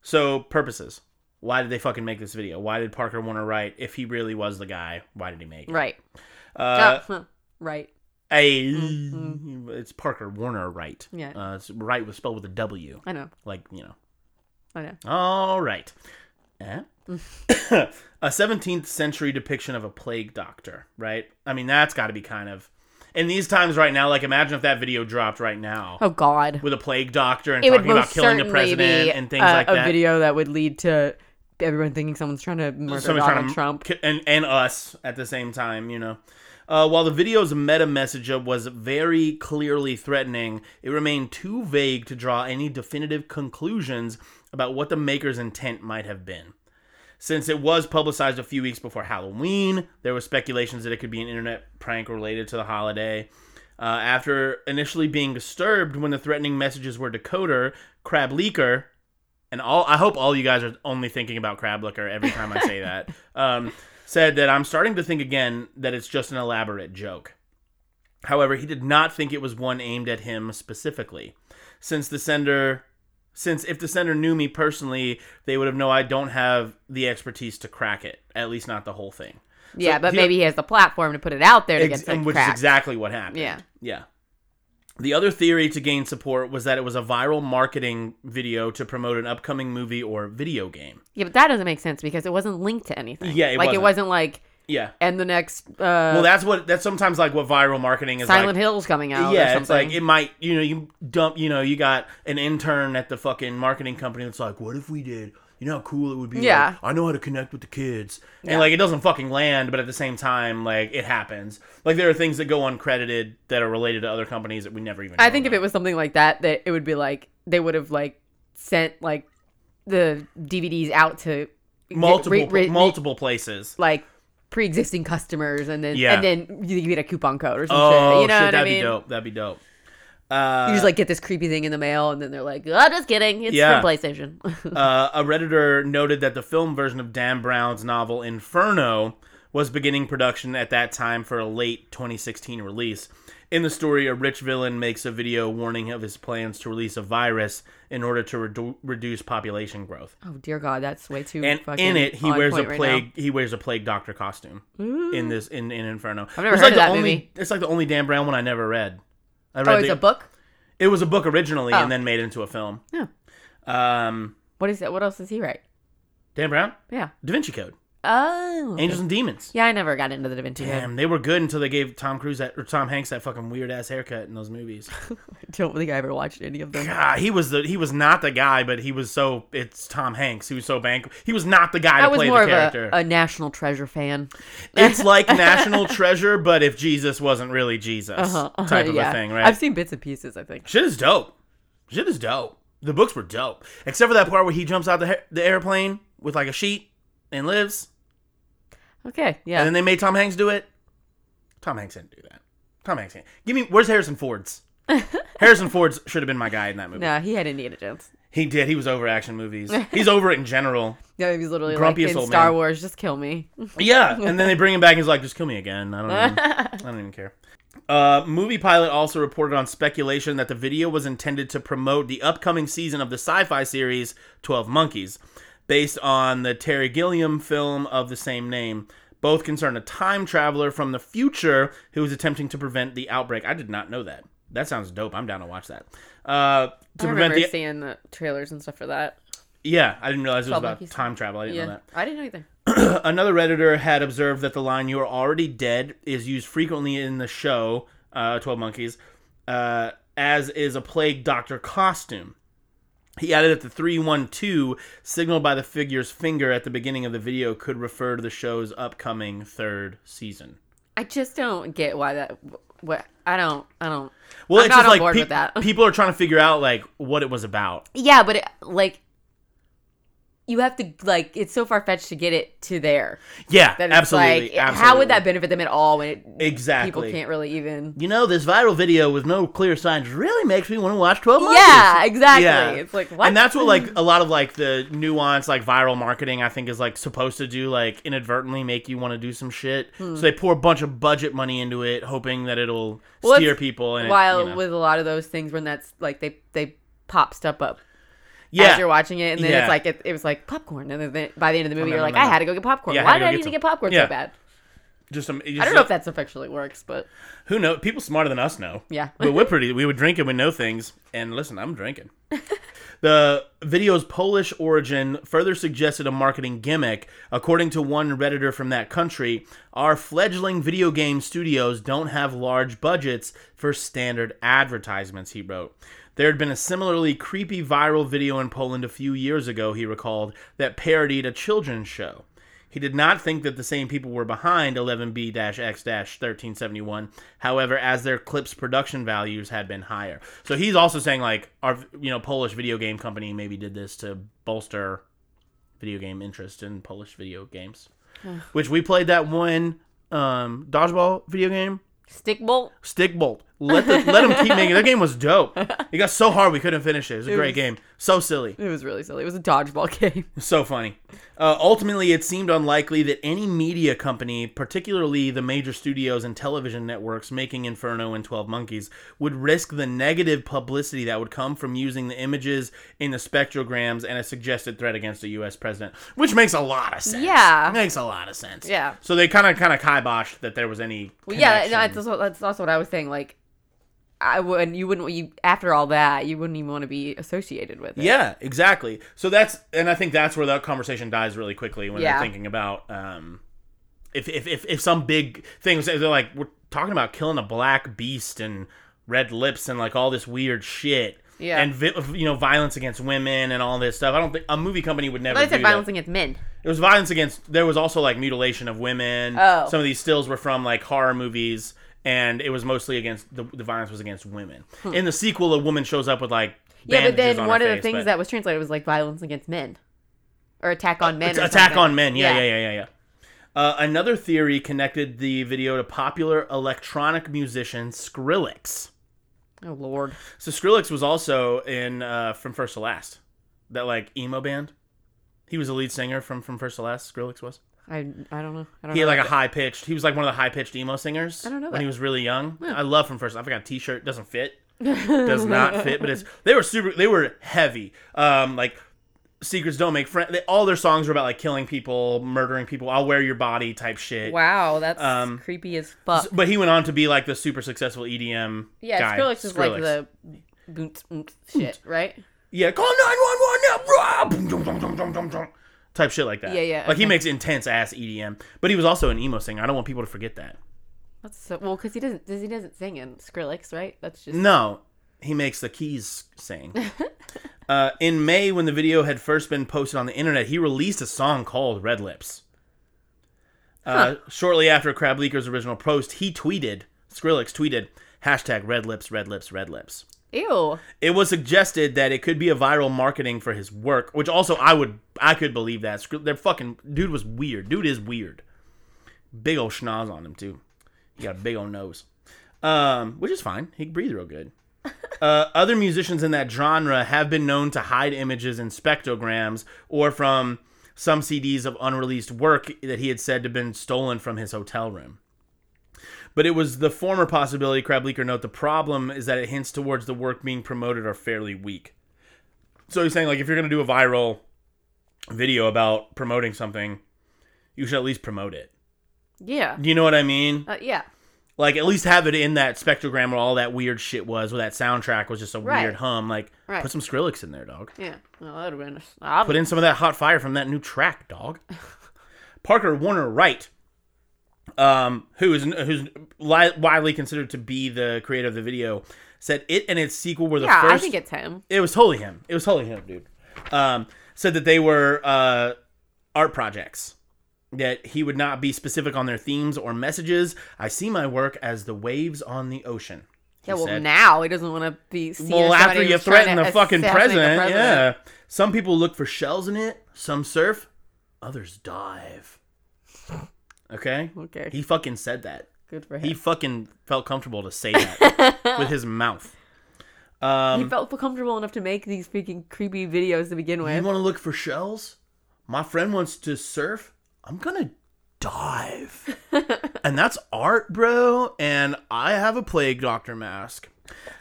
[SPEAKER 3] so purposes. Why did they fucking make this video? Why did Parker Warner write? If he really was the guy, why did he make it?
[SPEAKER 4] Right.
[SPEAKER 3] Uh,
[SPEAKER 4] Oh, huh. right.
[SPEAKER 3] a- it's Parker Warner Wright.
[SPEAKER 4] Mm-hmm. Yeah.
[SPEAKER 3] Uh, it's- Wright was spelled with a W,
[SPEAKER 4] I know.
[SPEAKER 3] like you know.
[SPEAKER 4] I know.
[SPEAKER 3] All right. Eh? a 17th century depiction of a plague doctor, right? I mean, that's got to be kind of. In these times right now, like, imagine if that video dropped right now
[SPEAKER 4] Oh God.
[SPEAKER 3] with a plague doctor and
[SPEAKER 4] It would
[SPEAKER 3] talking about
[SPEAKER 4] most
[SPEAKER 3] killing
[SPEAKER 4] certainly
[SPEAKER 3] the president
[SPEAKER 4] be
[SPEAKER 3] and things
[SPEAKER 4] a,
[SPEAKER 3] like
[SPEAKER 4] a
[SPEAKER 3] that.
[SPEAKER 4] video that would lead to everyone thinking someone's trying to murder
[SPEAKER 3] Someone's
[SPEAKER 4] Donald
[SPEAKER 3] trying to
[SPEAKER 4] Trump.
[SPEAKER 3] ki- and and us at the same time, you know. Uh, while the video's meta message was very clearly threatening, it remained too vague to draw any definitive conclusions about what the maker's intent might have been. Since it was publicized a few weeks before Halloween, there were speculations that it could be an internet prank related to the holiday. Uh, after initially being disturbed when the threatening messages were decoder, Crab Leaker, and all I hope all you guys are only thinking about crab liquor every time I say that. Um, said that I'm starting to think again that it's just an elaborate joke. However, he did not think it was one aimed at him specifically, since the sender, since if the sender knew me personally, they would have known I don't have the expertise to crack it, at least not the whole thing.
[SPEAKER 4] yeah, but
[SPEAKER 3] he-
[SPEAKER 4] maybe he has the platform to put it out there to
[SPEAKER 3] Ex-
[SPEAKER 4] get some
[SPEAKER 3] which
[SPEAKER 4] crack.
[SPEAKER 3] is exactly what happened.
[SPEAKER 4] Yeah.
[SPEAKER 3] Yeah. The other theory to gain support was that it was a viral marketing video to promote an upcoming movie or video game.
[SPEAKER 4] Yeah, but that doesn't make sense because it wasn't linked to anything.
[SPEAKER 3] Yeah, it
[SPEAKER 4] like
[SPEAKER 3] wasn't.
[SPEAKER 4] it wasn't like
[SPEAKER 3] Yeah.
[SPEAKER 4] and the next uh,
[SPEAKER 3] Well, that's what that's sometimes like what viral marketing is
[SPEAKER 4] Silent
[SPEAKER 3] like.
[SPEAKER 4] Hill's coming out. or
[SPEAKER 3] Yeah,
[SPEAKER 4] something.
[SPEAKER 3] it's like it might you know you dump you know you got an intern at the fucking marketing company that's like, what if we did? You know how cool it would be.
[SPEAKER 4] Yeah.
[SPEAKER 3] like, I know how to connect with the kids, and
[SPEAKER 4] Yeah.
[SPEAKER 3] like it doesn't fucking land, but at the same time, like it happens. Like there are things that go uncredited that are related to other companies that we never even.
[SPEAKER 4] I think if it was something like that, that it would be like they would have like sent like the DVDs out to
[SPEAKER 3] multiple
[SPEAKER 4] re- re-
[SPEAKER 3] multiple places.
[SPEAKER 4] like pre-existing customers, and then
[SPEAKER 3] Yeah.
[SPEAKER 4] and then you get a coupon code or something.
[SPEAKER 3] Oh
[SPEAKER 4] you know
[SPEAKER 3] shit,
[SPEAKER 4] what
[SPEAKER 3] that'd
[SPEAKER 4] I mean?
[SPEAKER 3] be dope. That'd be dope. Uh,
[SPEAKER 4] You just like get this creepy thing in the mail, and then they're like, "Oh, just kidding, it's
[SPEAKER 3] Yeah.
[SPEAKER 4] for PlayStation."
[SPEAKER 3] uh, a redditor noted that the film version of Dan Brown's novel Inferno was beginning production at that time for a late 2016 release. In the story, a rich villain makes a video warning of his plans to release a virus in order to redu- reduce population growth.
[SPEAKER 4] Oh dear God, that's way too.
[SPEAKER 3] And
[SPEAKER 4] fucking
[SPEAKER 3] in it, he
[SPEAKER 4] on
[SPEAKER 3] wears a
[SPEAKER 4] point right now.
[SPEAKER 3] plague. he wears a plague doctor costume in this in, in Inferno. I've
[SPEAKER 4] never
[SPEAKER 3] it's
[SPEAKER 4] heard
[SPEAKER 3] like
[SPEAKER 4] of
[SPEAKER 3] the
[SPEAKER 4] that
[SPEAKER 3] only,
[SPEAKER 4] movie.
[SPEAKER 3] It's like the only Dan Brown one I never read. I read
[SPEAKER 4] Oh, it's
[SPEAKER 3] the-
[SPEAKER 4] a book.
[SPEAKER 3] It was a book originally
[SPEAKER 4] Oh.
[SPEAKER 3] and then made into a film.
[SPEAKER 4] Yeah.
[SPEAKER 3] Um,
[SPEAKER 4] What is it? What else does he write?
[SPEAKER 3] Dan Brown,
[SPEAKER 4] Yeah.
[SPEAKER 3] Da Vinci Code,
[SPEAKER 4] Oh. okay.
[SPEAKER 3] Angels and Demons.
[SPEAKER 4] Yeah, I never got into the Da Vinci Code.
[SPEAKER 3] Damn, they were good until they gave Tom Cruise that, or Tom Hanks that fucking weird ass haircut in those movies.
[SPEAKER 4] I don't think I ever watched any of them.
[SPEAKER 3] God, he was the he was not the guy, but he was so it's Tom Hanks. He was so bank. He was not the guy
[SPEAKER 4] I
[SPEAKER 3] to
[SPEAKER 4] was
[SPEAKER 3] play
[SPEAKER 4] more
[SPEAKER 3] the
[SPEAKER 4] of
[SPEAKER 3] character.
[SPEAKER 4] a, a National Treasure fan.
[SPEAKER 3] it's like National Treasure, but if Jesus wasn't really Jesus
[SPEAKER 4] Uh-huh. Uh-huh,
[SPEAKER 3] type of
[SPEAKER 4] yeah.
[SPEAKER 3] a thing, right?
[SPEAKER 4] I've seen bits and pieces. I think.
[SPEAKER 3] Shit is dope. Shit is dope. The books were dope, except for that part where he jumps out the ha- the airplane with like a sheet and lives.
[SPEAKER 4] Okay. Yeah.
[SPEAKER 3] And then they made Tom Hanks do it. Tom Hanks didn't do that. Tom Hanks didn't. Give me where's Harrison Ford's? Harrison Ford's should have been my guy in that movie.
[SPEAKER 4] no, he had Indiana Jones.
[SPEAKER 3] He did. He was over action movies. He's over it in general.
[SPEAKER 4] Yeah, he was literally
[SPEAKER 3] Grumpiest
[SPEAKER 4] like in
[SPEAKER 3] old
[SPEAKER 4] Star
[SPEAKER 3] man.
[SPEAKER 4] Wars. Just kill me.
[SPEAKER 3] Yeah. And then they bring him back and he's like, just kill me again. I don't even, I don't even care. Uh, Movie Pilot also reported on speculation that the video was intended to promote the upcoming season of the sci fi series 12 Monkeys, based on the Terry Gilliam film of the same name. Both concern a time traveler from the future who is attempting to prevent the outbreak. I did not know that. That sounds dope. I'm down to watch that. Uh, to
[SPEAKER 4] I
[SPEAKER 3] prevent
[SPEAKER 4] remember
[SPEAKER 3] the
[SPEAKER 4] seeing the trailers and stuff for that.
[SPEAKER 3] yeah, I didn't realize it was
[SPEAKER 4] 12
[SPEAKER 3] about
[SPEAKER 4] Monkeys.
[SPEAKER 3] time travel. I didn't
[SPEAKER 4] Yeah,
[SPEAKER 3] know that.
[SPEAKER 4] I didn't know either.
[SPEAKER 3] Another Redditor had observed that the line "You are already dead" is used frequently in the show uh, Twelve Monkeys, uh, as is a plague doctor costume. He added that the three-one-two signaled by the figure's finger at the beginning of the video could refer to the show's upcoming third season.
[SPEAKER 4] I just don't get why that. What I don't. I don't.
[SPEAKER 3] Well,
[SPEAKER 4] I'm
[SPEAKER 3] it's just
[SPEAKER 4] not on
[SPEAKER 3] like
[SPEAKER 4] board
[SPEAKER 3] pe-
[SPEAKER 4] with that.
[SPEAKER 3] people are trying to figure out like what it was about.
[SPEAKER 4] Yeah, but it, like, you have to like. It's so far fetched to get it to there.
[SPEAKER 3] Yeah,
[SPEAKER 4] That it's
[SPEAKER 3] absolutely,
[SPEAKER 4] like, how would
[SPEAKER 3] absolutely.
[SPEAKER 4] that benefit them at all when it,
[SPEAKER 3] exactly?
[SPEAKER 4] people can't really even?
[SPEAKER 3] You know, this viral video with no clear signs really makes me want to watch Twelve Monkeys.
[SPEAKER 4] Yeah, exactly. It's like what?
[SPEAKER 3] And that's what like a lot of like the nuance like viral marketing I think is like supposed to do like inadvertently make you want to do some shit.
[SPEAKER 4] Hmm.
[SPEAKER 3] So they pour a bunch of budget money into it hoping that it'll
[SPEAKER 4] Well,
[SPEAKER 3] steer
[SPEAKER 4] that's
[SPEAKER 3] people and it,
[SPEAKER 4] while
[SPEAKER 3] you know.
[SPEAKER 4] with a lot of those things when that's like they they pop stuff up
[SPEAKER 3] yeah.
[SPEAKER 4] as you're watching it, and then
[SPEAKER 3] Yeah.
[SPEAKER 4] it's like it, it was like popcorn, and then by the end of the movie
[SPEAKER 3] no,
[SPEAKER 4] you're
[SPEAKER 3] no,
[SPEAKER 4] like,
[SPEAKER 3] no,
[SPEAKER 4] I
[SPEAKER 3] no.
[SPEAKER 4] had to go get popcorn.
[SPEAKER 3] Yeah, I had to
[SPEAKER 4] Why did
[SPEAKER 3] go
[SPEAKER 4] I
[SPEAKER 3] get
[SPEAKER 4] need to
[SPEAKER 3] some-
[SPEAKER 4] get popcorn
[SPEAKER 3] Yeah.
[SPEAKER 4] so bad?
[SPEAKER 3] just some
[SPEAKER 4] I don't know if that stuff actually works, but
[SPEAKER 3] who knows people smarter than us know.
[SPEAKER 4] Yeah.
[SPEAKER 3] but we're pretty we would drink and we know things and listen, I'm drinking. The video's Polish origin further suggested a marketing gimmick. According to one Redditor from that country, our fledgling video game studios don't have large budgets for standard advertisements, he wrote. There had been a similarly creepy viral video in Poland a few years ago, he recalled, that parodied a children's show. He did not think that the same people were behind 11B X 1371, however, as their clips production values had been higher. So he's also saying, like, our, you know, Polish video game company maybe did this to bolster video game interest in Polish video games, which we played that one um, dodgeball video game,
[SPEAKER 4] stick bolt.
[SPEAKER 3] Stickbolt. Let, the, let him keep making That game was dope. It got so hard we couldn't finish it. It was a great game. So silly.
[SPEAKER 4] It was really silly. It was a dodgeball game.
[SPEAKER 3] So funny. Uh, ultimately, it seemed unlikely that any media company, particularly the major studios and television networks making Inferno and 12 Monkeys, would risk the negative publicity that would come from using the images in the spectrograms and a suggested threat against a U.S. president, which makes a lot of sense.
[SPEAKER 4] Yeah.
[SPEAKER 3] Makes a lot of sense.
[SPEAKER 4] Yeah.
[SPEAKER 3] So they kind of kind of kiboshed that there was any.
[SPEAKER 4] Well, yeah, no,
[SPEAKER 3] connection.
[SPEAKER 4] that's also, that's also what I was saying. Like, I wouldn't. You wouldn't. You after all that, you wouldn't even want to be associated with it.
[SPEAKER 3] Yeah, exactly. So that's and I think that's where that conversation dies really quickly when
[SPEAKER 4] Yeah.
[SPEAKER 3] they're thinking about um if if if, if some big things they're like we're talking about killing a black beast and red lips and like all this weird shit.
[SPEAKER 4] Yeah.
[SPEAKER 3] And vi- you know violence against women and all this stuff. I don't think a movie company would never
[SPEAKER 4] But I
[SPEAKER 3] do
[SPEAKER 4] said
[SPEAKER 3] that.
[SPEAKER 4] violence against men.
[SPEAKER 3] It was violence against. There was also like mutilation of women.
[SPEAKER 4] Oh.
[SPEAKER 3] Some of these stills were from like horror movies, and it was mostly against the, the violence was against women. In the sequel, a woman shows up with like
[SPEAKER 4] Hmm. Yeah, but
[SPEAKER 3] bandages
[SPEAKER 4] then
[SPEAKER 3] on
[SPEAKER 4] one
[SPEAKER 3] her
[SPEAKER 4] of the
[SPEAKER 3] face,
[SPEAKER 4] things
[SPEAKER 3] but-
[SPEAKER 4] that was translated was like violence against men, or attack on men. or
[SPEAKER 3] attack
[SPEAKER 4] something.
[SPEAKER 3] on men. Yeah, yeah, yeah, yeah, yeah. Uh, another theory connected the video to popular electronic musician Skrillex.
[SPEAKER 4] Oh lord.
[SPEAKER 3] So Skrillex was also in uh, from First to Last, that like emo band. He was a lead singer from from First to Last. Skrillex was.
[SPEAKER 4] I I don't know. I don't
[SPEAKER 3] He
[SPEAKER 4] know.
[SPEAKER 3] had like a high pitched. He was like one of the high pitched emo singers.
[SPEAKER 4] I don't know
[SPEAKER 3] When
[SPEAKER 4] that.
[SPEAKER 3] he was really young, I love from first. Life. I got a t shirt. Doesn't fit. Does not fit. But it's they were super. They were heavy. Um, like secrets don't make friends. All their songs were about like killing people, murdering people. I'll wear your body type shit.
[SPEAKER 4] wow, that's
[SPEAKER 3] Um,
[SPEAKER 4] creepy as fuck.
[SPEAKER 3] But he went on to be like the super successful EDM.
[SPEAKER 4] Yeah,
[SPEAKER 3] guy.
[SPEAKER 4] Skrillex is like
[SPEAKER 3] Skrillex.
[SPEAKER 4] the boot boot shit, right?
[SPEAKER 3] yeah. Call nine one one now. Type shit like that.
[SPEAKER 4] Yeah, yeah,
[SPEAKER 3] Like he
[SPEAKER 4] okay.
[SPEAKER 3] makes intense ass EDM, but he was also an emo singer. I don't want people to forget that.
[SPEAKER 4] That's so well because he doesn't does- he doesn't sing in Skrillex, right? That's just
[SPEAKER 3] No, he makes the keys sing. uh, in May, when the video had first been posted on the internet, he released a song called Red Lips. Uh, Shortly after Crab Leaker's original post, he tweeted, Skrillex tweeted, hashtag Red Lips, Red Lips, Red Lips.
[SPEAKER 4] ew.
[SPEAKER 3] It was suggested that it could be a viral marketing for his work, which also I would, I could believe that. Skr- Their fucking dude was weird. Dude is weird. Big old schnoz on him too. He got a big old nose, um, which is fine. He can breathe real good. Uh, other musicians in that genre have been known to hide images in spectrograms or from some CDs of unreleased work that he had said had been stolen from his hotel room. But it was the former possibility, Crab Leaker note. The problem is that it hints towards the work being promoted are fairly weak. So he's saying, like, if you're going to do a viral video about promoting something, you should at least promote it.
[SPEAKER 4] Yeah.
[SPEAKER 3] Do you know what I mean?
[SPEAKER 4] Uh, yeah.
[SPEAKER 3] Like, at least have it in that spectrogram where all that weird shit was, where that soundtrack was just a
[SPEAKER 4] Right.
[SPEAKER 3] weird hum. Like,
[SPEAKER 4] Right.
[SPEAKER 3] put some Skrillex in there, dog.
[SPEAKER 4] Yeah. Well, that would have been obvious.
[SPEAKER 3] Put in some of that hot fire from that new track, dog. Parker Warner Wright, um, who is who's li- widely considered to be the creator of the video, said it and its sequel were the
[SPEAKER 4] yeah,
[SPEAKER 3] first.
[SPEAKER 4] I think it's him.
[SPEAKER 3] it was totally him. It was totally him, dude. Um, said that they were uh, art projects. That he would not be specific on their themes or messages. I see my work as the waves on the ocean. he
[SPEAKER 4] Yeah, well,
[SPEAKER 3] said.
[SPEAKER 4] now he doesn't want to be seen.
[SPEAKER 3] Well,
[SPEAKER 4] as
[SPEAKER 3] after
[SPEAKER 4] somebody
[SPEAKER 3] you
[SPEAKER 4] who's trying
[SPEAKER 3] threaten
[SPEAKER 4] to
[SPEAKER 3] the fucking
[SPEAKER 4] assassinate the
[SPEAKER 3] president,
[SPEAKER 4] president.
[SPEAKER 3] yeah. Some people look for shells in it, some surf, others dive. Okay?
[SPEAKER 4] Okay.
[SPEAKER 3] He fucking said that.
[SPEAKER 4] Good for
[SPEAKER 3] He
[SPEAKER 4] him.
[SPEAKER 3] fucking felt comfortable to say that with his mouth.
[SPEAKER 4] He, felt comfortable enough to make these freaking creepy videos to begin
[SPEAKER 3] You
[SPEAKER 4] with.
[SPEAKER 3] want to look for shells? My friend wants to surf. I'm going to dive. and that's art, bro. And I have a plague doctor mask.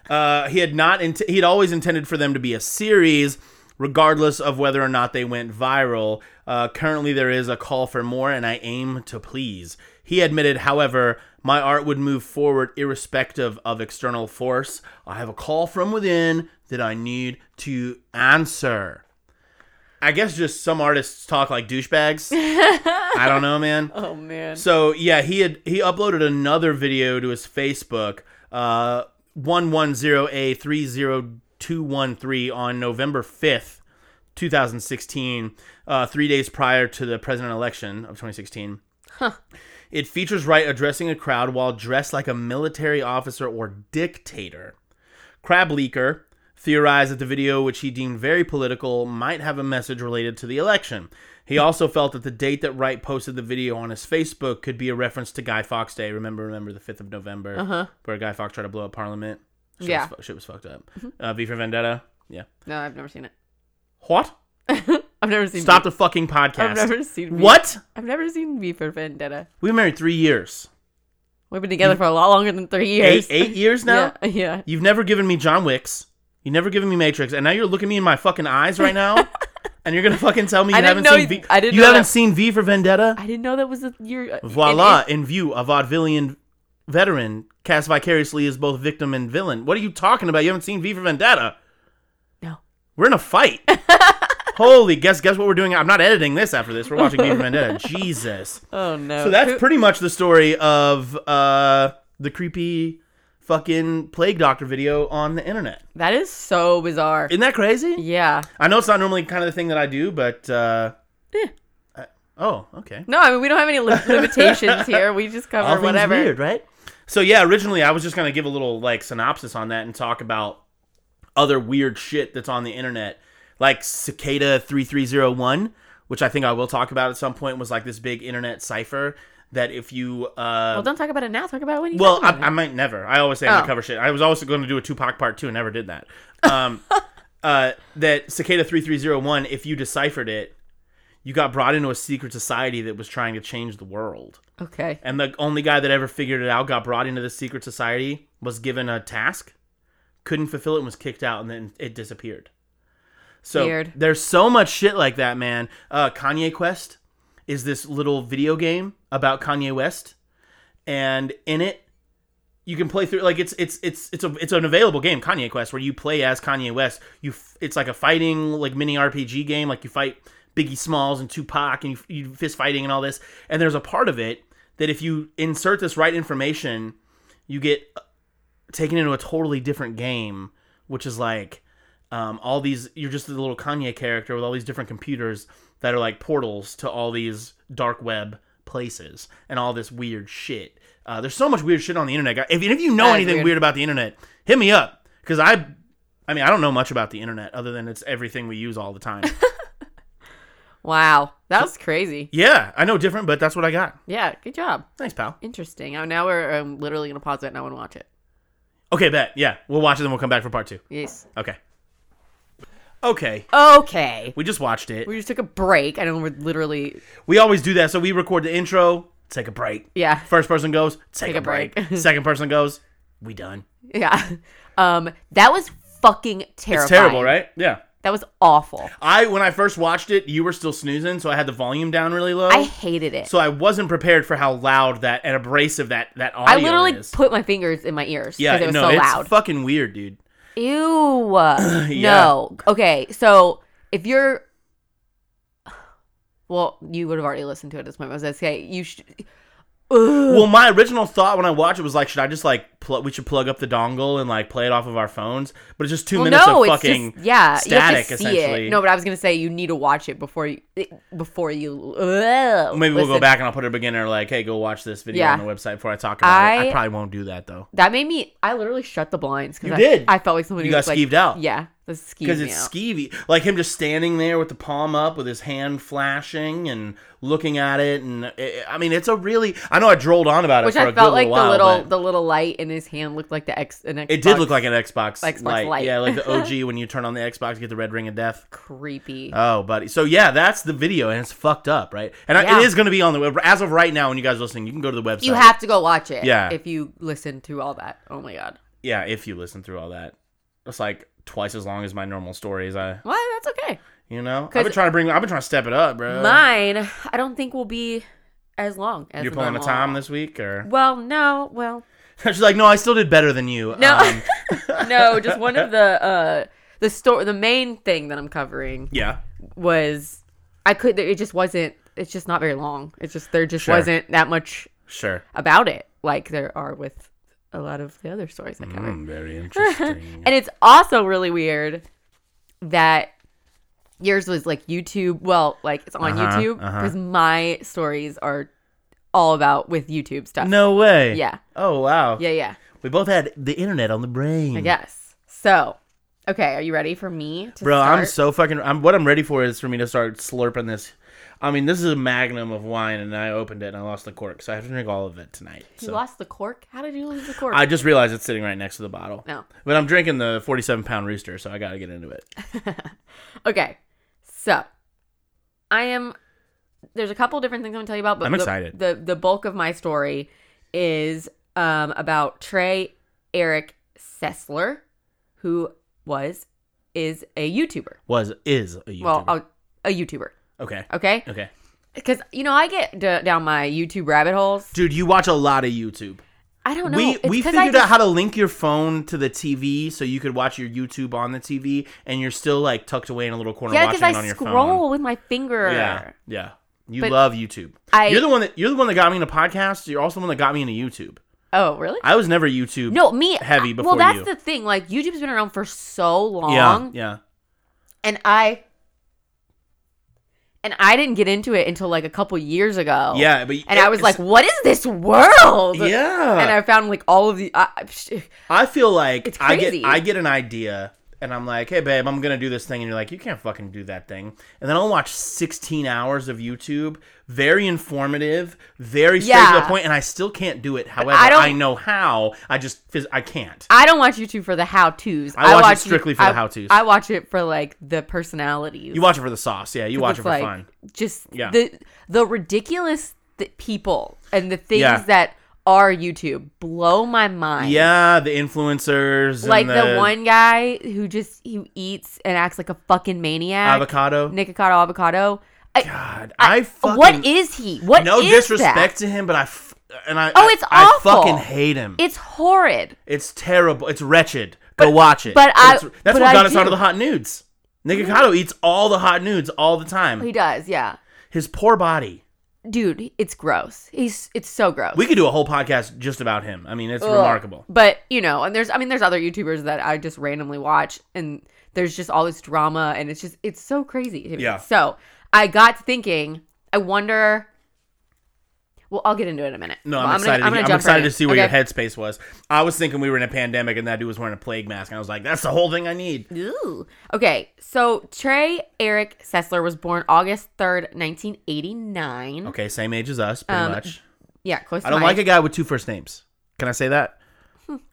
[SPEAKER 3] Uh, he had not. Int- he had always intended for them to be a series, regardless of whether or not they went viral. Uh, currently, there is a call for more, and I aim to please. He admitted, however, my art would move forward irrespective of external force. I have a call from within that I need to answer. I guess just some artists talk like douchebags. I don't know, man.
[SPEAKER 4] Oh man.
[SPEAKER 3] So yeah, he had he uploaded another video to his Facebook, uh, one one zero a three zero two one three on November fifth, two thousand sixteen, uh, three days prior to the president election of twenty sixteen. It features Wright addressing a crowd while dressed like a military officer or dictator. Crab Leaker theorized that the video, which he deemed very political, might have a message related to the election. He also felt that the date that Wright posted the video on his Facebook could be a reference to Guy Fawkes Day. Remember, remember the 5th of November, where Guy Fawkes tried to blow up Parliament? Shit
[SPEAKER 4] Uh-huh. Yeah. Mm-hmm.
[SPEAKER 3] Was, fu- shit was fucked up. Uh, v for Vendetta? Yeah.
[SPEAKER 4] No, I've never seen it.
[SPEAKER 3] What?
[SPEAKER 4] I've never seen.
[SPEAKER 3] Stop
[SPEAKER 4] V-
[SPEAKER 3] the fucking podcast.
[SPEAKER 4] I've never seen. V-
[SPEAKER 3] What?
[SPEAKER 4] I've never seen V for Vendetta.
[SPEAKER 3] We've been married three years.
[SPEAKER 4] We've been together for a lot longer than three
[SPEAKER 3] Eight,
[SPEAKER 4] years.
[SPEAKER 3] eight years now?
[SPEAKER 4] Yeah. yeah.
[SPEAKER 3] You've never given me John Wicks. You've never given me Matrix, and now you're looking me in my fucking eyes right now, and you're gonna fucking tell me you
[SPEAKER 4] I didn't
[SPEAKER 3] haven't
[SPEAKER 4] know
[SPEAKER 3] seen
[SPEAKER 4] you-
[SPEAKER 3] V.
[SPEAKER 4] I didn't
[SPEAKER 3] you
[SPEAKER 4] know
[SPEAKER 3] haven't
[SPEAKER 4] that-
[SPEAKER 3] seen V for Vendetta.
[SPEAKER 4] I didn't know that was a, your
[SPEAKER 3] Voila!
[SPEAKER 4] it-
[SPEAKER 3] in view, a vaudevillian veteran cast vicariously as both victim and villain. What are you talking about? You haven't seen V for Vendetta.
[SPEAKER 4] it- no,
[SPEAKER 3] We're in a fight. Holy, guess guess what we're doing? I'm not editing this after this. We're watching V for Vendetta. Jesus.
[SPEAKER 4] oh no.
[SPEAKER 3] So that's pretty much the story of uh, the creepy fucking plague doctor video on the internet.
[SPEAKER 4] that is so bizarre.
[SPEAKER 3] Isn't that crazy?
[SPEAKER 4] yeah.
[SPEAKER 3] I know it's not normally kind of the thing that I do, but uh, I- oh, okay.
[SPEAKER 4] No, I mean we don't have any li- limitations here. We just cover
[SPEAKER 3] All things
[SPEAKER 4] whatever.
[SPEAKER 3] weird, right? So yeah, originally I was just gonna give a little like synopsis on that and talk about other weird shit that's on the internet, like cicada three three zero one, which I think I will talk about at some point. Was like this big internet cipher that if you uh,
[SPEAKER 4] Well, don't talk about it now. Talk about it when you.
[SPEAKER 3] Well, I,
[SPEAKER 4] talk about
[SPEAKER 3] I
[SPEAKER 4] it.
[SPEAKER 3] might never. I always say I'm gonna
[SPEAKER 4] Oh.
[SPEAKER 3] cover shit. I was always going to do a Tupac part two and never did that. Um, uh, that cicada three three zero one. If you deciphered it, you got brought into a secret society that was trying to change the world.
[SPEAKER 4] Okay.
[SPEAKER 3] And the only guy that ever figured it out got brought into the secret society, was given a task, couldn't fulfill it, and was kicked out, and then it disappeared. So
[SPEAKER 4] Weird.
[SPEAKER 3] there's so much shit like that, man. Uh, Kanye Quest is this little video game about Kanye West, and in it, you can play through like it's it's it's it's a it's an available game, Kanye Quest, where you play as Kanye West. You f- it's like a fighting like mini RPG game, like you fight Biggie Smalls and Tupac, and you, you fist fighting and all this. And there's a part of it that if you insert this right information, you get taken into a totally different game, which is like um, all these. You're just a little Kanye character with all these different computers that are like portals to all these dark web places and all this weird shit. Uh, there's so much weird shit on the internet. guy. If, if you know
[SPEAKER 4] That is
[SPEAKER 3] anything
[SPEAKER 4] weird.
[SPEAKER 3] weird about the internet, hit me up because I, I mean, I don't know much about the internet other than it's everything we use all the time.
[SPEAKER 4] Wow. That was crazy.
[SPEAKER 3] yeah, I know different, but that's what I got.
[SPEAKER 4] Yeah. Good job.
[SPEAKER 3] Thanks, pal.
[SPEAKER 4] Interesting. Oh, now we're um, literally gonna pause it and I want to watch it.
[SPEAKER 3] Okay, bet. Yeah, we'll watch it, then we'll come back for part two.
[SPEAKER 4] Yes.
[SPEAKER 3] Okay. Okay,
[SPEAKER 4] Okay.
[SPEAKER 3] we just watched it.
[SPEAKER 4] We just took a break. I know we're literally.
[SPEAKER 3] We always do that. So we record the intro, take a break.
[SPEAKER 4] Yeah.
[SPEAKER 3] First person goes, take, a,
[SPEAKER 4] a
[SPEAKER 3] break.
[SPEAKER 4] break.
[SPEAKER 3] Second person goes, we done.
[SPEAKER 4] Yeah. Um. That was fucking terrible.
[SPEAKER 3] It's terrible, right? Yeah.
[SPEAKER 4] That was awful.
[SPEAKER 3] I when I first watched it, you were still snoozing, so I had the volume down really low.
[SPEAKER 4] I hated it.
[SPEAKER 3] Oh, so I wasn't prepared for how loud that and abrasive that that audio
[SPEAKER 4] I literally
[SPEAKER 3] is.
[SPEAKER 4] put my fingers in my ears because
[SPEAKER 3] yeah,
[SPEAKER 4] it was
[SPEAKER 3] no,
[SPEAKER 4] so
[SPEAKER 3] it's
[SPEAKER 4] loud.
[SPEAKER 3] fucking weird, dude.
[SPEAKER 4] Ew. No. Okay. So if you're, well, you would have already listened to it at this point. but I was gonna say you should.
[SPEAKER 3] Well, my original thought when I watched it was like, should I just like pl- we should plug up the dongle and like play it off of our phones? But it's just two
[SPEAKER 4] Well,
[SPEAKER 3] minutes
[SPEAKER 4] no,
[SPEAKER 3] of
[SPEAKER 4] it's
[SPEAKER 3] fucking
[SPEAKER 4] just yeah.
[SPEAKER 3] static,
[SPEAKER 4] you have to see
[SPEAKER 3] essentially.
[SPEAKER 4] It. No, but I was gonna say you need to watch it before you before you. ugh,
[SPEAKER 3] Maybe we'll go
[SPEAKER 4] listen.
[SPEAKER 3] back and I'll put a beginner like, hey, go watch this video
[SPEAKER 4] Yeah.
[SPEAKER 3] on the website before I talk about it. I
[SPEAKER 4] I-
[SPEAKER 3] probably won't do that though.
[SPEAKER 4] That made me. I literally shut the blinds because
[SPEAKER 3] You
[SPEAKER 4] I,
[SPEAKER 3] did.
[SPEAKER 4] I felt like somebody
[SPEAKER 3] You got
[SPEAKER 4] was like,
[SPEAKER 3] skeeved out.
[SPEAKER 4] Yeah, this skeeved
[SPEAKER 3] Because
[SPEAKER 4] me
[SPEAKER 3] it's
[SPEAKER 4] out.
[SPEAKER 3] skeevy. Like him just standing there with the palm up with his hand flashing and looking at it. And eh, I mean, it's a really. I know I drolled on about it
[SPEAKER 4] Which
[SPEAKER 3] for a
[SPEAKER 4] I
[SPEAKER 3] good
[SPEAKER 4] felt
[SPEAKER 3] little
[SPEAKER 4] like
[SPEAKER 3] while.
[SPEAKER 4] the little
[SPEAKER 3] but
[SPEAKER 4] the little light in his hand looked like the X. An Xbox.
[SPEAKER 3] it did look like an Xbox,
[SPEAKER 4] Xbox
[SPEAKER 3] light.
[SPEAKER 4] light.
[SPEAKER 3] Yeah, like the OG when you turn on the Xbox, you get the red ring of death.
[SPEAKER 4] creepy.
[SPEAKER 3] Oh, buddy. So yeah, that's the video, and it's fucked up, right? And I
[SPEAKER 4] Yeah.
[SPEAKER 3] it is going to be on the web as of right now. When you guys are listening, you can go to the website.
[SPEAKER 4] you have to go watch it.
[SPEAKER 3] Yeah.
[SPEAKER 4] If you listen to all that. Oh my god.
[SPEAKER 3] yeah, if you listen through all that, it's like twice as long as my normal stories. I,
[SPEAKER 4] Well, that's okay.
[SPEAKER 3] you know, I've
[SPEAKER 4] 'Cause-
[SPEAKER 3] been trying to bring, I've been trying to step it up, bro.
[SPEAKER 4] Mine, I don't think will be as long as
[SPEAKER 3] You're pulling a
[SPEAKER 4] normal.
[SPEAKER 3] time this week, or
[SPEAKER 4] Well, no. Well,
[SPEAKER 3] she's like, no, I still did better than you.
[SPEAKER 4] No.
[SPEAKER 3] Um,
[SPEAKER 4] no. Just one of the uh the store the main thing that I'm covering
[SPEAKER 3] yeah,
[SPEAKER 4] was I could it just wasn't it's just not very long. It's just there just
[SPEAKER 3] Sure.
[SPEAKER 4] wasn't that much
[SPEAKER 3] sure.
[SPEAKER 4] about it like there are with a lot of the other stories I cover.
[SPEAKER 3] Hmm, very interesting.
[SPEAKER 4] And it's also really weird that yours was like YouTube. Well, like it's on
[SPEAKER 3] Uh-huh,
[SPEAKER 4] YouTube
[SPEAKER 3] uh-huh.
[SPEAKER 4] because my stories are all about with YouTube stuff.
[SPEAKER 3] no way.
[SPEAKER 4] Yeah.
[SPEAKER 3] Oh wow.
[SPEAKER 4] Yeah, yeah.
[SPEAKER 3] We both had the internet on the brain.
[SPEAKER 4] I guess. So, okay, are you ready for me to
[SPEAKER 3] Bro, I'm
[SPEAKER 4] start?
[SPEAKER 3] so fucking. I'm, what I'm ready for is for me to start slurping this. I mean, this is a magnum of wine, and I opened it and I lost the cork, so I have to drink all of it tonight.
[SPEAKER 4] You
[SPEAKER 3] So
[SPEAKER 4] lost the cork? How did you lose the cork?
[SPEAKER 3] I just realized it's sitting right next to the bottle.
[SPEAKER 4] No.
[SPEAKER 3] But I'm drinking the 47 pound rooster, so I got to get into it.
[SPEAKER 4] Okay. So, I am there's a couple different things I'm going to tell you about, but
[SPEAKER 3] I'm
[SPEAKER 4] the-
[SPEAKER 3] excited.
[SPEAKER 4] The the bulk of my story is um about Trey Eric Sessler, who was is a YouTuber.
[SPEAKER 3] Was is a YouTuber.
[SPEAKER 4] Well, a, a YouTuber,
[SPEAKER 3] okay,
[SPEAKER 4] okay?
[SPEAKER 3] okay,
[SPEAKER 4] Cuz you know, I get d- down my YouTube rabbit holes.
[SPEAKER 3] dude, you watch a lot of YouTube.
[SPEAKER 4] I don't know.
[SPEAKER 3] we
[SPEAKER 4] Oh, It's
[SPEAKER 3] we
[SPEAKER 4] 'cause
[SPEAKER 3] figured
[SPEAKER 4] I
[SPEAKER 3] out how to link your phone to the TV so you could watch your YouTube on the TV, and you're still like tucked away in a little corner
[SPEAKER 4] Yeah,
[SPEAKER 3] watching
[SPEAKER 4] cuz
[SPEAKER 3] it on
[SPEAKER 4] I
[SPEAKER 3] your
[SPEAKER 4] scroll
[SPEAKER 3] phone.
[SPEAKER 4] with my finger.
[SPEAKER 3] Yeah, yeah. You
[SPEAKER 4] But
[SPEAKER 3] love YouTube.
[SPEAKER 4] I-
[SPEAKER 3] you're the one that you're the one that got me into podcasts. You're also the one that got me into YouTube.
[SPEAKER 4] Oh, really?
[SPEAKER 3] I was never YouTube.
[SPEAKER 4] no, me
[SPEAKER 3] heavy before
[SPEAKER 4] Well, that's
[SPEAKER 3] you.
[SPEAKER 4] the thing. Like YouTube's been around for so long.
[SPEAKER 3] yeah, yeah.
[SPEAKER 4] and I and I didn't get into it until like a couple years ago.
[SPEAKER 3] Yeah, but
[SPEAKER 4] and I was like,
[SPEAKER 3] it's-
[SPEAKER 4] "What is this world?"
[SPEAKER 3] yeah.
[SPEAKER 4] and I found like all of the. I,
[SPEAKER 3] I feel like
[SPEAKER 4] It's
[SPEAKER 3] I get
[SPEAKER 4] crazy.
[SPEAKER 3] I get an idea and I'm like, hey babe, I'm gonna do this thing, and you're like, you can't fucking do that thing. And then I'll watch 16 hours of YouTube, very informative, very straight to
[SPEAKER 4] Yeah.
[SPEAKER 3] the point, and I still can't do it. However,
[SPEAKER 4] I
[SPEAKER 3] I,
[SPEAKER 4] don't-
[SPEAKER 3] know how. I just phys- I can't.
[SPEAKER 4] I don't watch YouTube for the how tos.
[SPEAKER 3] I watch it strictly for the how-tos.
[SPEAKER 4] I watch it for like the personalities.
[SPEAKER 3] You watch it for the sauce, yeah. You watch it
[SPEAKER 4] It's
[SPEAKER 3] for
[SPEAKER 4] like,
[SPEAKER 3] fun.
[SPEAKER 4] Just
[SPEAKER 3] Yeah.
[SPEAKER 4] the the ridiculous th- people and the things
[SPEAKER 3] Yeah.
[SPEAKER 4] that are YouTube blow my mind.
[SPEAKER 3] Yeah, the influencers, and
[SPEAKER 4] Like the, one guy who just who eats and acts like a fucking maniac.
[SPEAKER 3] avocado.
[SPEAKER 4] Nikocado avocado. I,
[SPEAKER 3] God, I, fucking
[SPEAKER 4] what is he? What
[SPEAKER 3] no
[SPEAKER 4] is
[SPEAKER 3] disrespect
[SPEAKER 4] that?
[SPEAKER 3] to him, but I f- and I
[SPEAKER 4] Oh, it's
[SPEAKER 3] I,
[SPEAKER 4] awful.
[SPEAKER 3] I fucking hate him.
[SPEAKER 4] It's horrid.
[SPEAKER 3] It's terrible. It's wretched. Go watch it.
[SPEAKER 4] but I-
[SPEAKER 3] It's- that's
[SPEAKER 4] but
[SPEAKER 3] what
[SPEAKER 4] I
[SPEAKER 3] got us out
[SPEAKER 4] do.
[SPEAKER 3] of the hot nudes. Nikocado eats all the hot nudes all the time.
[SPEAKER 4] He does, yeah.
[SPEAKER 3] His poor body.
[SPEAKER 4] Dude, it's gross. He's it's so gross.
[SPEAKER 3] We could do a whole podcast just about him. I mean, it's
[SPEAKER 4] Ugh.
[SPEAKER 3] remarkable.
[SPEAKER 4] But you know, and there's I mean there's other YouTubers that I just randomly watch and there's just all this drama and it's just it's so crazy. to me.
[SPEAKER 3] Yeah.
[SPEAKER 4] So I got to thinking, I wonder Well, I'll get into it in a minute.
[SPEAKER 3] No,
[SPEAKER 4] Well,
[SPEAKER 3] I'm, excited.
[SPEAKER 4] Gonna,
[SPEAKER 3] to- I'm,
[SPEAKER 4] jump right
[SPEAKER 3] excited to
[SPEAKER 4] in.
[SPEAKER 3] see where
[SPEAKER 4] Okay.
[SPEAKER 3] your headspace was. I was thinking we were in a pandemic and that dude was wearing a plague mask, and I was like, "That's the whole thing I need."
[SPEAKER 4] Ooh. Okay, so Trey Eric Sessler was born August 3rd, 1989.
[SPEAKER 3] Okay, same age as us,
[SPEAKER 4] Um,
[SPEAKER 3] pretty much.
[SPEAKER 4] Yeah, close
[SPEAKER 3] Oh.
[SPEAKER 4] to
[SPEAKER 3] I don't
[SPEAKER 4] mine.
[SPEAKER 3] like a guy with two first names. Can I say that?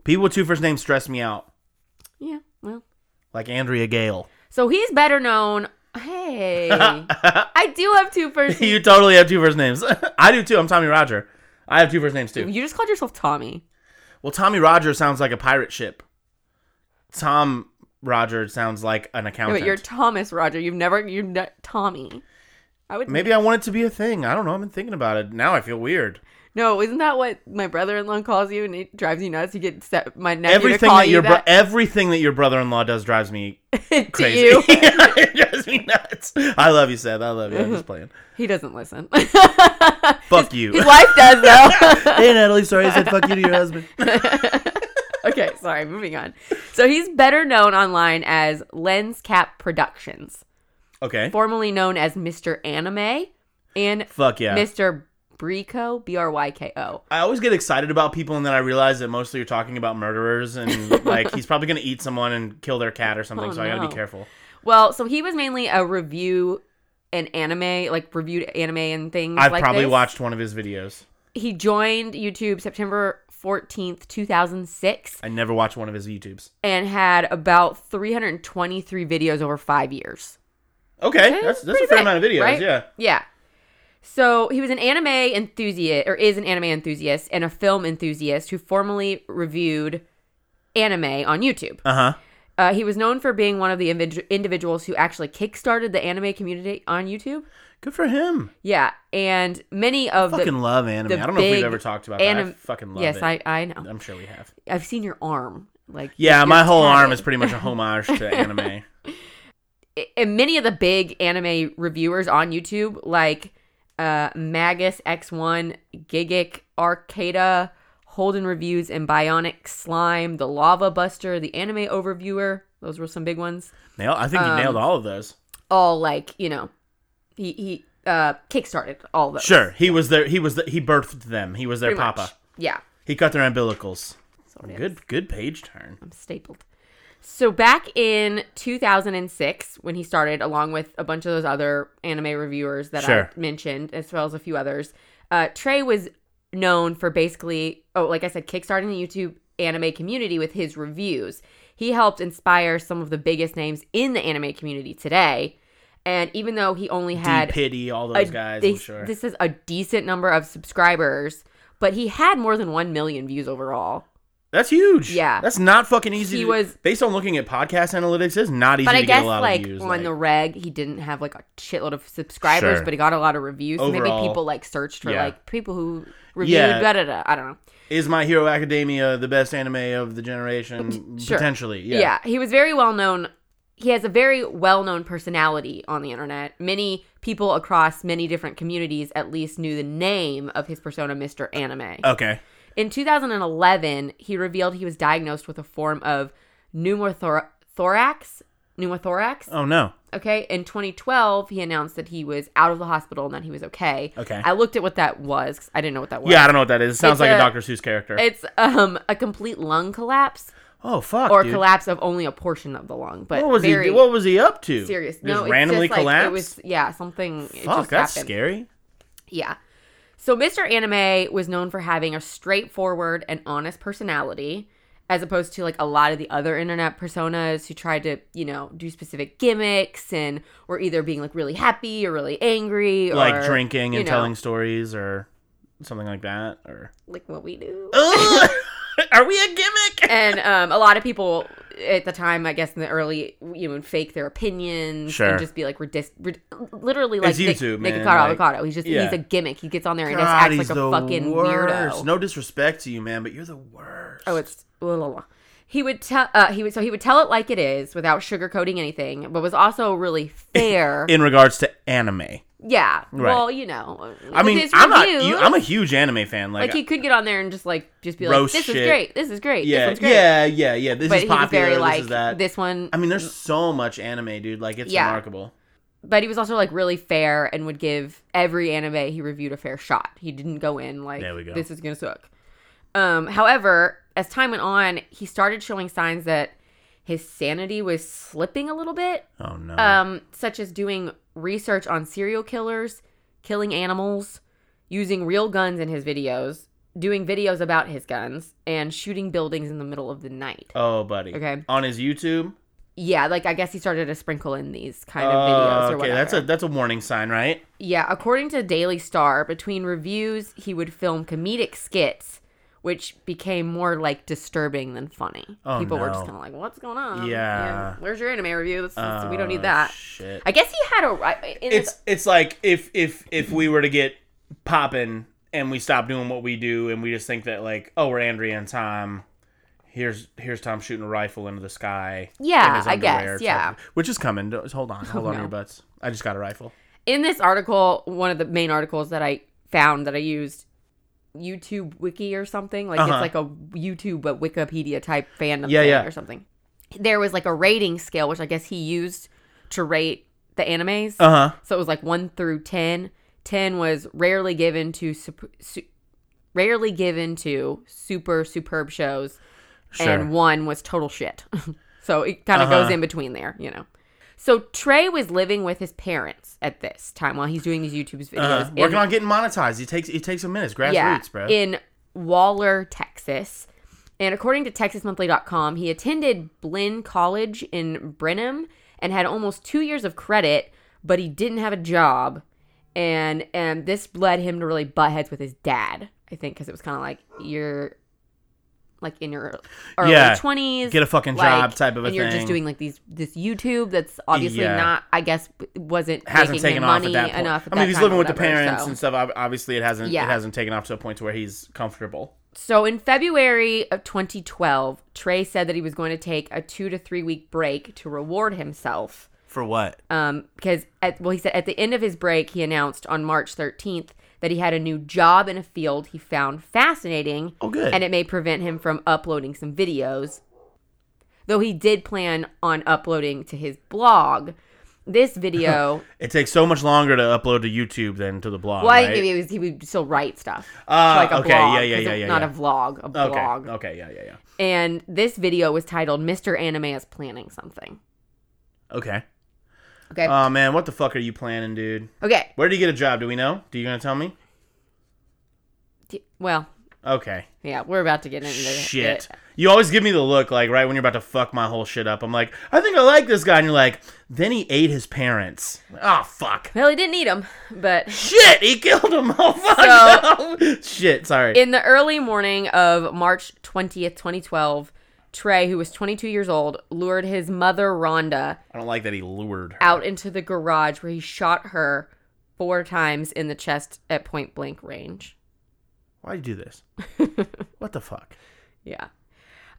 [SPEAKER 3] People with two first names stress me out,
[SPEAKER 4] Yeah, well.
[SPEAKER 3] like Andrea Gale.
[SPEAKER 4] So he's better known. Hey, I do have two first
[SPEAKER 3] you totally have two first names. I do too. I'm Tommy Roger. I have two first names too.
[SPEAKER 4] You just called yourself Tommy.
[SPEAKER 3] Well, Tommy Roger sounds like a pirate ship. Tom Roger sounds like an
[SPEAKER 4] No,
[SPEAKER 3] accountant.
[SPEAKER 4] but you're Thomas Roger. You've never you're not Tommy. I would
[SPEAKER 3] Maybe I want it to be a thing. I don't know. I've been thinking about it. Now I feel weird.
[SPEAKER 4] no. Isn't that what my brother-in-law calls you, and it drives you nuts? You get set, my nephew to
[SPEAKER 3] everything
[SPEAKER 4] call
[SPEAKER 3] that
[SPEAKER 4] you
[SPEAKER 3] your bro-
[SPEAKER 4] that
[SPEAKER 3] everything that your brother-in-law does drives me
[SPEAKER 4] to
[SPEAKER 3] crazy.
[SPEAKER 4] you.
[SPEAKER 3] it drives me nuts. I love you, Seth. I love you. I'm just playing.
[SPEAKER 4] He doesn't listen.
[SPEAKER 3] Fuck you.
[SPEAKER 4] His wife does though.
[SPEAKER 3] hey, Natalie. Sorry, I said fuck you to your husband.
[SPEAKER 4] okay, sorry. Moving on. So he's better known online as Lens Cap Productions,
[SPEAKER 3] Okay.
[SPEAKER 4] formerly known as Mr. Anime and
[SPEAKER 3] Fuck yeah.
[SPEAKER 4] Mr. Brico, B R Y K O.
[SPEAKER 3] I always get excited about people, and then I realize that mostly you're talking about murderers, and like he's probably gonna eat someone and kill their cat or something.
[SPEAKER 4] Oh,
[SPEAKER 3] so I gotta
[SPEAKER 4] no.
[SPEAKER 3] be careful.
[SPEAKER 4] Well, so he was mainly a review and anime, like reviewed anime and things.
[SPEAKER 3] I've
[SPEAKER 4] like
[SPEAKER 3] probably
[SPEAKER 4] this.
[SPEAKER 3] watched one of his videos.
[SPEAKER 4] He joined YouTube September 14th, 2006,
[SPEAKER 3] I never watched one of his YouTubes.
[SPEAKER 4] and had about 323 videos over five years.
[SPEAKER 3] Okay,
[SPEAKER 4] Okay,
[SPEAKER 3] that's that's
[SPEAKER 4] pretty
[SPEAKER 3] a fair
[SPEAKER 4] big,
[SPEAKER 3] amount of videos.
[SPEAKER 4] right?
[SPEAKER 3] Yeah.
[SPEAKER 4] Yeah. So he was an anime enthusiast, or is an anime enthusiast, and a film enthusiast who formerly reviewed anime on YouTube.
[SPEAKER 3] Uh huh.
[SPEAKER 4] Uh, he was known for being one of the invid- individuals who actually kickstarted the anime community on YouTube.
[SPEAKER 3] Good for him.
[SPEAKER 4] Yeah, and many of the
[SPEAKER 3] fucking love anime.
[SPEAKER 4] the
[SPEAKER 3] I don't know if
[SPEAKER 4] big
[SPEAKER 3] we've ever talked about
[SPEAKER 4] anim-
[SPEAKER 3] that. I fucking love
[SPEAKER 4] yes,
[SPEAKER 3] it.
[SPEAKER 4] I I know.
[SPEAKER 3] I'm sure we have.
[SPEAKER 4] I've seen your arm. Like
[SPEAKER 3] Yeah,
[SPEAKER 4] your
[SPEAKER 3] my whole
[SPEAKER 4] tatted.
[SPEAKER 3] arm is pretty much a homage to anime.
[SPEAKER 4] And many of the big anime reviewers on YouTube, like uh, Magus X1, Gigic Arcada, Holden Reviews, and Bionic Slime, the Lava Buster, the Anime Overviewer. Those were some big ones.
[SPEAKER 3] Nail. I think
[SPEAKER 4] Um,
[SPEAKER 3] you nailed all of those.
[SPEAKER 4] All like you know, he he uh, kickstarted all those.
[SPEAKER 3] Sure, he was their. He was the, he birthed them. He was their
[SPEAKER 4] pretty much.
[SPEAKER 3] papa.
[SPEAKER 4] Yeah.
[SPEAKER 3] He cut their umbilicals.
[SPEAKER 4] what it
[SPEAKER 3] Good, good page turn.
[SPEAKER 4] I'm stapled. So back in 2006, when he started, along with a bunch of those other anime reviewers that
[SPEAKER 3] Sure.
[SPEAKER 4] I mentioned, as well as a few others, uh, Trey was known for basically, oh, like I said, kickstarting the YouTube anime community with his reviews. He helped inspire some of the biggest names in the anime community today. And even though he only
[SPEAKER 3] D
[SPEAKER 4] had
[SPEAKER 3] pity all
[SPEAKER 4] a-
[SPEAKER 3] those guys. I'm
[SPEAKER 4] this,
[SPEAKER 3] sure.
[SPEAKER 4] this is a decent number of subscribers, but he had more than 1 million views overall.
[SPEAKER 3] That's huge.
[SPEAKER 4] Yeah.
[SPEAKER 3] that's not fucking easy.
[SPEAKER 4] He
[SPEAKER 3] to,
[SPEAKER 4] was-
[SPEAKER 3] based on looking at podcast analytics. It's not easy
[SPEAKER 4] But
[SPEAKER 3] to
[SPEAKER 4] I
[SPEAKER 3] get
[SPEAKER 4] guess
[SPEAKER 3] a lot
[SPEAKER 4] like
[SPEAKER 3] of views.
[SPEAKER 4] on
[SPEAKER 3] like-
[SPEAKER 4] the reg, he didn't have like a shitload of subscribers,
[SPEAKER 3] Sure.
[SPEAKER 4] but he got a lot of reviews. So maybe
[SPEAKER 3] Overall,
[SPEAKER 4] people like searched for
[SPEAKER 3] yeah.
[SPEAKER 4] like people who reviewed.
[SPEAKER 3] Yeah.
[SPEAKER 4] Da da da. I don't know.
[SPEAKER 3] Is My Hero Academia the best anime of the generation?
[SPEAKER 4] Sure.
[SPEAKER 3] Potentially, yeah.
[SPEAKER 4] Yeah. he was very well known. He has a very well known personality on the internet. Many people across many different communities at least knew the name of his persona, Mr. Anime.
[SPEAKER 3] Okay.
[SPEAKER 4] In 2011, he revealed he was diagnosed with a form of pneumothorax. Pneumothorax.
[SPEAKER 3] Oh no.
[SPEAKER 4] Okay. In 2012, he announced that he was out of the hospital and that he was okay.
[SPEAKER 3] Okay.
[SPEAKER 4] I looked at what that was 'cause I didn't know what that was.
[SPEAKER 3] Yeah, I don't know what that is. It sounds
[SPEAKER 4] It's
[SPEAKER 3] like a,
[SPEAKER 4] a-
[SPEAKER 3] Dr. Seuss character.
[SPEAKER 4] It's um a complete lung collapse
[SPEAKER 3] Oh fuck.
[SPEAKER 4] or
[SPEAKER 3] dude.
[SPEAKER 4] collapse of only a portion of the lung. But
[SPEAKER 3] What was
[SPEAKER 4] very
[SPEAKER 3] he? What was he up to?
[SPEAKER 4] serious.
[SPEAKER 3] Just
[SPEAKER 4] no, it's
[SPEAKER 3] randomly
[SPEAKER 4] just, like,
[SPEAKER 3] collapsed.
[SPEAKER 4] It was yeah, something. it
[SPEAKER 3] fuck,
[SPEAKER 4] just
[SPEAKER 3] that's
[SPEAKER 4] happened.
[SPEAKER 3] scary.
[SPEAKER 4] Yeah. So Mr. Anime was known for having a straightforward and honest personality, as opposed to like a lot of the other internet personas who tried to, you know, do specific gimmicks and were either being like really happy or really angry or
[SPEAKER 3] like drinking
[SPEAKER 4] you
[SPEAKER 3] and
[SPEAKER 4] know,
[SPEAKER 3] telling stories or something like that. Or
[SPEAKER 4] like what we do.
[SPEAKER 3] Oh. are we a gimmick?
[SPEAKER 4] and um, a lot of people at the time, I guess, in the early, you know, would fake their opinions
[SPEAKER 3] Sure.
[SPEAKER 4] and just be like, redis- rid- literally like
[SPEAKER 3] It's
[SPEAKER 4] Nick,
[SPEAKER 3] YouTube,
[SPEAKER 4] Nick
[SPEAKER 3] man,
[SPEAKER 4] Nicotero
[SPEAKER 3] like-
[SPEAKER 4] avocado. He's just
[SPEAKER 3] yeah.
[SPEAKER 4] he's a gimmick. He gets on there and just
[SPEAKER 3] God,
[SPEAKER 4] acts
[SPEAKER 3] he's
[SPEAKER 4] like a
[SPEAKER 3] the
[SPEAKER 4] fucking
[SPEAKER 3] worst.
[SPEAKER 4] weirdo.
[SPEAKER 3] No disrespect to you, man, but you're the worst.
[SPEAKER 4] Oh, it's blah, blah, blah. He would tell uh, he would so he would tell it like it is without sugarcoating anything, but was also really fair.
[SPEAKER 3] in regards to anime.
[SPEAKER 4] yeah.
[SPEAKER 3] Right.
[SPEAKER 4] Well, you know,
[SPEAKER 3] I
[SPEAKER 4] with
[SPEAKER 3] mean,
[SPEAKER 4] his
[SPEAKER 3] I'm not.
[SPEAKER 4] reviews,
[SPEAKER 3] You, I'm a huge anime fan. Like,
[SPEAKER 4] like he could get on there and just like just be like,
[SPEAKER 3] Roast
[SPEAKER 4] this
[SPEAKER 3] shit.
[SPEAKER 4] is great, this is great, this
[SPEAKER 3] yeah,
[SPEAKER 4] one's great.
[SPEAKER 3] yeah, yeah, yeah. This
[SPEAKER 4] but
[SPEAKER 3] is
[SPEAKER 4] he was
[SPEAKER 3] popular.
[SPEAKER 4] very like
[SPEAKER 3] this is that.
[SPEAKER 4] this one
[SPEAKER 3] I mean, there's so much anime, dude. Like, it's
[SPEAKER 4] Yeah.
[SPEAKER 3] remarkable.
[SPEAKER 4] but he was also like really fair and would give every anime he reviewed a fair shot. He didn't go in like
[SPEAKER 3] There we go.
[SPEAKER 4] this is gonna suck. Um, however, as time went on, he started showing signs that his sanity was slipping a little bit,
[SPEAKER 3] Oh no.
[SPEAKER 4] um, such as doing research on serial killers, killing animals, using real guns in his videos, doing videos about his guns, and shooting buildings in the middle of the night.
[SPEAKER 3] oh, buddy.
[SPEAKER 4] okay.
[SPEAKER 3] On his YouTube.
[SPEAKER 4] Yeah, like I guess he started to sprinkle in these kind of
[SPEAKER 3] Uh,
[SPEAKER 4] videos or
[SPEAKER 3] okay,
[SPEAKER 4] whatever.
[SPEAKER 3] that's a that's a warning sign, right?
[SPEAKER 4] Yeah, according to Daily Star, between reviews, he would film comedic skits, which became more like disturbing than funny.
[SPEAKER 3] Oh,
[SPEAKER 4] People were just
[SPEAKER 3] no.
[SPEAKER 4] kind of like, "What's going on?
[SPEAKER 3] Yeah.
[SPEAKER 4] where's your anime review? This, this- we don't
[SPEAKER 3] Oh,
[SPEAKER 4] need that."
[SPEAKER 3] Shit.
[SPEAKER 4] I guess he had a. In
[SPEAKER 3] it's it's like if if if we were to get poppin' and we stop doing what we do and we just think that like oh we're Andrea and Tom here's here's Tom shooting a rifle into the sky in
[SPEAKER 4] Yeah,
[SPEAKER 3] his
[SPEAKER 4] I guess,
[SPEAKER 3] underwear,
[SPEAKER 4] yeah.
[SPEAKER 3] type of- which is coming Don't- hold on hold on to
[SPEAKER 4] no.
[SPEAKER 3] your butts I just got a rifle
[SPEAKER 4] in this article, one of the main articles that I found that I used YouTube Wiki or something like
[SPEAKER 3] Uh-huh.
[SPEAKER 4] it's like a YouTube but Wikipedia type fandom
[SPEAKER 3] Yeah,
[SPEAKER 4] thing
[SPEAKER 3] yeah.
[SPEAKER 4] or something. There was like a rating scale, which I guess he used to rate the animes.
[SPEAKER 3] uh huh
[SPEAKER 4] So it was like one through ten. Ten was rarely given to sup- su- rarely given to super superb shows,
[SPEAKER 3] sure
[SPEAKER 4] and one was total shit. so it kind of
[SPEAKER 3] Uh-huh.
[SPEAKER 4] goes in between there, you know. So Trey was living with his parents at this time while he's doing these YouTube videos.
[SPEAKER 3] Uh-huh.
[SPEAKER 4] in-
[SPEAKER 3] working on getting monetized it takes it takes a minute It's grassroots bro
[SPEAKER 4] in Waller, Texas. And according to TexasMonthly.com, he attended Blinn College in Brenham and had almost two years of credit, but he didn't have a job. And and this led him to really butt heads with his dad, I think, because it was kind of like you're like in your early
[SPEAKER 3] Yeah.
[SPEAKER 4] 20s.
[SPEAKER 3] Get a fucking job type of a
[SPEAKER 4] and you're
[SPEAKER 3] thing.
[SPEAKER 4] just doing like these this YouTube that's obviously
[SPEAKER 3] Yeah.
[SPEAKER 4] not, I guess, wasn't
[SPEAKER 3] hasn't
[SPEAKER 4] making
[SPEAKER 3] taken
[SPEAKER 4] him
[SPEAKER 3] off
[SPEAKER 4] money
[SPEAKER 3] at that point
[SPEAKER 4] enough. at
[SPEAKER 3] I mean
[SPEAKER 4] that
[SPEAKER 3] if he's
[SPEAKER 4] time or
[SPEAKER 3] living with the
[SPEAKER 4] whatever,
[SPEAKER 3] parents
[SPEAKER 4] so.
[SPEAKER 3] and stuff ob- obviously it hasn't
[SPEAKER 4] Yeah.
[SPEAKER 3] it hasn't taken off to a point to where he's comfortable
[SPEAKER 4] So in February of 2012, Trey said that he was going to take a two to three week break to reward himself.
[SPEAKER 3] for what
[SPEAKER 4] Um, because at, well, he said at the end of his break, he announced on March 13th that he had a new job in a field he found fascinating.
[SPEAKER 3] Oh, good.
[SPEAKER 4] And it may prevent him from uploading some videos, though he did plan on uploading to his blog. This video,
[SPEAKER 3] it takes so much longer to upload to YouTube than to the blog
[SPEAKER 4] well, I
[SPEAKER 3] right?
[SPEAKER 4] think it was, he would still write stuff,
[SPEAKER 3] Ah,
[SPEAKER 4] like a
[SPEAKER 3] okay,
[SPEAKER 4] blog,
[SPEAKER 3] yeah, yeah,
[SPEAKER 4] 'cause
[SPEAKER 3] yeah,
[SPEAKER 4] it-
[SPEAKER 3] yeah,
[SPEAKER 4] not
[SPEAKER 3] yeah.
[SPEAKER 4] a vlog, a
[SPEAKER 3] Okay.
[SPEAKER 4] blog.
[SPEAKER 3] Okay. Yeah. Yeah. Yeah.
[SPEAKER 4] And this video was titled Mr. Anime is Planning Something.
[SPEAKER 3] Okay.
[SPEAKER 4] Okay.
[SPEAKER 3] Oh man, what the fuck are you planning, dude?
[SPEAKER 4] okay.
[SPEAKER 3] Where did you get a job? Do we know? Do you gonna tell me?
[SPEAKER 4] D- Well,
[SPEAKER 3] Okay.
[SPEAKER 4] yeah, we're about to get into it.
[SPEAKER 3] Shit. You always give me the look, like right when you're about to fuck my whole shit up. I'm like, I think I like this guy, and you're like, then he ate his parents. Oh fuck.
[SPEAKER 4] Well, he didn't need him, but
[SPEAKER 3] Shit, he killed him. Oh fuck. no. Shit. Sorry.
[SPEAKER 4] in the early morning of March 20th, 2012, Trey, who was 22 years old, lured his mother, Rhonda,
[SPEAKER 3] I don't like that he lured. Her.
[SPEAKER 4] out into the garage where he shot her four times in the chest at point blank range.
[SPEAKER 3] Why do you do this? what the fuck?
[SPEAKER 4] Yeah.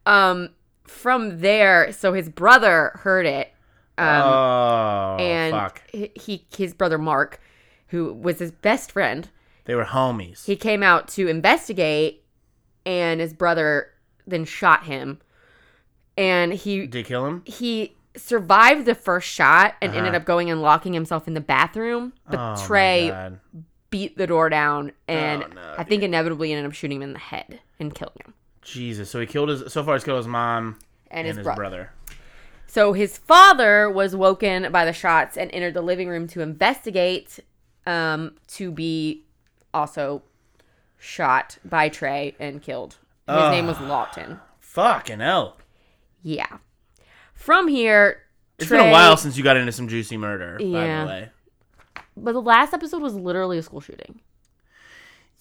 [SPEAKER 4] Um, from there, so his brother heard it. Um,
[SPEAKER 3] oh
[SPEAKER 4] and
[SPEAKER 3] fuck.
[SPEAKER 4] h- he his brother Mark, who was his best friend,
[SPEAKER 3] They were homies.
[SPEAKER 4] he came out to investigate, and his brother then shot him, and he
[SPEAKER 3] Did he kill him?
[SPEAKER 4] he survived the first shot and
[SPEAKER 3] Uh-huh.
[SPEAKER 4] ended up going and locking himself in the bathroom, but
[SPEAKER 3] Oh, my
[SPEAKER 4] Trey
[SPEAKER 3] God.
[SPEAKER 4] beat the door down and
[SPEAKER 3] Oh, no,
[SPEAKER 4] I think inevitably ended up shooting him in the head and killing him.
[SPEAKER 3] Jesus. So he killed his. So far, he's killed his mom.
[SPEAKER 4] and,
[SPEAKER 3] and
[SPEAKER 4] his,
[SPEAKER 3] his
[SPEAKER 4] brother.
[SPEAKER 3] brother.
[SPEAKER 4] So his father was woken by the shots and entered the living room to investigate, um, to be also shot by Trey and killed. His name was Lawton.
[SPEAKER 3] Fucking hell.
[SPEAKER 4] Yeah. From here,
[SPEAKER 3] It's
[SPEAKER 4] Trey,
[SPEAKER 3] been a while since you got into some juicy murder, by
[SPEAKER 4] Yeah.
[SPEAKER 3] the way.
[SPEAKER 4] But the last episode was literally a school shooting.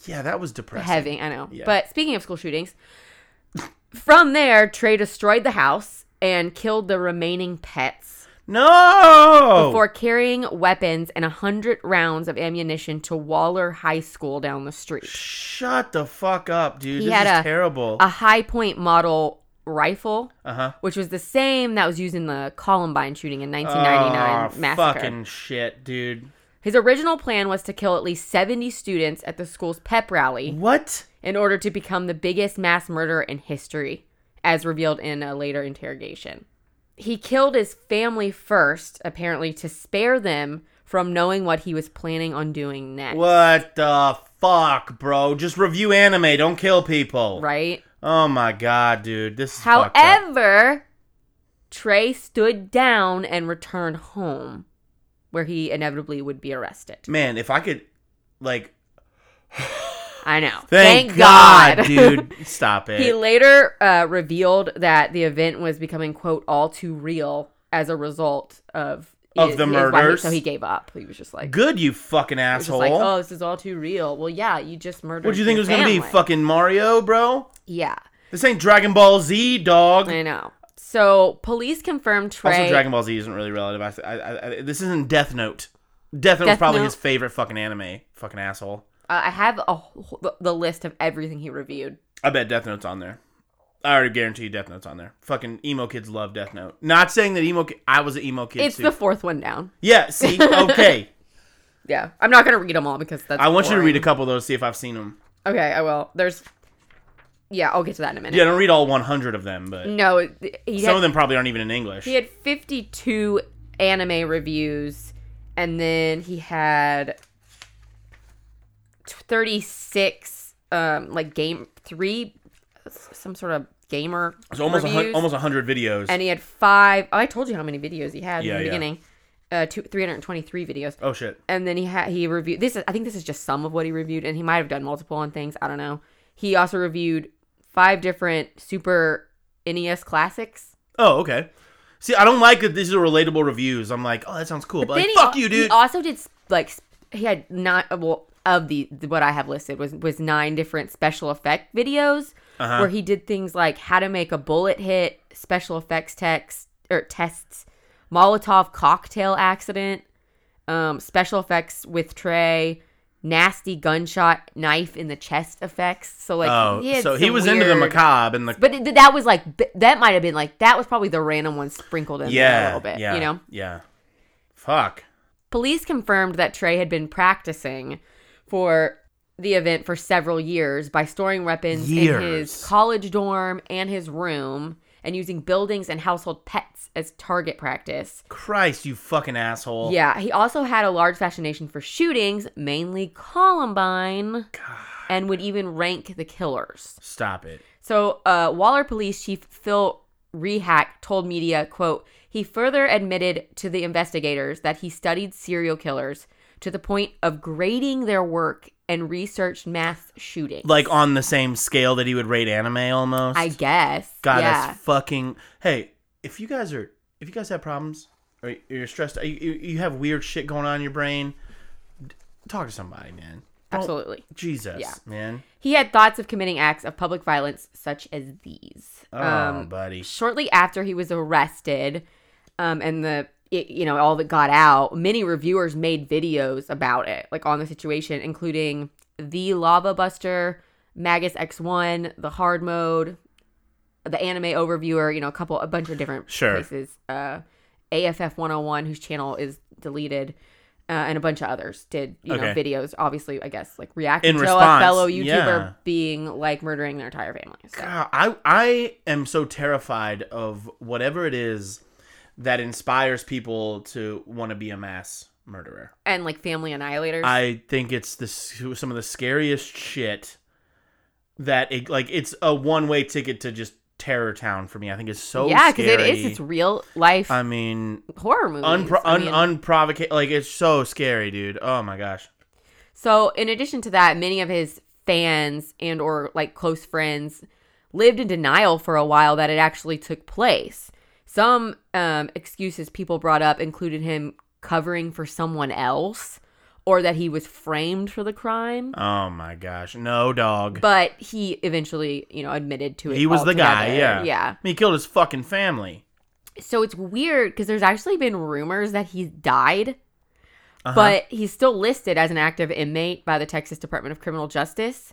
[SPEAKER 3] Yeah, that was depressing.
[SPEAKER 4] Heavy, I know.
[SPEAKER 3] Yeah.
[SPEAKER 4] But speaking of school shootings, from there, Trey destroyed the house and killed the remaining pets.
[SPEAKER 3] No.
[SPEAKER 4] for carrying weapons and 100 rounds of ammunition to Waller High School down the street.
[SPEAKER 3] Shut the fuck up, dude.
[SPEAKER 4] He
[SPEAKER 3] this
[SPEAKER 4] had
[SPEAKER 3] is
[SPEAKER 4] a-
[SPEAKER 3] terrible.
[SPEAKER 4] A high point model rifle,
[SPEAKER 3] Uh-huh.
[SPEAKER 4] which was the same that was used in the Columbine shooting in
[SPEAKER 3] Ah,
[SPEAKER 4] 1999 massacre.
[SPEAKER 3] fucking shit, dude.
[SPEAKER 4] His original plan was to kill at least 70 students at the school's pep rally
[SPEAKER 3] What?
[SPEAKER 4] in order to become the biggest mass murderer in history, as revealed in a later interrogation. He killed his family first, apparently, to spare them from knowing what he was planning on doing next.
[SPEAKER 3] What the fuck, bro? Just review anime. Don't kill people.
[SPEAKER 4] Right?
[SPEAKER 3] Oh my god, dude. This is fucked up.
[SPEAKER 4] However, Trey stood down and returned home, where he inevitably would be arrested.
[SPEAKER 3] Man, if I could like
[SPEAKER 4] I know.
[SPEAKER 3] thank, god, dude. Stop it.
[SPEAKER 4] he later uh, revealed that the event was becoming quote all too real as a result of
[SPEAKER 3] Of the
[SPEAKER 4] is why he-
[SPEAKER 3] murders?
[SPEAKER 4] so he gave up. He was just like,
[SPEAKER 3] Good, you fucking
[SPEAKER 4] he was
[SPEAKER 3] asshole.
[SPEAKER 4] just like, oh, this is all too real. Well, yeah, you just murdered.
[SPEAKER 3] What'd you think it was
[SPEAKER 4] your
[SPEAKER 3] gonna be?
[SPEAKER 4] family.
[SPEAKER 3] Fucking Mario, bro?
[SPEAKER 4] Yeah,
[SPEAKER 3] This ain't Dragon Ball Z, dog.
[SPEAKER 4] I know. So police confirmed Trey.
[SPEAKER 3] Also, Dragon Ball Z isn't really relative. I, I, I, this isn't Death Note. Death Note was
[SPEAKER 4] Death
[SPEAKER 3] probably
[SPEAKER 4] Note.
[SPEAKER 3] his favorite fucking anime. Fucking asshole.
[SPEAKER 4] uh, I have a whole, the- the list of everything he reviewed.
[SPEAKER 3] I bet Death Note's on there. I already guarantee you Death Note's on there. Fucking emo kids love Death Note. Not saying that emo. Ki- I was an emo kid
[SPEAKER 4] It's
[SPEAKER 3] too.
[SPEAKER 4] the fourth one down.
[SPEAKER 3] yeah. See. Okay.
[SPEAKER 4] Yeah, I'm not gonna read them all because that's.
[SPEAKER 3] I want you to read a
[SPEAKER 4] boring.
[SPEAKER 3] couple of those. See if I've seen them.
[SPEAKER 4] Okay, I will. There's. Yeah, I'll get to that in a minute.
[SPEAKER 3] Yeah. Don't read all 100 of them, but
[SPEAKER 4] No, it- he
[SPEAKER 3] some
[SPEAKER 4] had,
[SPEAKER 3] of them probably aren't even in English.
[SPEAKER 4] he had 52 anime reviews, and then he had 36 um like game three, some sort of gamer.
[SPEAKER 3] It's almost a hun-
[SPEAKER 4] reviews.
[SPEAKER 3] almost 100 videos.
[SPEAKER 4] And he had five oh I told you how many videos he had
[SPEAKER 3] Yeah,
[SPEAKER 4] in the
[SPEAKER 3] yeah.
[SPEAKER 4] beginning. Uh, two, 323 videos.
[SPEAKER 3] oh shit.
[SPEAKER 4] and then he had he reviewed this is- i think this is just some of what he reviewed and he might have done multiple on things i don't know he also reviewed five different super nes classics
[SPEAKER 3] Oh okay. See, I don't like that these are relatable reviews. I'm like, oh, that sounds cool, but, like,
[SPEAKER 4] Then he
[SPEAKER 3] fuck
[SPEAKER 4] al-
[SPEAKER 3] you, dude.
[SPEAKER 4] he also did s- like s- he had not well of the what i have listed was was nine different special effect videos
[SPEAKER 3] Uh-huh.
[SPEAKER 4] where he did things like how to make a bullet hit special effects text or tests molotov cocktail accident um, special effects with Trey, nasty gunshot, knife in the chest effects. So like,
[SPEAKER 3] Oh,
[SPEAKER 4] he had
[SPEAKER 3] so he
[SPEAKER 4] some
[SPEAKER 3] was into the
[SPEAKER 4] weird-
[SPEAKER 3] macabre and the
[SPEAKER 4] But it, that was like th- that might have been like that was probably the random one sprinkled in there a
[SPEAKER 3] yeah,
[SPEAKER 4] little bit.
[SPEAKER 3] yeah,
[SPEAKER 4] You know,
[SPEAKER 3] yeah. Fuck.
[SPEAKER 4] police confirmed that Trey had been practicing for the event for several years by storing weapons in his
[SPEAKER 3] Years.
[SPEAKER 4] college dorm and his room and using buildings and household pets as target practice.
[SPEAKER 3] Christ, you fucking asshole.
[SPEAKER 4] Yeah, he also had a large fascination for shootings, mainly Columbine, and would even rank the killers.
[SPEAKER 3] Stop it.
[SPEAKER 4] So, uh, Waller Police Chief Phil Rehack told media, quote, he further admitted to the investigators that he studied serial killers to the point of grading their work and researched mass shootings.
[SPEAKER 3] Like on the same scale that he would rate anime almost.
[SPEAKER 4] I guess.
[SPEAKER 3] God,
[SPEAKER 4] yeah.
[SPEAKER 3] that's fucking. Hey, if you guys are, if you guys have problems, or you're stressed, you, you you have weird shit going on in your brain, d- talk to somebody, man. Don't-
[SPEAKER 4] Absolutely.
[SPEAKER 3] Jesus,
[SPEAKER 4] Yeah.
[SPEAKER 3] man.
[SPEAKER 4] He had thoughts of committing acts of public violence such as these. Um,
[SPEAKER 3] Oh, buddy.
[SPEAKER 4] shortly after he was arrested um, and the it, you know all that got out many reviewers made videos about it like on the situation including the lava buster magus x1 the hard mode the anime overviewer you know a couple a bunch of different
[SPEAKER 3] Sure.
[SPEAKER 4] places uh, aff 101 whose channel is deleted uh, and a bunch of others did you know
[SPEAKER 3] Okay.
[SPEAKER 4] videos obviously i guess like reacting
[SPEAKER 3] In
[SPEAKER 4] to
[SPEAKER 3] response,
[SPEAKER 4] a fellow youtuber
[SPEAKER 3] yeah.
[SPEAKER 4] being like murdering their entire family so.
[SPEAKER 3] God, I I am so terrified of whatever it is that inspires people to want to be a mass murderer.
[SPEAKER 4] and like family annihilators
[SPEAKER 3] I think it's the s- some of the scariest shit that it like it's a one way ticket to just terror town for me. I think it's so
[SPEAKER 4] yeah, because
[SPEAKER 3] because
[SPEAKER 4] it is. It's real life
[SPEAKER 3] I mean,
[SPEAKER 4] horror movies.
[SPEAKER 3] unpro-
[SPEAKER 4] I
[SPEAKER 3] un-
[SPEAKER 4] mean-
[SPEAKER 3] unprovoca- Like it's so scary, dude. Oh my gosh.
[SPEAKER 4] So, in addition to that, many of his fans and or like close friends lived in denial for a while that it actually took place. Some um, excuses people brought up included him covering for someone else or that he was framed for the crime.
[SPEAKER 3] Oh my gosh. No dog.
[SPEAKER 4] But he eventually, you know, admitted to it.
[SPEAKER 3] he was the guy.
[SPEAKER 4] altogether.
[SPEAKER 3] Yeah.
[SPEAKER 4] Yeah.
[SPEAKER 3] He killed his fucking family.
[SPEAKER 4] So it's weird because there's actually been rumors that he died,
[SPEAKER 3] Uh-huh.
[SPEAKER 4] but he's still listed as an active inmate by the Texas Department of Criminal Justice.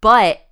[SPEAKER 4] But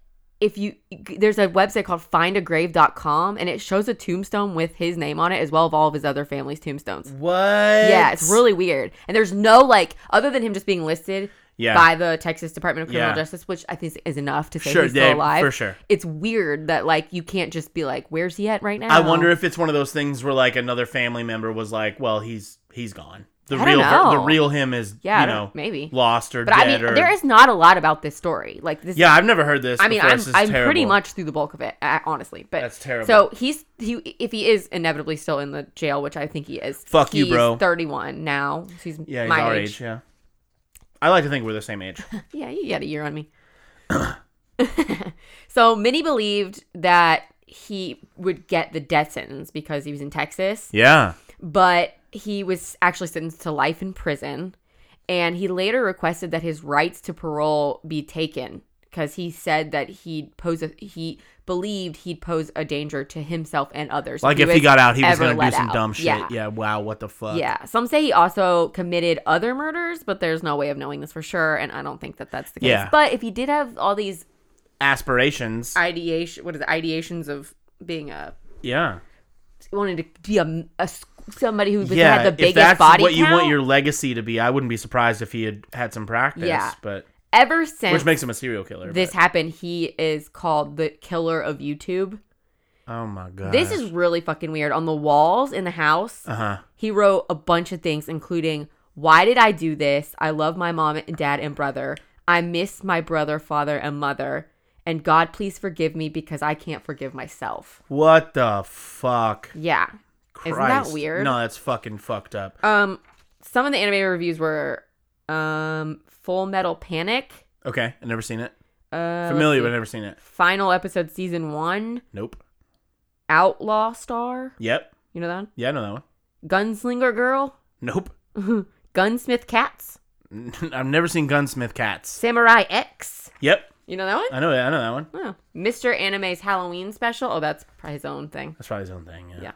[SPEAKER 4] if you, there's a website called findagrave.com and it shows a tombstone with his name on it as well as all of his other family's tombstones.
[SPEAKER 3] What?
[SPEAKER 4] Yeah, it's really weird. And there's no, like, other than him just being listed
[SPEAKER 3] Yeah.
[SPEAKER 4] by the Texas Department of Criminal
[SPEAKER 3] Yeah.
[SPEAKER 4] Justice, which I think is enough to say
[SPEAKER 3] Sure,
[SPEAKER 4] he's still
[SPEAKER 3] yeah,
[SPEAKER 4] alive.
[SPEAKER 3] for sure.
[SPEAKER 4] It's weird that, like, you can't just be like, where's he at right now?
[SPEAKER 3] I wonder if it's one of those things where like another family member was like, "Well, he's he's gone. The
[SPEAKER 4] I don't
[SPEAKER 3] real
[SPEAKER 4] know.
[SPEAKER 3] the real him is
[SPEAKER 4] Yeah, I
[SPEAKER 3] you
[SPEAKER 4] don't-
[SPEAKER 3] know
[SPEAKER 4] maybe.
[SPEAKER 3] lost or
[SPEAKER 4] But I
[SPEAKER 3] dead
[SPEAKER 4] mean,
[SPEAKER 3] or
[SPEAKER 4] there is not a lot about this story. Like this.
[SPEAKER 3] yeah. I've never heard this.
[SPEAKER 4] I mean,
[SPEAKER 3] before.
[SPEAKER 4] I'm,
[SPEAKER 3] This is
[SPEAKER 4] I'm pretty
[SPEAKER 3] terrible.
[SPEAKER 4] much through the bulk of it, uh, honestly. But
[SPEAKER 3] That's terrible.
[SPEAKER 4] So he's he if he is inevitably still in the jail, which I think he is.
[SPEAKER 3] Fuck you,
[SPEAKER 4] he's
[SPEAKER 3] bro.
[SPEAKER 4] 31 now. So he's
[SPEAKER 3] yeah he's
[SPEAKER 4] my
[SPEAKER 3] our
[SPEAKER 4] age.
[SPEAKER 3] age. yeah. I like to think we're the same age.
[SPEAKER 4] Yeah, you got a year on me. so many believed that he would get the death sentence because he was in Texas.
[SPEAKER 3] yeah.
[SPEAKER 4] but he was actually sentenced to life in prison and he later requested that his rights to parole be taken because he said that he pose a, he believed he'd pose a danger to himself and others
[SPEAKER 3] Like if
[SPEAKER 4] was
[SPEAKER 3] he got out, he was
[SPEAKER 4] ever
[SPEAKER 3] gonna do
[SPEAKER 4] let
[SPEAKER 3] some
[SPEAKER 4] out.
[SPEAKER 3] dumb shit.
[SPEAKER 4] yeah
[SPEAKER 3] Yeah. Wow. What the fuck?
[SPEAKER 4] Yeah. some say he also committed other murders but there's no way of knowing this for sure and i don't think that that's the case
[SPEAKER 3] Yeah.
[SPEAKER 4] but if he did have all these
[SPEAKER 3] Aspirations.
[SPEAKER 4] ideation what is it, ideations of being a
[SPEAKER 3] yeah.
[SPEAKER 4] wanting to be a, a s- somebody who
[SPEAKER 3] Yeah.
[SPEAKER 4] had the biggest
[SPEAKER 3] if that's
[SPEAKER 4] body
[SPEAKER 3] what you want
[SPEAKER 4] count,
[SPEAKER 3] your legacy to be, I wouldn't be surprised if he had had some practice.
[SPEAKER 4] Yeah.
[SPEAKER 3] But
[SPEAKER 4] ever since
[SPEAKER 3] which makes him a serial killer.
[SPEAKER 4] this happened, he is called the killer of YouTube.
[SPEAKER 3] but- oh my god.
[SPEAKER 4] This is really fucking weird. On the walls in the house,
[SPEAKER 3] Uh huh.
[SPEAKER 4] he wrote a bunch of things, including "Why did I do this? I love my mom and dad and brother. I miss my brother, father, and mother. And God, please forgive me because I can't forgive myself."
[SPEAKER 3] What the fuck?
[SPEAKER 4] Yeah, isn't that
[SPEAKER 3] Christ.
[SPEAKER 4] weird?
[SPEAKER 3] No, that's fucking fucked up.
[SPEAKER 4] Um, some of the anime reviews were, um, Full Metal Panic,
[SPEAKER 3] Okay, I've never seen it.
[SPEAKER 4] uh,
[SPEAKER 3] Familiar, but never seen it.
[SPEAKER 4] final episode season one,
[SPEAKER 3] Nope.
[SPEAKER 4] Outlaw Star.
[SPEAKER 3] Yep.
[SPEAKER 4] You know that one?
[SPEAKER 3] Yeah, I know that one.
[SPEAKER 4] Gunslinger Girl,
[SPEAKER 3] Nope.
[SPEAKER 4] Gunsmith Cats,
[SPEAKER 3] I've never seen Gunsmith Cats.
[SPEAKER 4] Samurai X.
[SPEAKER 3] Yep.
[SPEAKER 4] You know that one?
[SPEAKER 3] I know that. I know that one.
[SPEAKER 4] Oh. Mr. Anime's Halloween special. Oh, that's probably his own thing.
[SPEAKER 3] That's probably his own thing. Yeah.
[SPEAKER 4] Yeah.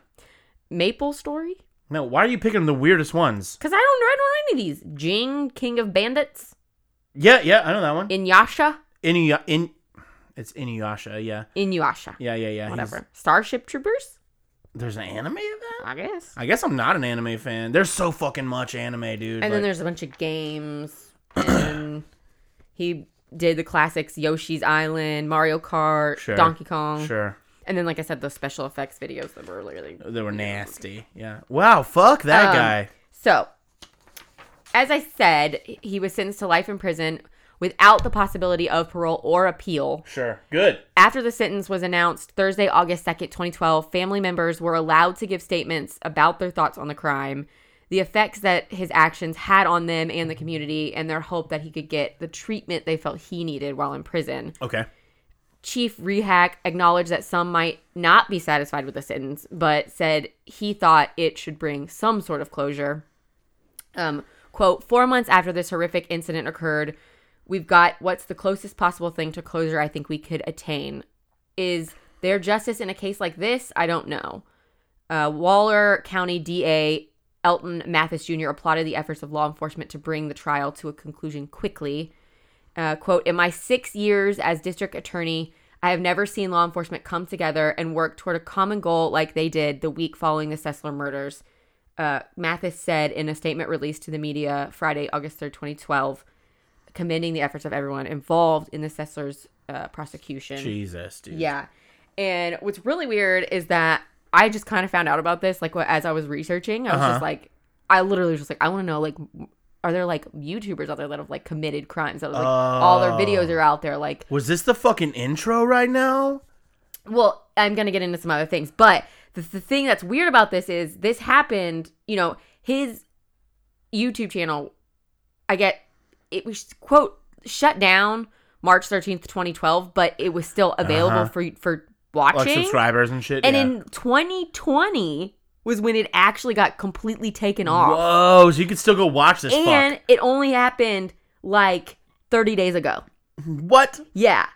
[SPEAKER 4] Maple Story?
[SPEAKER 3] No, why are you picking the weirdest ones?
[SPEAKER 4] Because I don't, I don't know any of these. Jing, King of Bandits,
[SPEAKER 3] Yeah, yeah, I know that one.
[SPEAKER 4] Inyasha,
[SPEAKER 3] Inu in it's Inuyasha. Yeah,
[SPEAKER 4] Inuyasha,
[SPEAKER 3] yeah, yeah, yeah. he's-
[SPEAKER 4] whatever. Starship Troopers?
[SPEAKER 3] There's an anime of that.
[SPEAKER 4] I guess.
[SPEAKER 3] I guess I'm not an anime fan. There's so fucking much anime, dude.
[SPEAKER 4] And
[SPEAKER 3] like-
[SPEAKER 4] then there's a bunch of games. and he did the classics Yoshi's Island, Mario Kart,
[SPEAKER 3] Sure.
[SPEAKER 4] Donkey Kong.
[SPEAKER 3] sure
[SPEAKER 4] And then, like I said, those special effects videos that were really
[SPEAKER 3] they were nasty. Yeah. Wow. Fuck that
[SPEAKER 4] Um,
[SPEAKER 3] guy.
[SPEAKER 4] So, as I said, he was sentenced to life in prison without the possibility of parole or appeal.
[SPEAKER 3] Sure. Good.
[SPEAKER 4] After the sentence was announced Thursday, August 2nd, 2012, family members were allowed to give statements about their thoughts on the crime, the effects that his actions had on them and the community, and their hope that he could get the treatment they felt he needed while in prison.
[SPEAKER 3] Okay.
[SPEAKER 4] Chief Rehack acknowledged that some might not be satisfied with the sentence, but said he thought it should bring some sort of closure. Um, quote, four months after this horrific incident occurred, we've got what's the closest possible thing to closure I think we could attain. Is there justice in a case like this? I don't know. Uh, Waller County DA Elton Mathis Jr. applauded the efforts of law enforcement to bring the trial to a conclusion quickly. Uh, quote, in my six years as district attorney, I have never seen law enforcement come together and work toward a common goal like they did the week following the Sessler murders. Uh, Mathis said in a statement released to the media Friday, August 3rd, 2012, commending the efforts of everyone involved in the Sesslers uh, prosecution.
[SPEAKER 3] Jesus, dude.
[SPEAKER 4] Yeah. And what's really weird is that I just kind of found out about this like what, as I was researching. I was just like, I literally was just like, I want to know like, m- are there like YouTubers out there that have like committed crimes? That like all their videos are out there. Like,
[SPEAKER 3] Was this the fucking intro right now?
[SPEAKER 4] well, I'm going to get into some other things, but the, the thing that's weird about this is this happened, you know, his YouTube channel, I get it was quote shut down March 13th, 2012, but it was still available
[SPEAKER 3] Uh-huh.
[SPEAKER 4] for for
[SPEAKER 3] like
[SPEAKER 4] watching.
[SPEAKER 3] subscribers and shit.
[SPEAKER 4] and
[SPEAKER 3] yeah.
[SPEAKER 4] in 2020 was when it actually got completely taken off.
[SPEAKER 3] whoa, so you could still go watch this.
[SPEAKER 4] and
[SPEAKER 3] fuck.
[SPEAKER 4] it only happened like 30 days ago.
[SPEAKER 3] What?
[SPEAKER 4] Yeah.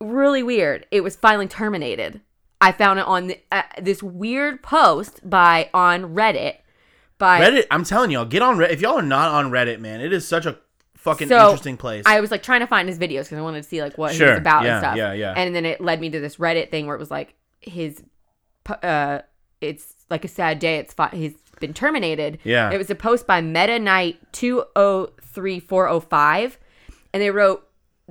[SPEAKER 4] Really weird. It was finally terminated. I found it on the, uh, this weird post by on Reddit by
[SPEAKER 3] Reddit. I'm telling y'all, get on Reddit. If y'all are not on Reddit, man, it is such a fucking
[SPEAKER 4] So,
[SPEAKER 3] interesting place.
[SPEAKER 4] I was like trying to find his videos because I wanted to see like what he
[SPEAKER 3] Sure.
[SPEAKER 4] was about
[SPEAKER 3] Yeah,
[SPEAKER 4] and stuff.
[SPEAKER 3] yeah, yeah.
[SPEAKER 4] And then it led me to this Reddit thing where it was like his, p- uh, it's like a sad day. It's fi- he's been terminated.
[SPEAKER 3] Yeah.
[SPEAKER 4] It was a post by Meta Knight two o three four o five, and they wrote.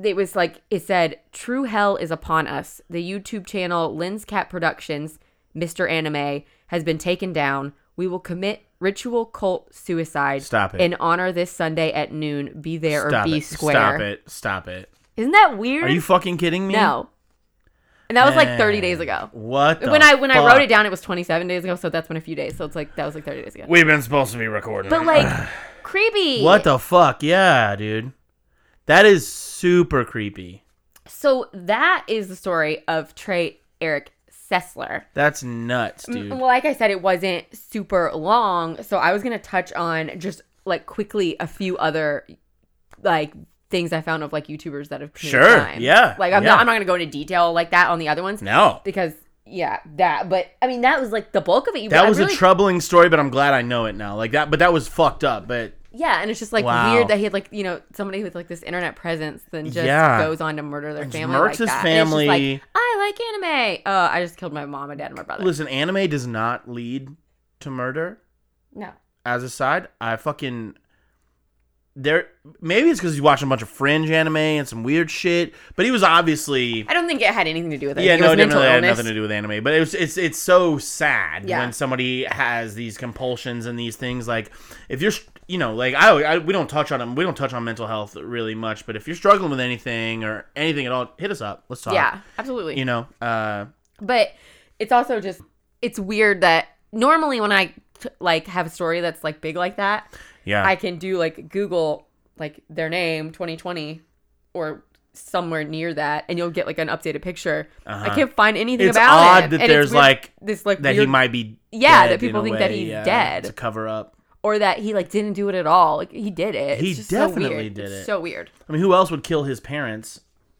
[SPEAKER 4] It was like it said, "True hell is upon us." The YouTube channel Lens Cat Productions, Mister Anime, has been taken down. We will commit ritual cult suicide.
[SPEAKER 3] Stop it.
[SPEAKER 4] In honor this Sunday at noon. Be there or
[SPEAKER 3] Stop
[SPEAKER 4] be
[SPEAKER 3] it.
[SPEAKER 4] square.
[SPEAKER 3] Stop it. Stop it.
[SPEAKER 4] Isn't that weird?
[SPEAKER 3] Are you fucking kidding me?
[SPEAKER 4] no. And that was like 30
[SPEAKER 3] Man,
[SPEAKER 4] days ago.
[SPEAKER 3] What? the
[SPEAKER 4] When I when I wrote it
[SPEAKER 3] fuck?
[SPEAKER 4] down, it was 27 days ago, so that's been a few days. So it's like that was like 30 days ago.
[SPEAKER 3] we've been supposed to be recording.
[SPEAKER 4] But like creepy.
[SPEAKER 3] what the fuck? Yeah, dude, that is super creepy.
[SPEAKER 4] So that is the story of Trey Eric Sessler.
[SPEAKER 3] That's nuts, dude.
[SPEAKER 4] Well, like I said, it wasn't super long, so I was gonna touch on just like quickly a few other like things I found of like YouTubers that have committed
[SPEAKER 3] Sure,
[SPEAKER 4] crime.
[SPEAKER 3] yeah,
[SPEAKER 4] Like I'm
[SPEAKER 3] yeah.
[SPEAKER 4] not I'm not gonna go into detail like that on the other ones.
[SPEAKER 3] no,
[SPEAKER 4] because yeah, that. But I mean, that was like the bulk of it. You
[SPEAKER 3] that
[SPEAKER 4] I
[SPEAKER 3] was
[SPEAKER 4] really-
[SPEAKER 3] a troubling story, but I'm glad I know it now. Like that, but that was fucked up. But
[SPEAKER 4] yeah, and it's just like
[SPEAKER 3] Wow.
[SPEAKER 4] weird that he had like you know somebody with like this internet presence then just
[SPEAKER 3] Yeah.
[SPEAKER 4] goes on to murder their
[SPEAKER 3] just
[SPEAKER 4] family.
[SPEAKER 3] murks
[SPEAKER 4] like
[SPEAKER 3] his
[SPEAKER 4] that. And it's just like,
[SPEAKER 3] family.
[SPEAKER 4] I like anime. Uh, I just killed my mom and dad and my brother.
[SPEAKER 3] listen, anime does not lead to murder.
[SPEAKER 4] no,
[SPEAKER 3] As a side, I fucking there. Maybe it's because he's watching a bunch of fringe anime and some weird shit. But he was obviously
[SPEAKER 4] I don't think it had anything to do with it.
[SPEAKER 3] yeah,
[SPEAKER 4] it
[SPEAKER 3] no,
[SPEAKER 4] was
[SPEAKER 3] it
[SPEAKER 4] mental
[SPEAKER 3] definitely had
[SPEAKER 4] illness.
[SPEAKER 3] nothing to do with anime. But it's it's it's so sad
[SPEAKER 4] Yeah.
[SPEAKER 3] when somebody has these compulsions and these things. Like if you're, you know, like I, I we don't touch on them. We don't touch on mental health really much. But if you're struggling with anything or anything at all, hit us up. Let's talk.
[SPEAKER 4] yeah, absolutely.
[SPEAKER 3] You know, uh,
[SPEAKER 4] but it's also just it's weird that normally when I like have a story that's like big like that,
[SPEAKER 3] yeah,
[SPEAKER 4] I can do like Google like their name 2020 or somewhere near that, and you'll get like an updated picture. I can't find
[SPEAKER 3] uh-huh.
[SPEAKER 4] anything
[SPEAKER 3] It's
[SPEAKER 4] about
[SPEAKER 3] odd
[SPEAKER 4] it.
[SPEAKER 3] that
[SPEAKER 4] and
[SPEAKER 3] there's,
[SPEAKER 4] weird-
[SPEAKER 3] like,
[SPEAKER 4] this like
[SPEAKER 3] that he
[SPEAKER 4] weird-
[SPEAKER 3] might be.
[SPEAKER 4] Yeah,
[SPEAKER 3] dead
[SPEAKER 4] that people
[SPEAKER 3] in a
[SPEAKER 4] think that
[SPEAKER 3] way,
[SPEAKER 4] he's
[SPEAKER 3] yeah,
[SPEAKER 4] dead.
[SPEAKER 3] to cover up.
[SPEAKER 4] or that he like didn't do it at all. Like he did it. It's
[SPEAKER 3] He
[SPEAKER 4] just so
[SPEAKER 3] definitely
[SPEAKER 4] weird.
[SPEAKER 3] did
[SPEAKER 4] It's
[SPEAKER 3] it.
[SPEAKER 4] So weird.
[SPEAKER 3] I mean, who else would kill his parents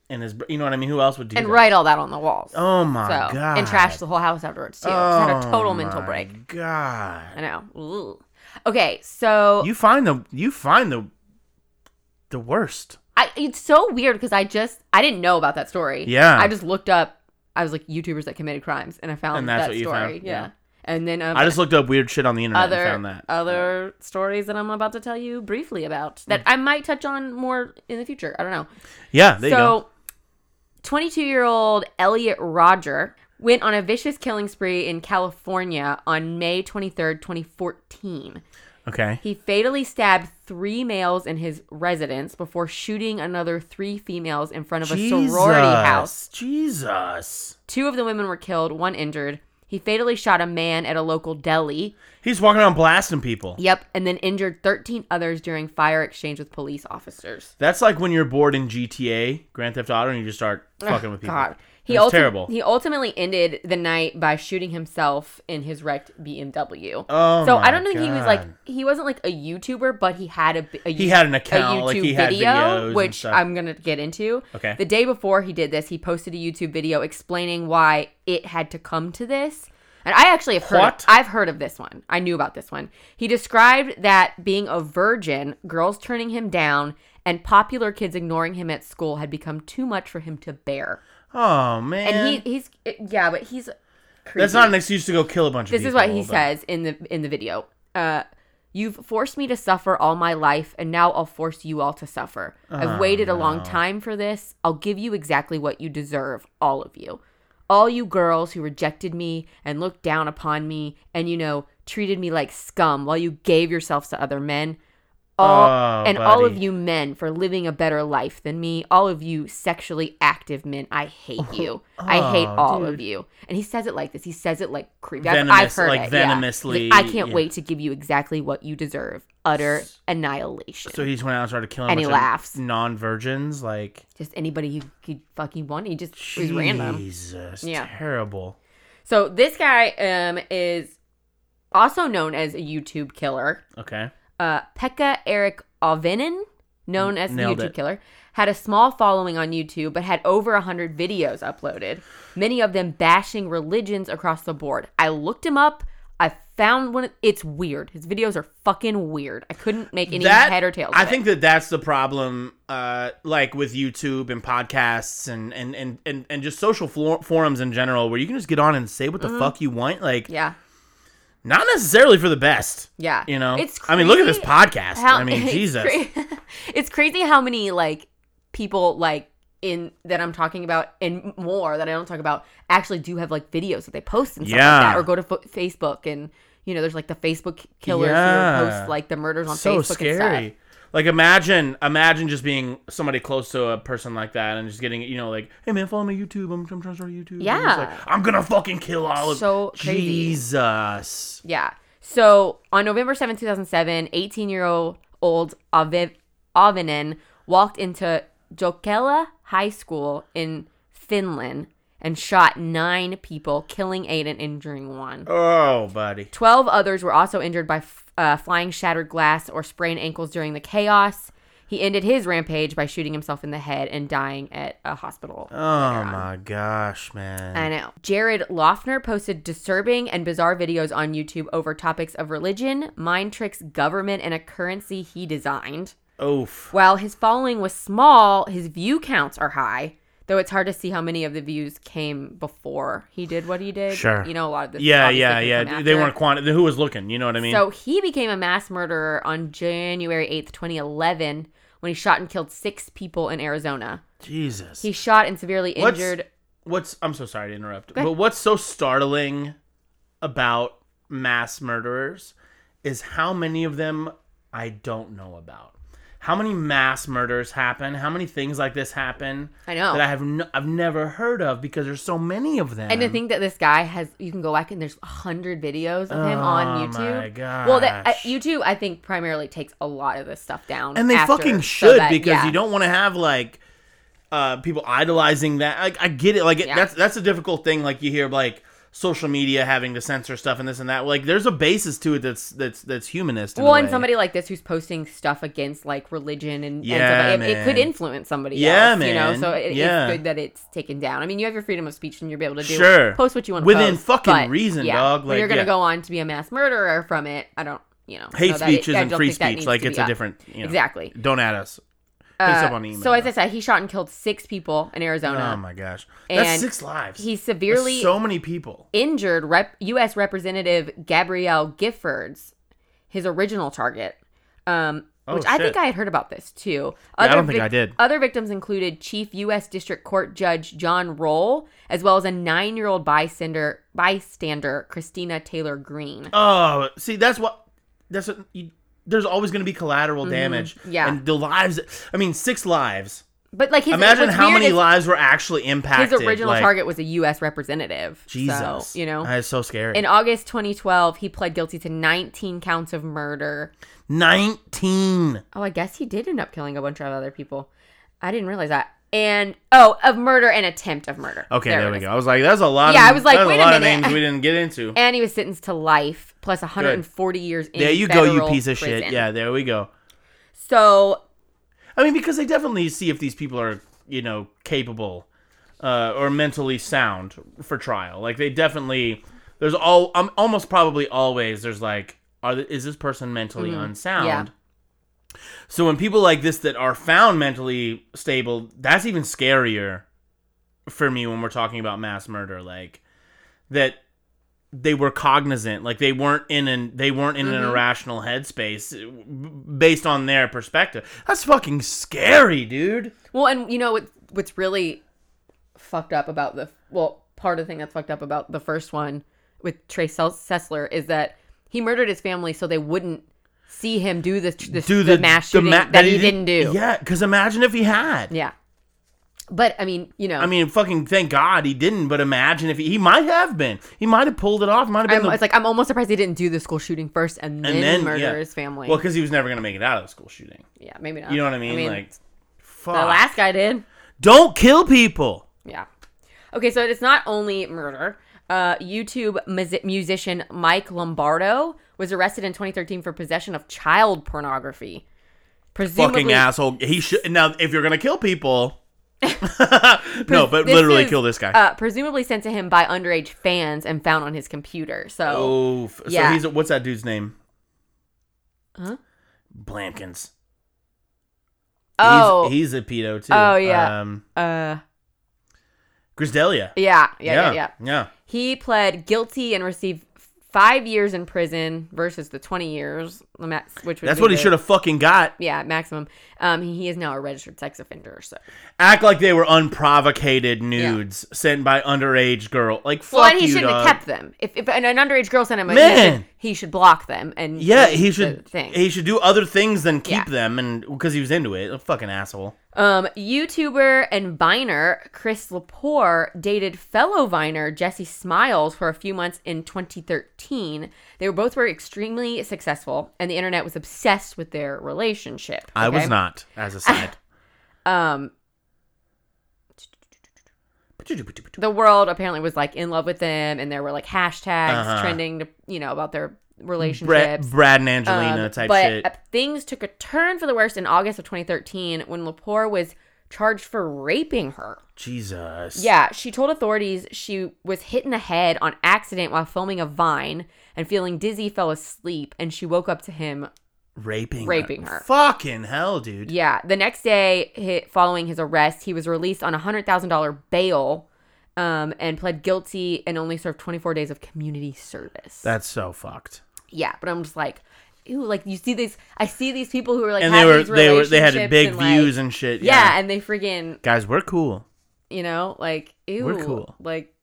[SPEAKER 3] and his? br- You know what I mean? Who else would do
[SPEAKER 4] And
[SPEAKER 3] that?
[SPEAKER 4] write all that on the walls.
[SPEAKER 3] Oh my
[SPEAKER 4] so
[SPEAKER 3] god! Oh
[SPEAKER 4] and trashed the whole house afterwards too. Just had a total mental break.
[SPEAKER 3] God.
[SPEAKER 4] I know. Ugh. Okay, so
[SPEAKER 3] you find the you find the the worst.
[SPEAKER 4] I it's so weird because I just I didn't know about that story.
[SPEAKER 3] Yeah.
[SPEAKER 4] I just looked up. I was like YouTubers that committed crimes, and I found
[SPEAKER 3] And that's
[SPEAKER 4] that
[SPEAKER 3] what you
[SPEAKER 4] story.
[SPEAKER 3] found,
[SPEAKER 4] Yeah.
[SPEAKER 3] yeah.
[SPEAKER 4] And then um,
[SPEAKER 3] I just looked up weird shit on the internet
[SPEAKER 4] other
[SPEAKER 3] and found that.
[SPEAKER 4] other stories that I'm about to tell you briefly about that
[SPEAKER 3] Hmm.
[SPEAKER 4] I might touch on more in the future. I don't know.
[SPEAKER 3] yeah, there you go.
[SPEAKER 4] so, 22 year old Elliot Roger went on a vicious killing spree in California on May 23rd, 2014.
[SPEAKER 3] Okay.
[SPEAKER 4] He fatally stabbed three males in his residence before shooting another three females in front of a sorority house.
[SPEAKER 3] Jesus.
[SPEAKER 4] Two of the women were killed, one injured. He fatally shot a man at a local deli.
[SPEAKER 3] He's walking around blasting people.
[SPEAKER 4] Yep, and then injured 13 others during fire exchange with police officers.
[SPEAKER 3] That's like when you're bored in GTA, Grand Theft Auto, and you just start fucking with people.
[SPEAKER 4] God.
[SPEAKER 3] He it's
[SPEAKER 4] ulti-
[SPEAKER 3] terrible.
[SPEAKER 4] He ultimately ended the night by shooting himself in his wrecked BMW.
[SPEAKER 3] Oh
[SPEAKER 4] so
[SPEAKER 3] my
[SPEAKER 4] I don't think he was like
[SPEAKER 3] God.
[SPEAKER 4] he wasn't like a YouTuber, but he had a, bi- a
[SPEAKER 3] He
[SPEAKER 4] you-
[SPEAKER 3] had an
[SPEAKER 4] a
[SPEAKER 3] account, like, he had videos and
[SPEAKER 4] which
[SPEAKER 3] stuff.
[SPEAKER 4] I'm gonna get into.
[SPEAKER 3] Okay.
[SPEAKER 4] The day before he did this, he posted a YouTube video explaining why it had to come to this. And I actually have heard
[SPEAKER 3] What?
[SPEAKER 4] I've heard of this one. I knew about this one. He described that being a virgin, girls turning him down, and popular kids ignoring him at school had become too much for him to bear.
[SPEAKER 3] oh man.
[SPEAKER 4] And he, he's yeah, but he's creepy.
[SPEAKER 3] That's not an excuse to go kill a bunch of
[SPEAKER 4] This
[SPEAKER 3] people.
[SPEAKER 4] is what he
[SPEAKER 3] but-
[SPEAKER 4] says in the in the video. Uh, you've forced me to suffer all my life, and now I'll force you all to suffer.
[SPEAKER 3] Oh,
[SPEAKER 4] I've waited a long time for this. I'll give you exactly what you deserve, all of you. All you girls who rejected me and looked down upon me and, you know, treated me like scum while you gave yourselves to other men, all
[SPEAKER 3] Oh,
[SPEAKER 4] and all of
[SPEAKER 3] buddy.
[SPEAKER 4] you men for living a better life than me. All of you sexually active men, I hate you. I hate
[SPEAKER 3] Oh,
[SPEAKER 4] all of you. And he says it like this. He says it like creepy. I've, I've
[SPEAKER 3] Venomous-
[SPEAKER 4] heard
[SPEAKER 3] like
[SPEAKER 4] it, yeah. He's
[SPEAKER 3] venomously,
[SPEAKER 4] I can't
[SPEAKER 3] yeah.
[SPEAKER 4] wait to give you exactly what you deserve. Utter annihilation.
[SPEAKER 3] So he just went out and started killing.
[SPEAKER 4] And
[SPEAKER 3] a
[SPEAKER 4] he
[SPEAKER 3] bunch of
[SPEAKER 4] laughs.
[SPEAKER 3] Non-virgins, like
[SPEAKER 4] just anybody you could fucking want. He just was random.
[SPEAKER 3] Jesus,
[SPEAKER 4] Yeah.
[SPEAKER 3] terrible.
[SPEAKER 4] So this guy um is also known as a YouTube killer.
[SPEAKER 3] Okay,
[SPEAKER 4] uh, Pekka Eric Ovinen, known as the
[SPEAKER 3] nailed
[SPEAKER 4] YouTube
[SPEAKER 3] it.
[SPEAKER 4] Killer, had a small following on YouTube but had over 100 videos uploaded, many of them bashing religions across the board. I looked him up. I found one. It's weird. His videos are fucking weird. I couldn't make any head or tails.
[SPEAKER 3] I
[SPEAKER 4] of it.
[SPEAKER 3] think that that's the problem, uh, like with YouTube and podcasts and and and and, and just social flor- forums in general, where you can just get on and say what the fuck you want, like
[SPEAKER 4] Mm-hmm. Yeah.
[SPEAKER 3] not necessarily for the best.
[SPEAKER 4] Yeah.
[SPEAKER 3] You know,
[SPEAKER 4] It's
[SPEAKER 3] I mean, look at this
[SPEAKER 4] crazy
[SPEAKER 3] podcast.
[SPEAKER 4] How-
[SPEAKER 3] I mean,
[SPEAKER 4] it's
[SPEAKER 3] Jesus.
[SPEAKER 4] cra- it's crazy how many like people like in that I'm talking about and more that I don't talk about actually do have like videos that they post and stuff like
[SPEAKER 3] Yeah.
[SPEAKER 4] that or go to fo- Facebook and you know there's like the Facebook killers
[SPEAKER 3] Yeah.
[SPEAKER 4] who post like the murders on
[SPEAKER 3] so
[SPEAKER 4] Facebook and
[SPEAKER 3] scary. Like imagine, imagine just being somebody close to a person like that, and just getting, you know, like, hey man, follow me on YouTube. I'm, I'm trying to start a YouTube. And it's
[SPEAKER 4] Yeah.
[SPEAKER 3] like, I'm gonna fucking kill all of
[SPEAKER 4] So crazy.
[SPEAKER 3] Jesus.
[SPEAKER 4] stuff. Yeah. So on November seventh, two 2007, 18 year old old Aviv Avinen walked into Jokela High School in Finland and shot nine people, killing eight and injuring one.
[SPEAKER 3] Oh, buddy.
[SPEAKER 4] 12 others were also injured by f- uh, flying shattered glass or sprained ankles during the chaos. He ended his rampage by shooting himself in the head and dying at a hospital.
[SPEAKER 3] Oh my gosh, man.
[SPEAKER 4] I know. Jared Lofner posted disturbing and bizarre videos on YouTube over topics of religion, mind tricks, government, and a currency he designed.
[SPEAKER 3] Oof.
[SPEAKER 4] While his following was small, his view counts are high. Though it's hard to see how many of the views came before he did what he did.
[SPEAKER 3] Sure.
[SPEAKER 4] You know, a lot of this.
[SPEAKER 3] Yeah,
[SPEAKER 4] obviously
[SPEAKER 3] yeah,
[SPEAKER 4] can
[SPEAKER 3] yeah.
[SPEAKER 4] come
[SPEAKER 3] They
[SPEAKER 4] after.
[SPEAKER 3] weren't quanti- Who was looking? You know what I mean?
[SPEAKER 4] So he became a mass murderer on January 8th, 2011, when he shot and killed six people in Arizona.
[SPEAKER 3] Jesus.
[SPEAKER 4] He shot and severely
[SPEAKER 3] What's-
[SPEAKER 4] injured.
[SPEAKER 3] what's? I'm so sorry to interrupt, but what's so startling about mass murderers is how many of them I don't know about. How many mass murders happen? How many things like this happen?
[SPEAKER 4] I know.
[SPEAKER 3] that I have no, I've never heard of because there's so many of them.
[SPEAKER 4] And to think that this guy has, you can go back and there's 100 videos of him
[SPEAKER 3] Oh
[SPEAKER 4] on YouTube.
[SPEAKER 3] my
[SPEAKER 4] Well, that, uh,
[SPEAKER 3] gosh.
[SPEAKER 4] YouTube, I think, primarily takes a lot of this stuff down.
[SPEAKER 3] and they
[SPEAKER 4] after,
[SPEAKER 3] fucking
[SPEAKER 4] so
[SPEAKER 3] should
[SPEAKER 4] that-
[SPEAKER 3] because
[SPEAKER 4] yeah.
[SPEAKER 3] you don't want to have like uh, people idolizing that. Like I get it. Like it,
[SPEAKER 4] Yeah.
[SPEAKER 3] that's that's a difficult thing. Like you hear like social media having to censor stuff and this and that. Like there's a basis to it that's that's that's humanist. in a
[SPEAKER 4] Well, and
[SPEAKER 3] way.
[SPEAKER 4] somebody like this who's posting stuff against like religion and, and
[SPEAKER 3] Yeah,
[SPEAKER 4] stuff, like- it, it could
[SPEAKER 3] man.
[SPEAKER 4] influence somebody
[SPEAKER 3] Yeah,
[SPEAKER 4] else, you know.
[SPEAKER 3] man.
[SPEAKER 4] So it,
[SPEAKER 3] Yeah.
[SPEAKER 4] it's good that it's taken down. I mean, you have your freedom of speech and you'll be able to do
[SPEAKER 3] Sure.
[SPEAKER 4] post what you want
[SPEAKER 3] Within
[SPEAKER 4] post,
[SPEAKER 3] fucking
[SPEAKER 4] but,
[SPEAKER 3] reason,
[SPEAKER 4] yeah,
[SPEAKER 3] dog.
[SPEAKER 4] when
[SPEAKER 3] Like,
[SPEAKER 4] you're gonna
[SPEAKER 3] yeah.
[SPEAKER 4] go on to be a mass murderer from it. I don't, you know,
[SPEAKER 3] hate
[SPEAKER 4] know that
[SPEAKER 3] speech
[SPEAKER 4] it- I
[SPEAKER 3] isn't
[SPEAKER 4] don't
[SPEAKER 3] free
[SPEAKER 4] think that
[SPEAKER 3] speech.
[SPEAKER 4] needs
[SPEAKER 3] Like
[SPEAKER 4] to
[SPEAKER 3] it's
[SPEAKER 4] be
[SPEAKER 3] a
[SPEAKER 4] up.
[SPEAKER 3] different. You know,
[SPEAKER 4] exactly.
[SPEAKER 3] Don't at us. Hit us up
[SPEAKER 4] Uh,
[SPEAKER 3] on email.
[SPEAKER 4] so as I said, he shot and killed six people in Arizona.
[SPEAKER 3] oh my gosh, that's
[SPEAKER 4] and
[SPEAKER 3] six lives.
[SPEAKER 4] he
[SPEAKER 3] That's
[SPEAKER 4] severely
[SPEAKER 3] so many people.
[SPEAKER 4] injured Rep- U.S. Representative Gabrielle Giffords, his original target. Um,
[SPEAKER 3] Oh,
[SPEAKER 4] which I think
[SPEAKER 3] shit.
[SPEAKER 4] I had heard about this too.
[SPEAKER 3] Yeah, I don't think I did.
[SPEAKER 4] Other victims included Chief U.S. District Court Judge John Roll, as well as a nine-year-old bystander, bystander Christina Taylor Green.
[SPEAKER 3] Oh, see, that's what. That's what. You, there's always going to be collateral damage.
[SPEAKER 4] Mm-hmm. yeah.
[SPEAKER 3] And the lives. I mean, six lives.
[SPEAKER 4] But like, his,
[SPEAKER 3] Imagine
[SPEAKER 4] what's
[SPEAKER 3] how
[SPEAKER 4] weird
[SPEAKER 3] many
[SPEAKER 4] is
[SPEAKER 3] lives were actually impacted.
[SPEAKER 4] His original
[SPEAKER 3] like,
[SPEAKER 4] target was a U.S. representative. so,
[SPEAKER 3] Jesus.
[SPEAKER 4] you know.
[SPEAKER 3] That is so scary.
[SPEAKER 4] in August 2012, he pled guilty to 19 counts of murder.
[SPEAKER 3] 19.
[SPEAKER 4] Oh, I guess he did end up killing a bunch of other people. I didn't realize that. And oh, of murder and attempt of murder.
[SPEAKER 3] Okay,
[SPEAKER 4] it
[SPEAKER 3] there, we
[SPEAKER 4] is.
[SPEAKER 3] go. I was like, that's a lot
[SPEAKER 4] Yeah,
[SPEAKER 3] of
[SPEAKER 4] I was like,
[SPEAKER 3] that's
[SPEAKER 4] wait a
[SPEAKER 3] a lot of
[SPEAKER 4] minute.
[SPEAKER 3] names we didn't get into.
[SPEAKER 4] And he was sentenced to life plus 140 years in
[SPEAKER 3] there you go, you
[SPEAKER 4] federal
[SPEAKER 3] piece of shit.
[SPEAKER 4] prison.
[SPEAKER 3] Yeah, there we go.
[SPEAKER 4] So,
[SPEAKER 3] I mean, because they definitely see if these people are, you know, capable uh, or mentally sound for trial. Like they definitely, there's all, um, almost probably always there's like, are th- is this person mentally unsound? So when people like this that are found mentally stable, that's even scarier for me when we're talking about mass murder. Like that they were cognizant like they weren't in an they weren't in an
[SPEAKER 4] Mm-hmm.
[SPEAKER 3] irrational headspace uh, b- based on their perspective that's fucking scary dude
[SPEAKER 4] well, and you know what, what's really fucked up about the well, part of the thing that's fucked up about the first one with Trey Sel- Sessler is that he murdered his family so they wouldn't see him do the the,
[SPEAKER 3] do
[SPEAKER 4] the
[SPEAKER 3] the,
[SPEAKER 4] mass
[SPEAKER 3] the
[SPEAKER 4] shooting
[SPEAKER 3] ma-
[SPEAKER 4] that, he, didn't, do. Yeah.
[SPEAKER 3] Yeah, because imagine if he had.
[SPEAKER 4] But I mean, you know,
[SPEAKER 3] I mean, fucking thank God he didn't. But imagine if he, he might have been. He might have pulled it off. Might have been
[SPEAKER 4] I'm,
[SPEAKER 3] the,
[SPEAKER 4] it's like I'm almost surprised he didn't do the school shooting first and then,
[SPEAKER 3] and then
[SPEAKER 4] murder
[SPEAKER 3] yeah.
[SPEAKER 4] his family.
[SPEAKER 3] Well, because he was never gonna make it out of the school shooting.
[SPEAKER 4] yeah, maybe not.
[SPEAKER 3] You know what I mean? like,
[SPEAKER 4] the
[SPEAKER 3] fuck.
[SPEAKER 4] last guy did.
[SPEAKER 3] Don't kill people.
[SPEAKER 4] Yeah. Okay, so it's not only murder. Uh, YouTube mus- musician Mike Lombardo was arrested in 2013 for possession of child pornography. Presumably,
[SPEAKER 3] Fucking asshole. He should now. If you're gonna kill people, no, but
[SPEAKER 4] this
[SPEAKER 3] literally
[SPEAKER 4] is,
[SPEAKER 3] kill this guy.
[SPEAKER 4] Uh, presumably sent to him by underage fans and found on his computer. So
[SPEAKER 3] oh, f- so
[SPEAKER 4] yeah.
[SPEAKER 3] he's a, what's that dude's name?
[SPEAKER 4] Huh?
[SPEAKER 3] Blankins.
[SPEAKER 4] oh,
[SPEAKER 3] he's, he's a pedo too.
[SPEAKER 4] Oh, yeah.
[SPEAKER 3] Um,
[SPEAKER 4] uh,
[SPEAKER 3] Griselda.
[SPEAKER 4] yeah, yeah, yeah, yeah.
[SPEAKER 3] yeah.
[SPEAKER 4] He pled guilty and received five years in prison versus the 20 years, the max, which would
[SPEAKER 3] That's
[SPEAKER 4] be
[SPEAKER 3] what he
[SPEAKER 4] the-
[SPEAKER 3] should have fucking got.
[SPEAKER 4] Yeah, maximum. Um, he, he is now a registered sex offender. So
[SPEAKER 3] act like they were unprovocated nudes sent by underage girl. Like fuck
[SPEAKER 4] well, and he
[SPEAKER 3] you,
[SPEAKER 4] shouldn't
[SPEAKER 3] dog.
[SPEAKER 4] have kept them. If, if an, an underage girl sent him, a
[SPEAKER 3] Man.
[SPEAKER 4] He, should, he should block them. And
[SPEAKER 3] yeah,
[SPEAKER 4] delete
[SPEAKER 3] he
[SPEAKER 4] the
[SPEAKER 3] should.
[SPEAKER 4] Thing.
[SPEAKER 3] He should do other things than keep
[SPEAKER 4] Yeah.
[SPEAKER 3] them, and because he was into it, a fucking asshole.
[SPEAKER 4] um, YouTuber and Viner Chris Lepore dated fellow Viner Jesse Smiles for a few months in 2013. They were both were extremely successful, and the internet was obsessed with their relationship.
[SPEAKER 3] I was
[SPEAKER 4] okay?
[SPEAKER 3] not, as a side.
[SPEAKER 4] Um, the world apparently was like in love with them, and there were like hashtags
[SPEAKER 3] Uh-huh.
[SPEAKER 4] trending, to, you know, about their
[SPEAKER 3] Brad,
[SPEAKER 4] relationships.
[SPEAKER 3] Brad and Angelina
[SPEAKER 4] Um,
[SPEAKER 3] type
[SPEAKER 4] but
[SPEAKER 3] shit.
[SPEAKER 4] uh, things took a turn for the worse in August of 2013 when Lepore was charged for raping her.
[SPEAKER 3] Jesus.
[SPEAKER 4] Yeah, she told authorities she was hit in the head on accident while filming a vine and feeling dizzy fell asleep and she woke up to him.
[SPEAKER 3] raping,
[SPEAKER 4] Raping her.
[SPEAKER 3] Fucking hell, dude.
[SPEAKER 4] Yeah, the next day hi following his arrest, he was released on a $100,000 bail um, and pled guilty and only served 24 days of community service.
[SPEAKER 3] That's so fucked.
[SPEAKER 4] yeah, but I'm just like, ew, like you see these, I see these people who are like,
[SPEAKER 3] And they
[SPEAKER 4] having
[SPEAKER 3] were,
[SPEAKER 4] these
[SPEAKER 3] they were, they had
[SPEAKER 4] relationships
[SPEAKER 3] big
[SPEAKER 4] and, like-
[SPEAKER 3] views and shit.
[SPEAKER 4] Yeah,
[SPEAKER 3] Yeah.
[SPEAKER 4] and they freaking,
[SPEAKER 3] Guys, we're cool.
[SPEAKER 4] you know, like, ew,
[SPEAKER 3] We're cool.
[SPEAKER 4] like,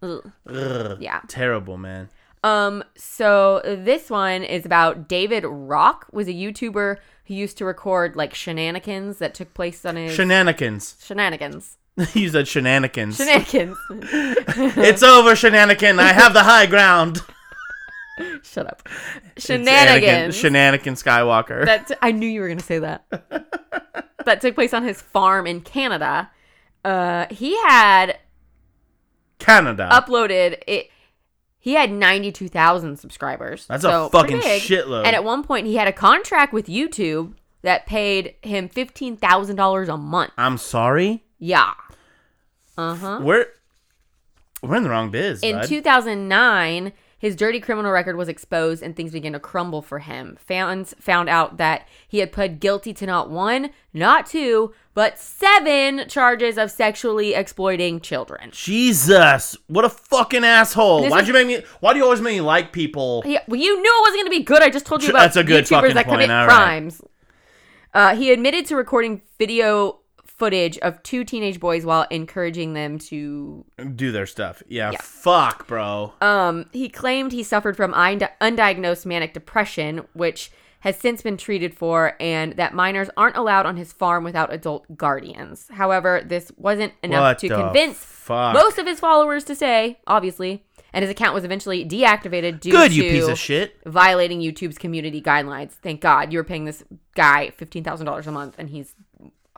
[SPEAKER 4] ugh.
[SPEAKER 3] Ugh,
[SPEAKER 4] Yeah.
[SPEAKER 3] Terrible, man.
[SPEAKER 4] um. So this one is about David Rock was a YouTuber who used to record like shenanigans that took place on his
[SPEAKER 3] Shenanigans.
[SPEAKER 4] shenanigans,
[SPEAKER 3] you said shenanigans.
[SPEAKER 4] shenanigans.
[SPEAKER 3] It's over, shenanigan. I have the high ground.
[SPEAKER 4] Shut up,
[SPEAKER 3] It's Anakin-
[SPEAKER 4] shenanigans.
[SPEAKER 3] Shenanigan Skywalker.
[SPEAKER 4] that t- I knew you were going to say that. that took place on his farm in Canada. Uh, he had
[SPEAKER 3] Canada.
[SPEAKER 4] uploaded it he had 92,000 subscribers.
[SPEAKER 3] That's
[SPEAKER 4] So,
[SPEAKER 3] a fucking
[SPEAKER 4] pretty big.
[SPEAKER 3] shitload.
[SPEAKER 4] And at one point he had a contract with YouTube that paid him $15,000 a month.
[SPEAKER 3] I'm sorry.
[SPEAKER 4] Yeah. Uh-huh.
[SPEAKER 3] We're we're in the wrong biz.
[SPEAKER 4] In
[SPEAKER 3] bud.
[SPEAKER 4] 2009, his dirty criminal record was exposed and things began to crumble for him. Fans found out that he had pled guilty to not one, not two, but seven charges of sexually exploiting children.
[SPEAKER 3] Jesus, what a fucking asshole!
[SPEAKER 4] This
[SPEAKER 3] Why'd
[SPEAKER 4] is-
[SPEAKER 3] you make me? Why do you always make me like people?
[SPEAKER 4] Yeah, well, you knew it wasn't going to be good. I just told you
[SPEAKER 3] Sure,
[SPEAKER 4] about
[SPEAKER 3] that's a good
[SPEAKER 4] YouTubers
[SPEAKER 3] fucking
[SPEAKER 4] that commit
[SPEAKER 3] point, all right.
[SPEAKER 4] crimes. Uh, he admitted to recording video footage of two teenage boys while encouraging them to.
[SPEAKER 3] Do their stuff. Yeah, fuck, bro.
[SPEAKER 4] Um, he claimed he suffered from und- undiagnosed manic depression, which has since been treated for, and that minors aren't allowed on his farm without adult guardians. However, this wasn't enough
[SPEAKER 3] What
[SPEAKER 4] to
[SPEAKER 3] the
[SPEAKER 4] convince
[SPEAKER 3] fuck?
[SPEAKER 4] most of his followers to stay, obviously, and his account was eventually deactivated due
[SPEAKER 3] Good,
[SPEAKER 4] to
[SPEAKER 3] you piece of shit.
[SPEAKER 4] violating YouTube's community guidelines. Thank God you were paying this guy fifteen thousand dollars a month, and he's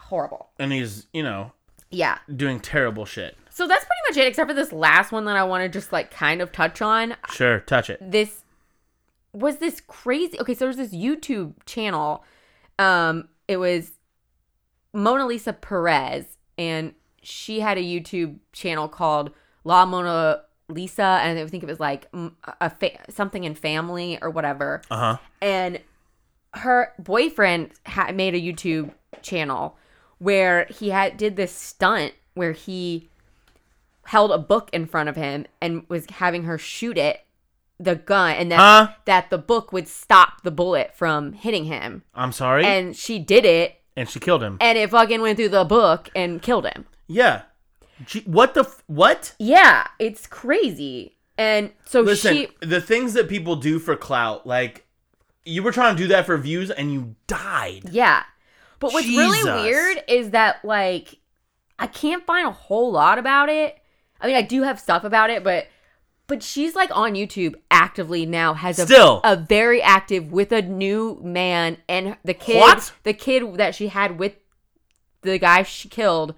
[SPEAKER 4] horrible.
[SPEAKER 3] And he's, you know,
[SPEAKER 4] Yeah.
[SPEAKER 3] doing terrible shit.
[SPEAKER 4] So that's pretty much it, except for this last one that I want to just like kind of touch on.
[SPEAKER 3] Sure, touch it.
[SPEAKER 4] This was this crazy. Okay, so there's this YouTube channel. Um, it was Mona Lisa Perez, and she had a YouTube channel called La Mona Lisa, and I think it was like mm, a fa- something in family or whatever.
[SPEAKER 3] Uh huh.
[SPEAKER 4] and her boyfriend ha- made a YouTube channel where he had did this stunt where he held a book in front of him and was having her shoot it the gun and that
[SPEAKER 3] Huh?
[SPEAKER 4] that the book would stop the bullet from hitting him
[SPEAKER 3] I'm sorry. And,
[SPEAKER 4] and she did it
[SPEAKER 3] she killed him.
[SPEAKER 4] and it fucking went through the book and killed him
[SPEAKER 3] yeah. Gee, what the f- what?
[SPEAKER 4] yeah it's crazy and so
[SPEAKER 3] Listen,
[SPEAKER 4] she
[SPEAKER 3] the things that people do for clout, like You were trying to do that for views and you died.
[SPEAKER 4] Yeah. But what's
[SPEAKER 3] Jesus.
[SPEAKER 4] really weird is that like I can't find a whole lot about it. I mean, I do have stuff about it, but but she's like on YouTube actively now has a
[SPEAKER 3] Still.
[SPEAKER 4] a very active with a new man and the kid
[SPEAKER 3] What?
[SPEAKER 4] the kid that she had with the guy she killed.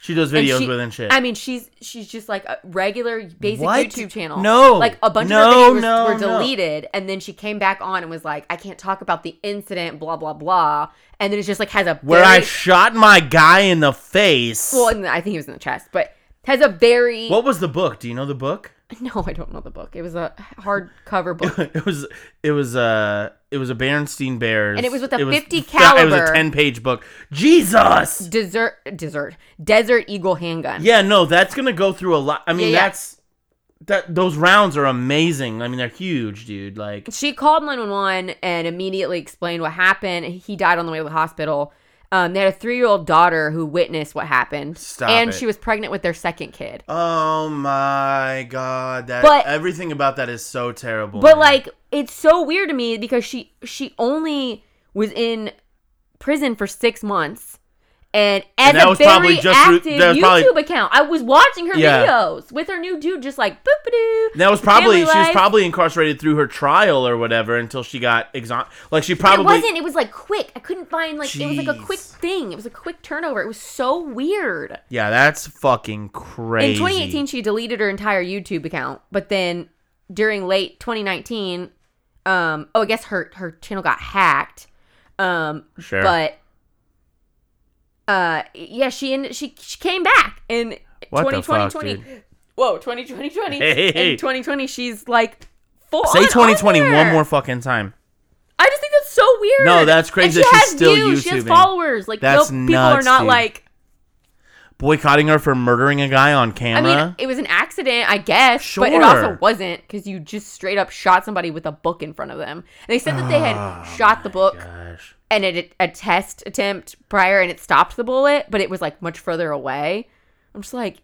[SPEAKER 3] She does
[SPEAKER 4] And
[SPEAKER 3] videos
[SPEAKER 4] she-
[SPEAKER 3] with and shit.
[SPEAKER 4] I mean, she's she's just like a regular basic
[SPEAKER 3] What?
[SPEAKER 4] YouTube channel.
[SPEAKER 3] No.
[SPEAKER 4] like a bunch
[SPEAKER 3] No,
[SPEAKER 4] of her videos
[SPEAKER 3] no, no.
[SPEAKER 4] were deleted, and then she came back on and was like, "I can't talk about the incident, blah blah blah," and then it just like has a
[SPEAKER 3] Where I
[SPEAKER 4] very,
[SPEAKER 3] shot my guy in the face.
[SPEAKER 4] well, and I think he was in the chest, but has a very
[SPEAKER 3] what was the book? Do you know the book?
[SPEAKER 4] no, I don't know the book. It was a hardcover book.
[SPEAKER 3] it was it was uh it was a Bernstein Bears
[SPEAKER 4] And it was with a 50
[SPEAKER 3] It was a
[SPEAKER 4] caliber.
[SPEAKER 3] 10 page book. Jesus.
[SPEAKER 4] Desert, desert, desert eagle handgun.
[SPEAKER 3] Yeah, no, that's going to go through a lot. I mean,
[SPEAKER 4] Yeah, yeah.
[SPEAKER 3] that's that those rounds are amazing. I mean, they're huge, dude. Like
[SPEAKER 4] She called 911 and immediately explained what happened. He died on the way to the hospital. Um, they had a three year old daughter who witnessed what happened.
[SPEAKER 3] Stop
[SPEAKER 4] and
[SPEAKER 3] it.
[SPEAKER 4] she was pregnant with their second kid.
[SPEAKER 3] Oh my god, that
[SPEAKER 4] But-
[SPEAKER 3] everything about that is so terrible.
[SPEAKER 4] But
[SPEAKER 3] man.
[SPEAKER 4] like it's so weird to me because she she only was in prison for six months. And as
[SPEAKER 3] And that
[SPEAKER 4] a
[SPEAKER 3] was
[SPEAKER 4] very
[SPEAKER 3] probably just through-
[SPEAKER 4] active
[SPEAKER 3] that was
[SPEAKER 4] YouTube
[SPEAKER 3] probably-
[SPEAKER 4] account, I was watching her
[SPEAKER 3] Yeah.
[SPEAKER 4] videos with her new dude, just like boop doo.
[SPEAKER 3] that was probably she
[SPEAKER 4] family
[SPEAKER 3] was
[SPEAKER 4] life.
[SPEAKER 3] probably incarcerated through her trial or whatever until she got exon like she
[SPEAKER 4] It
[SPEAKER 3] probably
[SPEAKER 4] wasn't. It was like quick. I couldn't find like it was like a quick
[SPEAKER 3] Jeez.
[SPEAKER 4] thing. It was a quick turnover. It was so weird.
[SPEAKER 3] Yeah, that's fucking crazy.
[SPEAKER 4] In 2018, she deleted her entire YouTube account, but then during late 2019, um, oh, I guess her her channel got hacked. Um,
[SPEAKER 3] Sure.
[SPEAKER 4] but uh, yeah, she and she she came back in
[SPEAKER 3] What the
[SPEAKER 4] 2020.
[SPEAKER 3] fuck,
[SPEAKER 4] 20
[SPEAKER 3] dude?
[SPEAKER 4] Whoa, 2020, 20.
[SPEAKER 3] Hey.
[SPEAKER 4] In 2020, she's like full.
[SPEAKER 3] Say
[SPEAKER 4] on on
[SPEAKER 3] 2020 one
[SPEAKER 4] there.
[SPEAKER 3] more fucking time.
[SPEAKER 4] I just think that's so weird.
[SPEAKER 3] No, that's crazy
[SPEAKER 4] And she
[SPEAKER 3] that she's
[SPEAKER 4] has
[SPEAKER 3] still
[SPEAKER 4] views. She has
[SPEAKER 3] YouTubing.
[SPEAKER 4] followers. Like
[SPEAKER 3] That's
[SPEAKER 4] no people
[SPEAKER 3] nuts,
[SPEAKER 4] are not
[SPEAKER 3] dude.
[SPEAKER 4] like.
[SPEAKER 3] Boycotting her for murdering a guy on
[SPEAKER 4] I
[SPEAKER 3] camera.
[SPEAKER 4] mean, it was an accident, I guess, but it also
[SPEAKER 3] Sure.
[SPEAKER 4] wasn't because you just straight up shot somebody with a book in front of them. And they said that they
[SPEAKER 3] Ah,
[SPEAKER 4] had shot the book
[SPEAKER 3] Gosh.
[SPEAKER 4] and it a test attempt prior, and it stopped the bullet, but it was like much further away. I'm just like,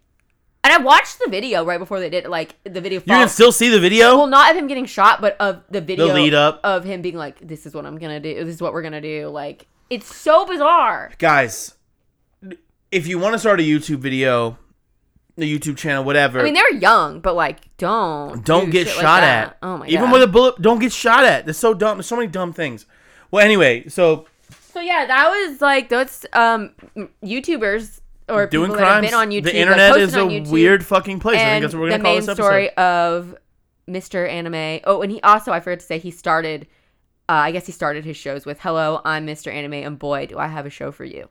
[SPEAKER 4] and I watched the video right before they did it, like the video.
[SPEAKER 3] You
[SPEAKER 4] follow-
[SPEAKER 3] can still see the video?
[SPEAKER 4] well, not of him getting shot, but of the video
[SPEAKER 3] lead up.
[SPEAKER 4] of him being like, "This is what I'm gonna do. This is what we're gonna do." Like, it's so bizarre.
[SPEAKER 3] Guys, if you want to start a YouTube video, a YouTube channel, whatever,
[SPEAKER 4] I mean, they're young, but like, don't
[SPEAKER 3] don't
[SPEAKER 4] do
[SPEAKER 3] get
[SPEAKER 4] shit
[SPEAKER 3] shot
[SPEAKER 4] like that.
[SPEAKER 3] at.
[SPEAKER 4] Oh my god!
[SPEAKER 3] Even with a bullet, don't get shot at. There's so dumb. There's so many dumb things. Well, anyway, so
[SPEAKER 4] So yeah, that was like those um YouTubers or
[SPEAKER 3] doing
[SPEAKER 4] people that have
[SPEAKER 3] crimes.
[SPEAKER 4] been on YouTube.
[SPEAKER 3] the internet
[SPEAKER 4] like,
[SPEAKER 3] is a
[SPEAKER 4] posted on YouTube,
[SPEAKER 3] weird fucking place. I think
[SPEAKER 4] And
[SPEAKER 3] that's what we're gonna
[SPEAKER 4] the
[SPEAKER 3] call
[SPEAKER 4] main
[SPEAKER 3] this episode.
[SPEAKER 4] story of Mr. Anime. Oh, and he also I forgot to say he started. Uh, I guess he started his shows with "Hello, I'm Mr. Anime, and boy, do I have a show for you."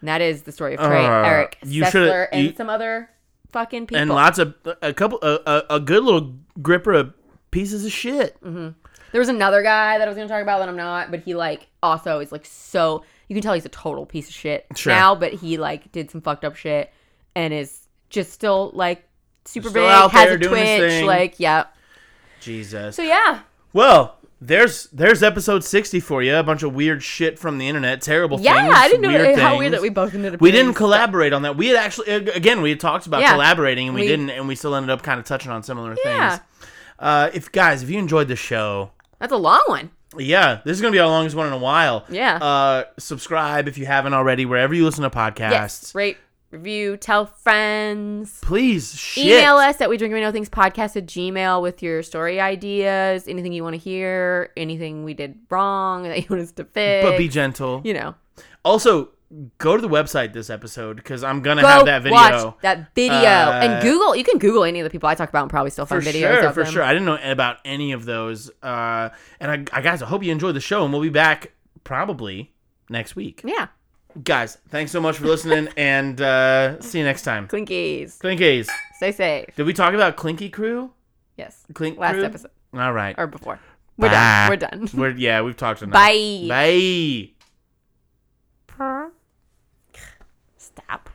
[SPEAKER 4] And that is the story of Trey,
[SPEAKER 3] Uh,
[SPEAKER 4] Eric,
[SPEAKER 3] you shoulda-
[SPEAKER 4] Sessler, and
[SPEAKER 3] you-
[SPEAKER 4] some other fucking people.
[SPEAKER 3] and lots of a couple a, a, a good little gripper of pieces of shit.
[SPEAKER 4] Mm. There was another guy that I was gonna talk about that I'm not, but he like also is like so you can tell he's a total piece of shit
[SPEAKER 3] Sure.
[SPEAKER 4] now, but he like did some fucked up shit and is just still like super
[SPEAKER 3] Still
[SPEAKER 4] big,
[SPEAKER 3] out
[SPEAKER 4] has
[SPEAKER 3] there
[SPEAKER 4] a
[SPEAKER 3] doing his
[SPEAKER 4] twitch,
[SPEAKER 3] thing.
[SPEAKER 4] like yeah.
[SPEAKER 3] Jesus.
[SPEAKER 4] So yeah.
[SPEAKER 3] Well, there's there's episode 60 for you. A bunch of weird shit from the internet, terrible
[SPEAKER 4] Yeah,
[SPEAKER 3] things.
[SPEAKER 4] I didn't know
[SPEAKER 3] weird
[SPEAKER 4] how
[SPEAKER 3] things.
[SPEAKER 4] weird that we both ended up.
[SPEAKER 3] We
[SPEAKER 4] doing
[SPEAKER 3] didn't
[SPEAKER 4] this.
[SPEAKER 3] collaborate on that. We had actually ag- again, we had talked about
[SPEAKER 4] Yeah.
[SPEAKER 3] collaborating and we,
[SPEAKER 4] We-
[SPEAKER 3] didn't and we still ended up kind of touching on similar
[SPEAKER 4] Yeah.
[SPEAKER 3] things. Uh, if guys, if you enjoyed the show,
[SPEAKER 4] That's a long one.
[SPEAKER 3] yeah, this is gonna be our longest one in a while.
[SPEAKER 4] Yeah.
[SPEAKER 3] Uh, subscribe if you haven't already, wherever you listen to podcasts.
[SPEAKER 4] Yes. Rate, review, tell friends.
[SPEAKER 3] Please shit.
[SPEAKER 4] Email us at we drink we know things podcast at gmail with your story ideas, anything you want to hear, anything we did wrong that you want us to fix.
[SPEAKER 3] But be gentle.
[SPEAKER 4] you know.
[SPEAKER 3] Also, go to the website this episode because I'm gonna
[SPEAKER 4] go
[SPEAKER 3] have that video.
[SPEAKER 4] watch that video
[SPEAKER 3] Uh,
[SPEAKER 4] and Google. You can Google any of the people I talk about and probably still
[SPEAKER 3] for
[SPEAKER 4] find videos
[SPEAKER 3] sure,
[SPEAKER 4] of
[SPEAKER 3] for
[SPEAKER 4] them.
[SPEAKER 3] sure. I didn't know about any of those. Uh, and I, I, guys, I hope you enjoyed the show, and we'll be back probably next week.
[SPEAKER 4] Yeah,
[SPEAKER 3] Guys, thanks so much for listening, and uh, see you next time.
[SPEAKER 4] Clinkies,
[SPEAKER 3] Clinkies.
[SPEAKER 4] stay safe.
[SPEAKER 3] Did we talk about Clinky Crew?
[SPEAKER 4] Yes,
[SPEAKER 3] Clink
[SPEAKER 4] last
[SPEAKER 3] Crew?
[SPEAKER 4] episode
[SPEAKER 3] All right.
[SPEAKER 4] or before. We're
[SPEAKER 3] Bye.
[SPEAKER 4] done. We're done.
[SPEAKER 3] We're, yeah, we've talked enough.
[SPEAKER 4] Bye.
[SPEAKER 3] Bye.
[SPEAKER 4] Bye. Stop.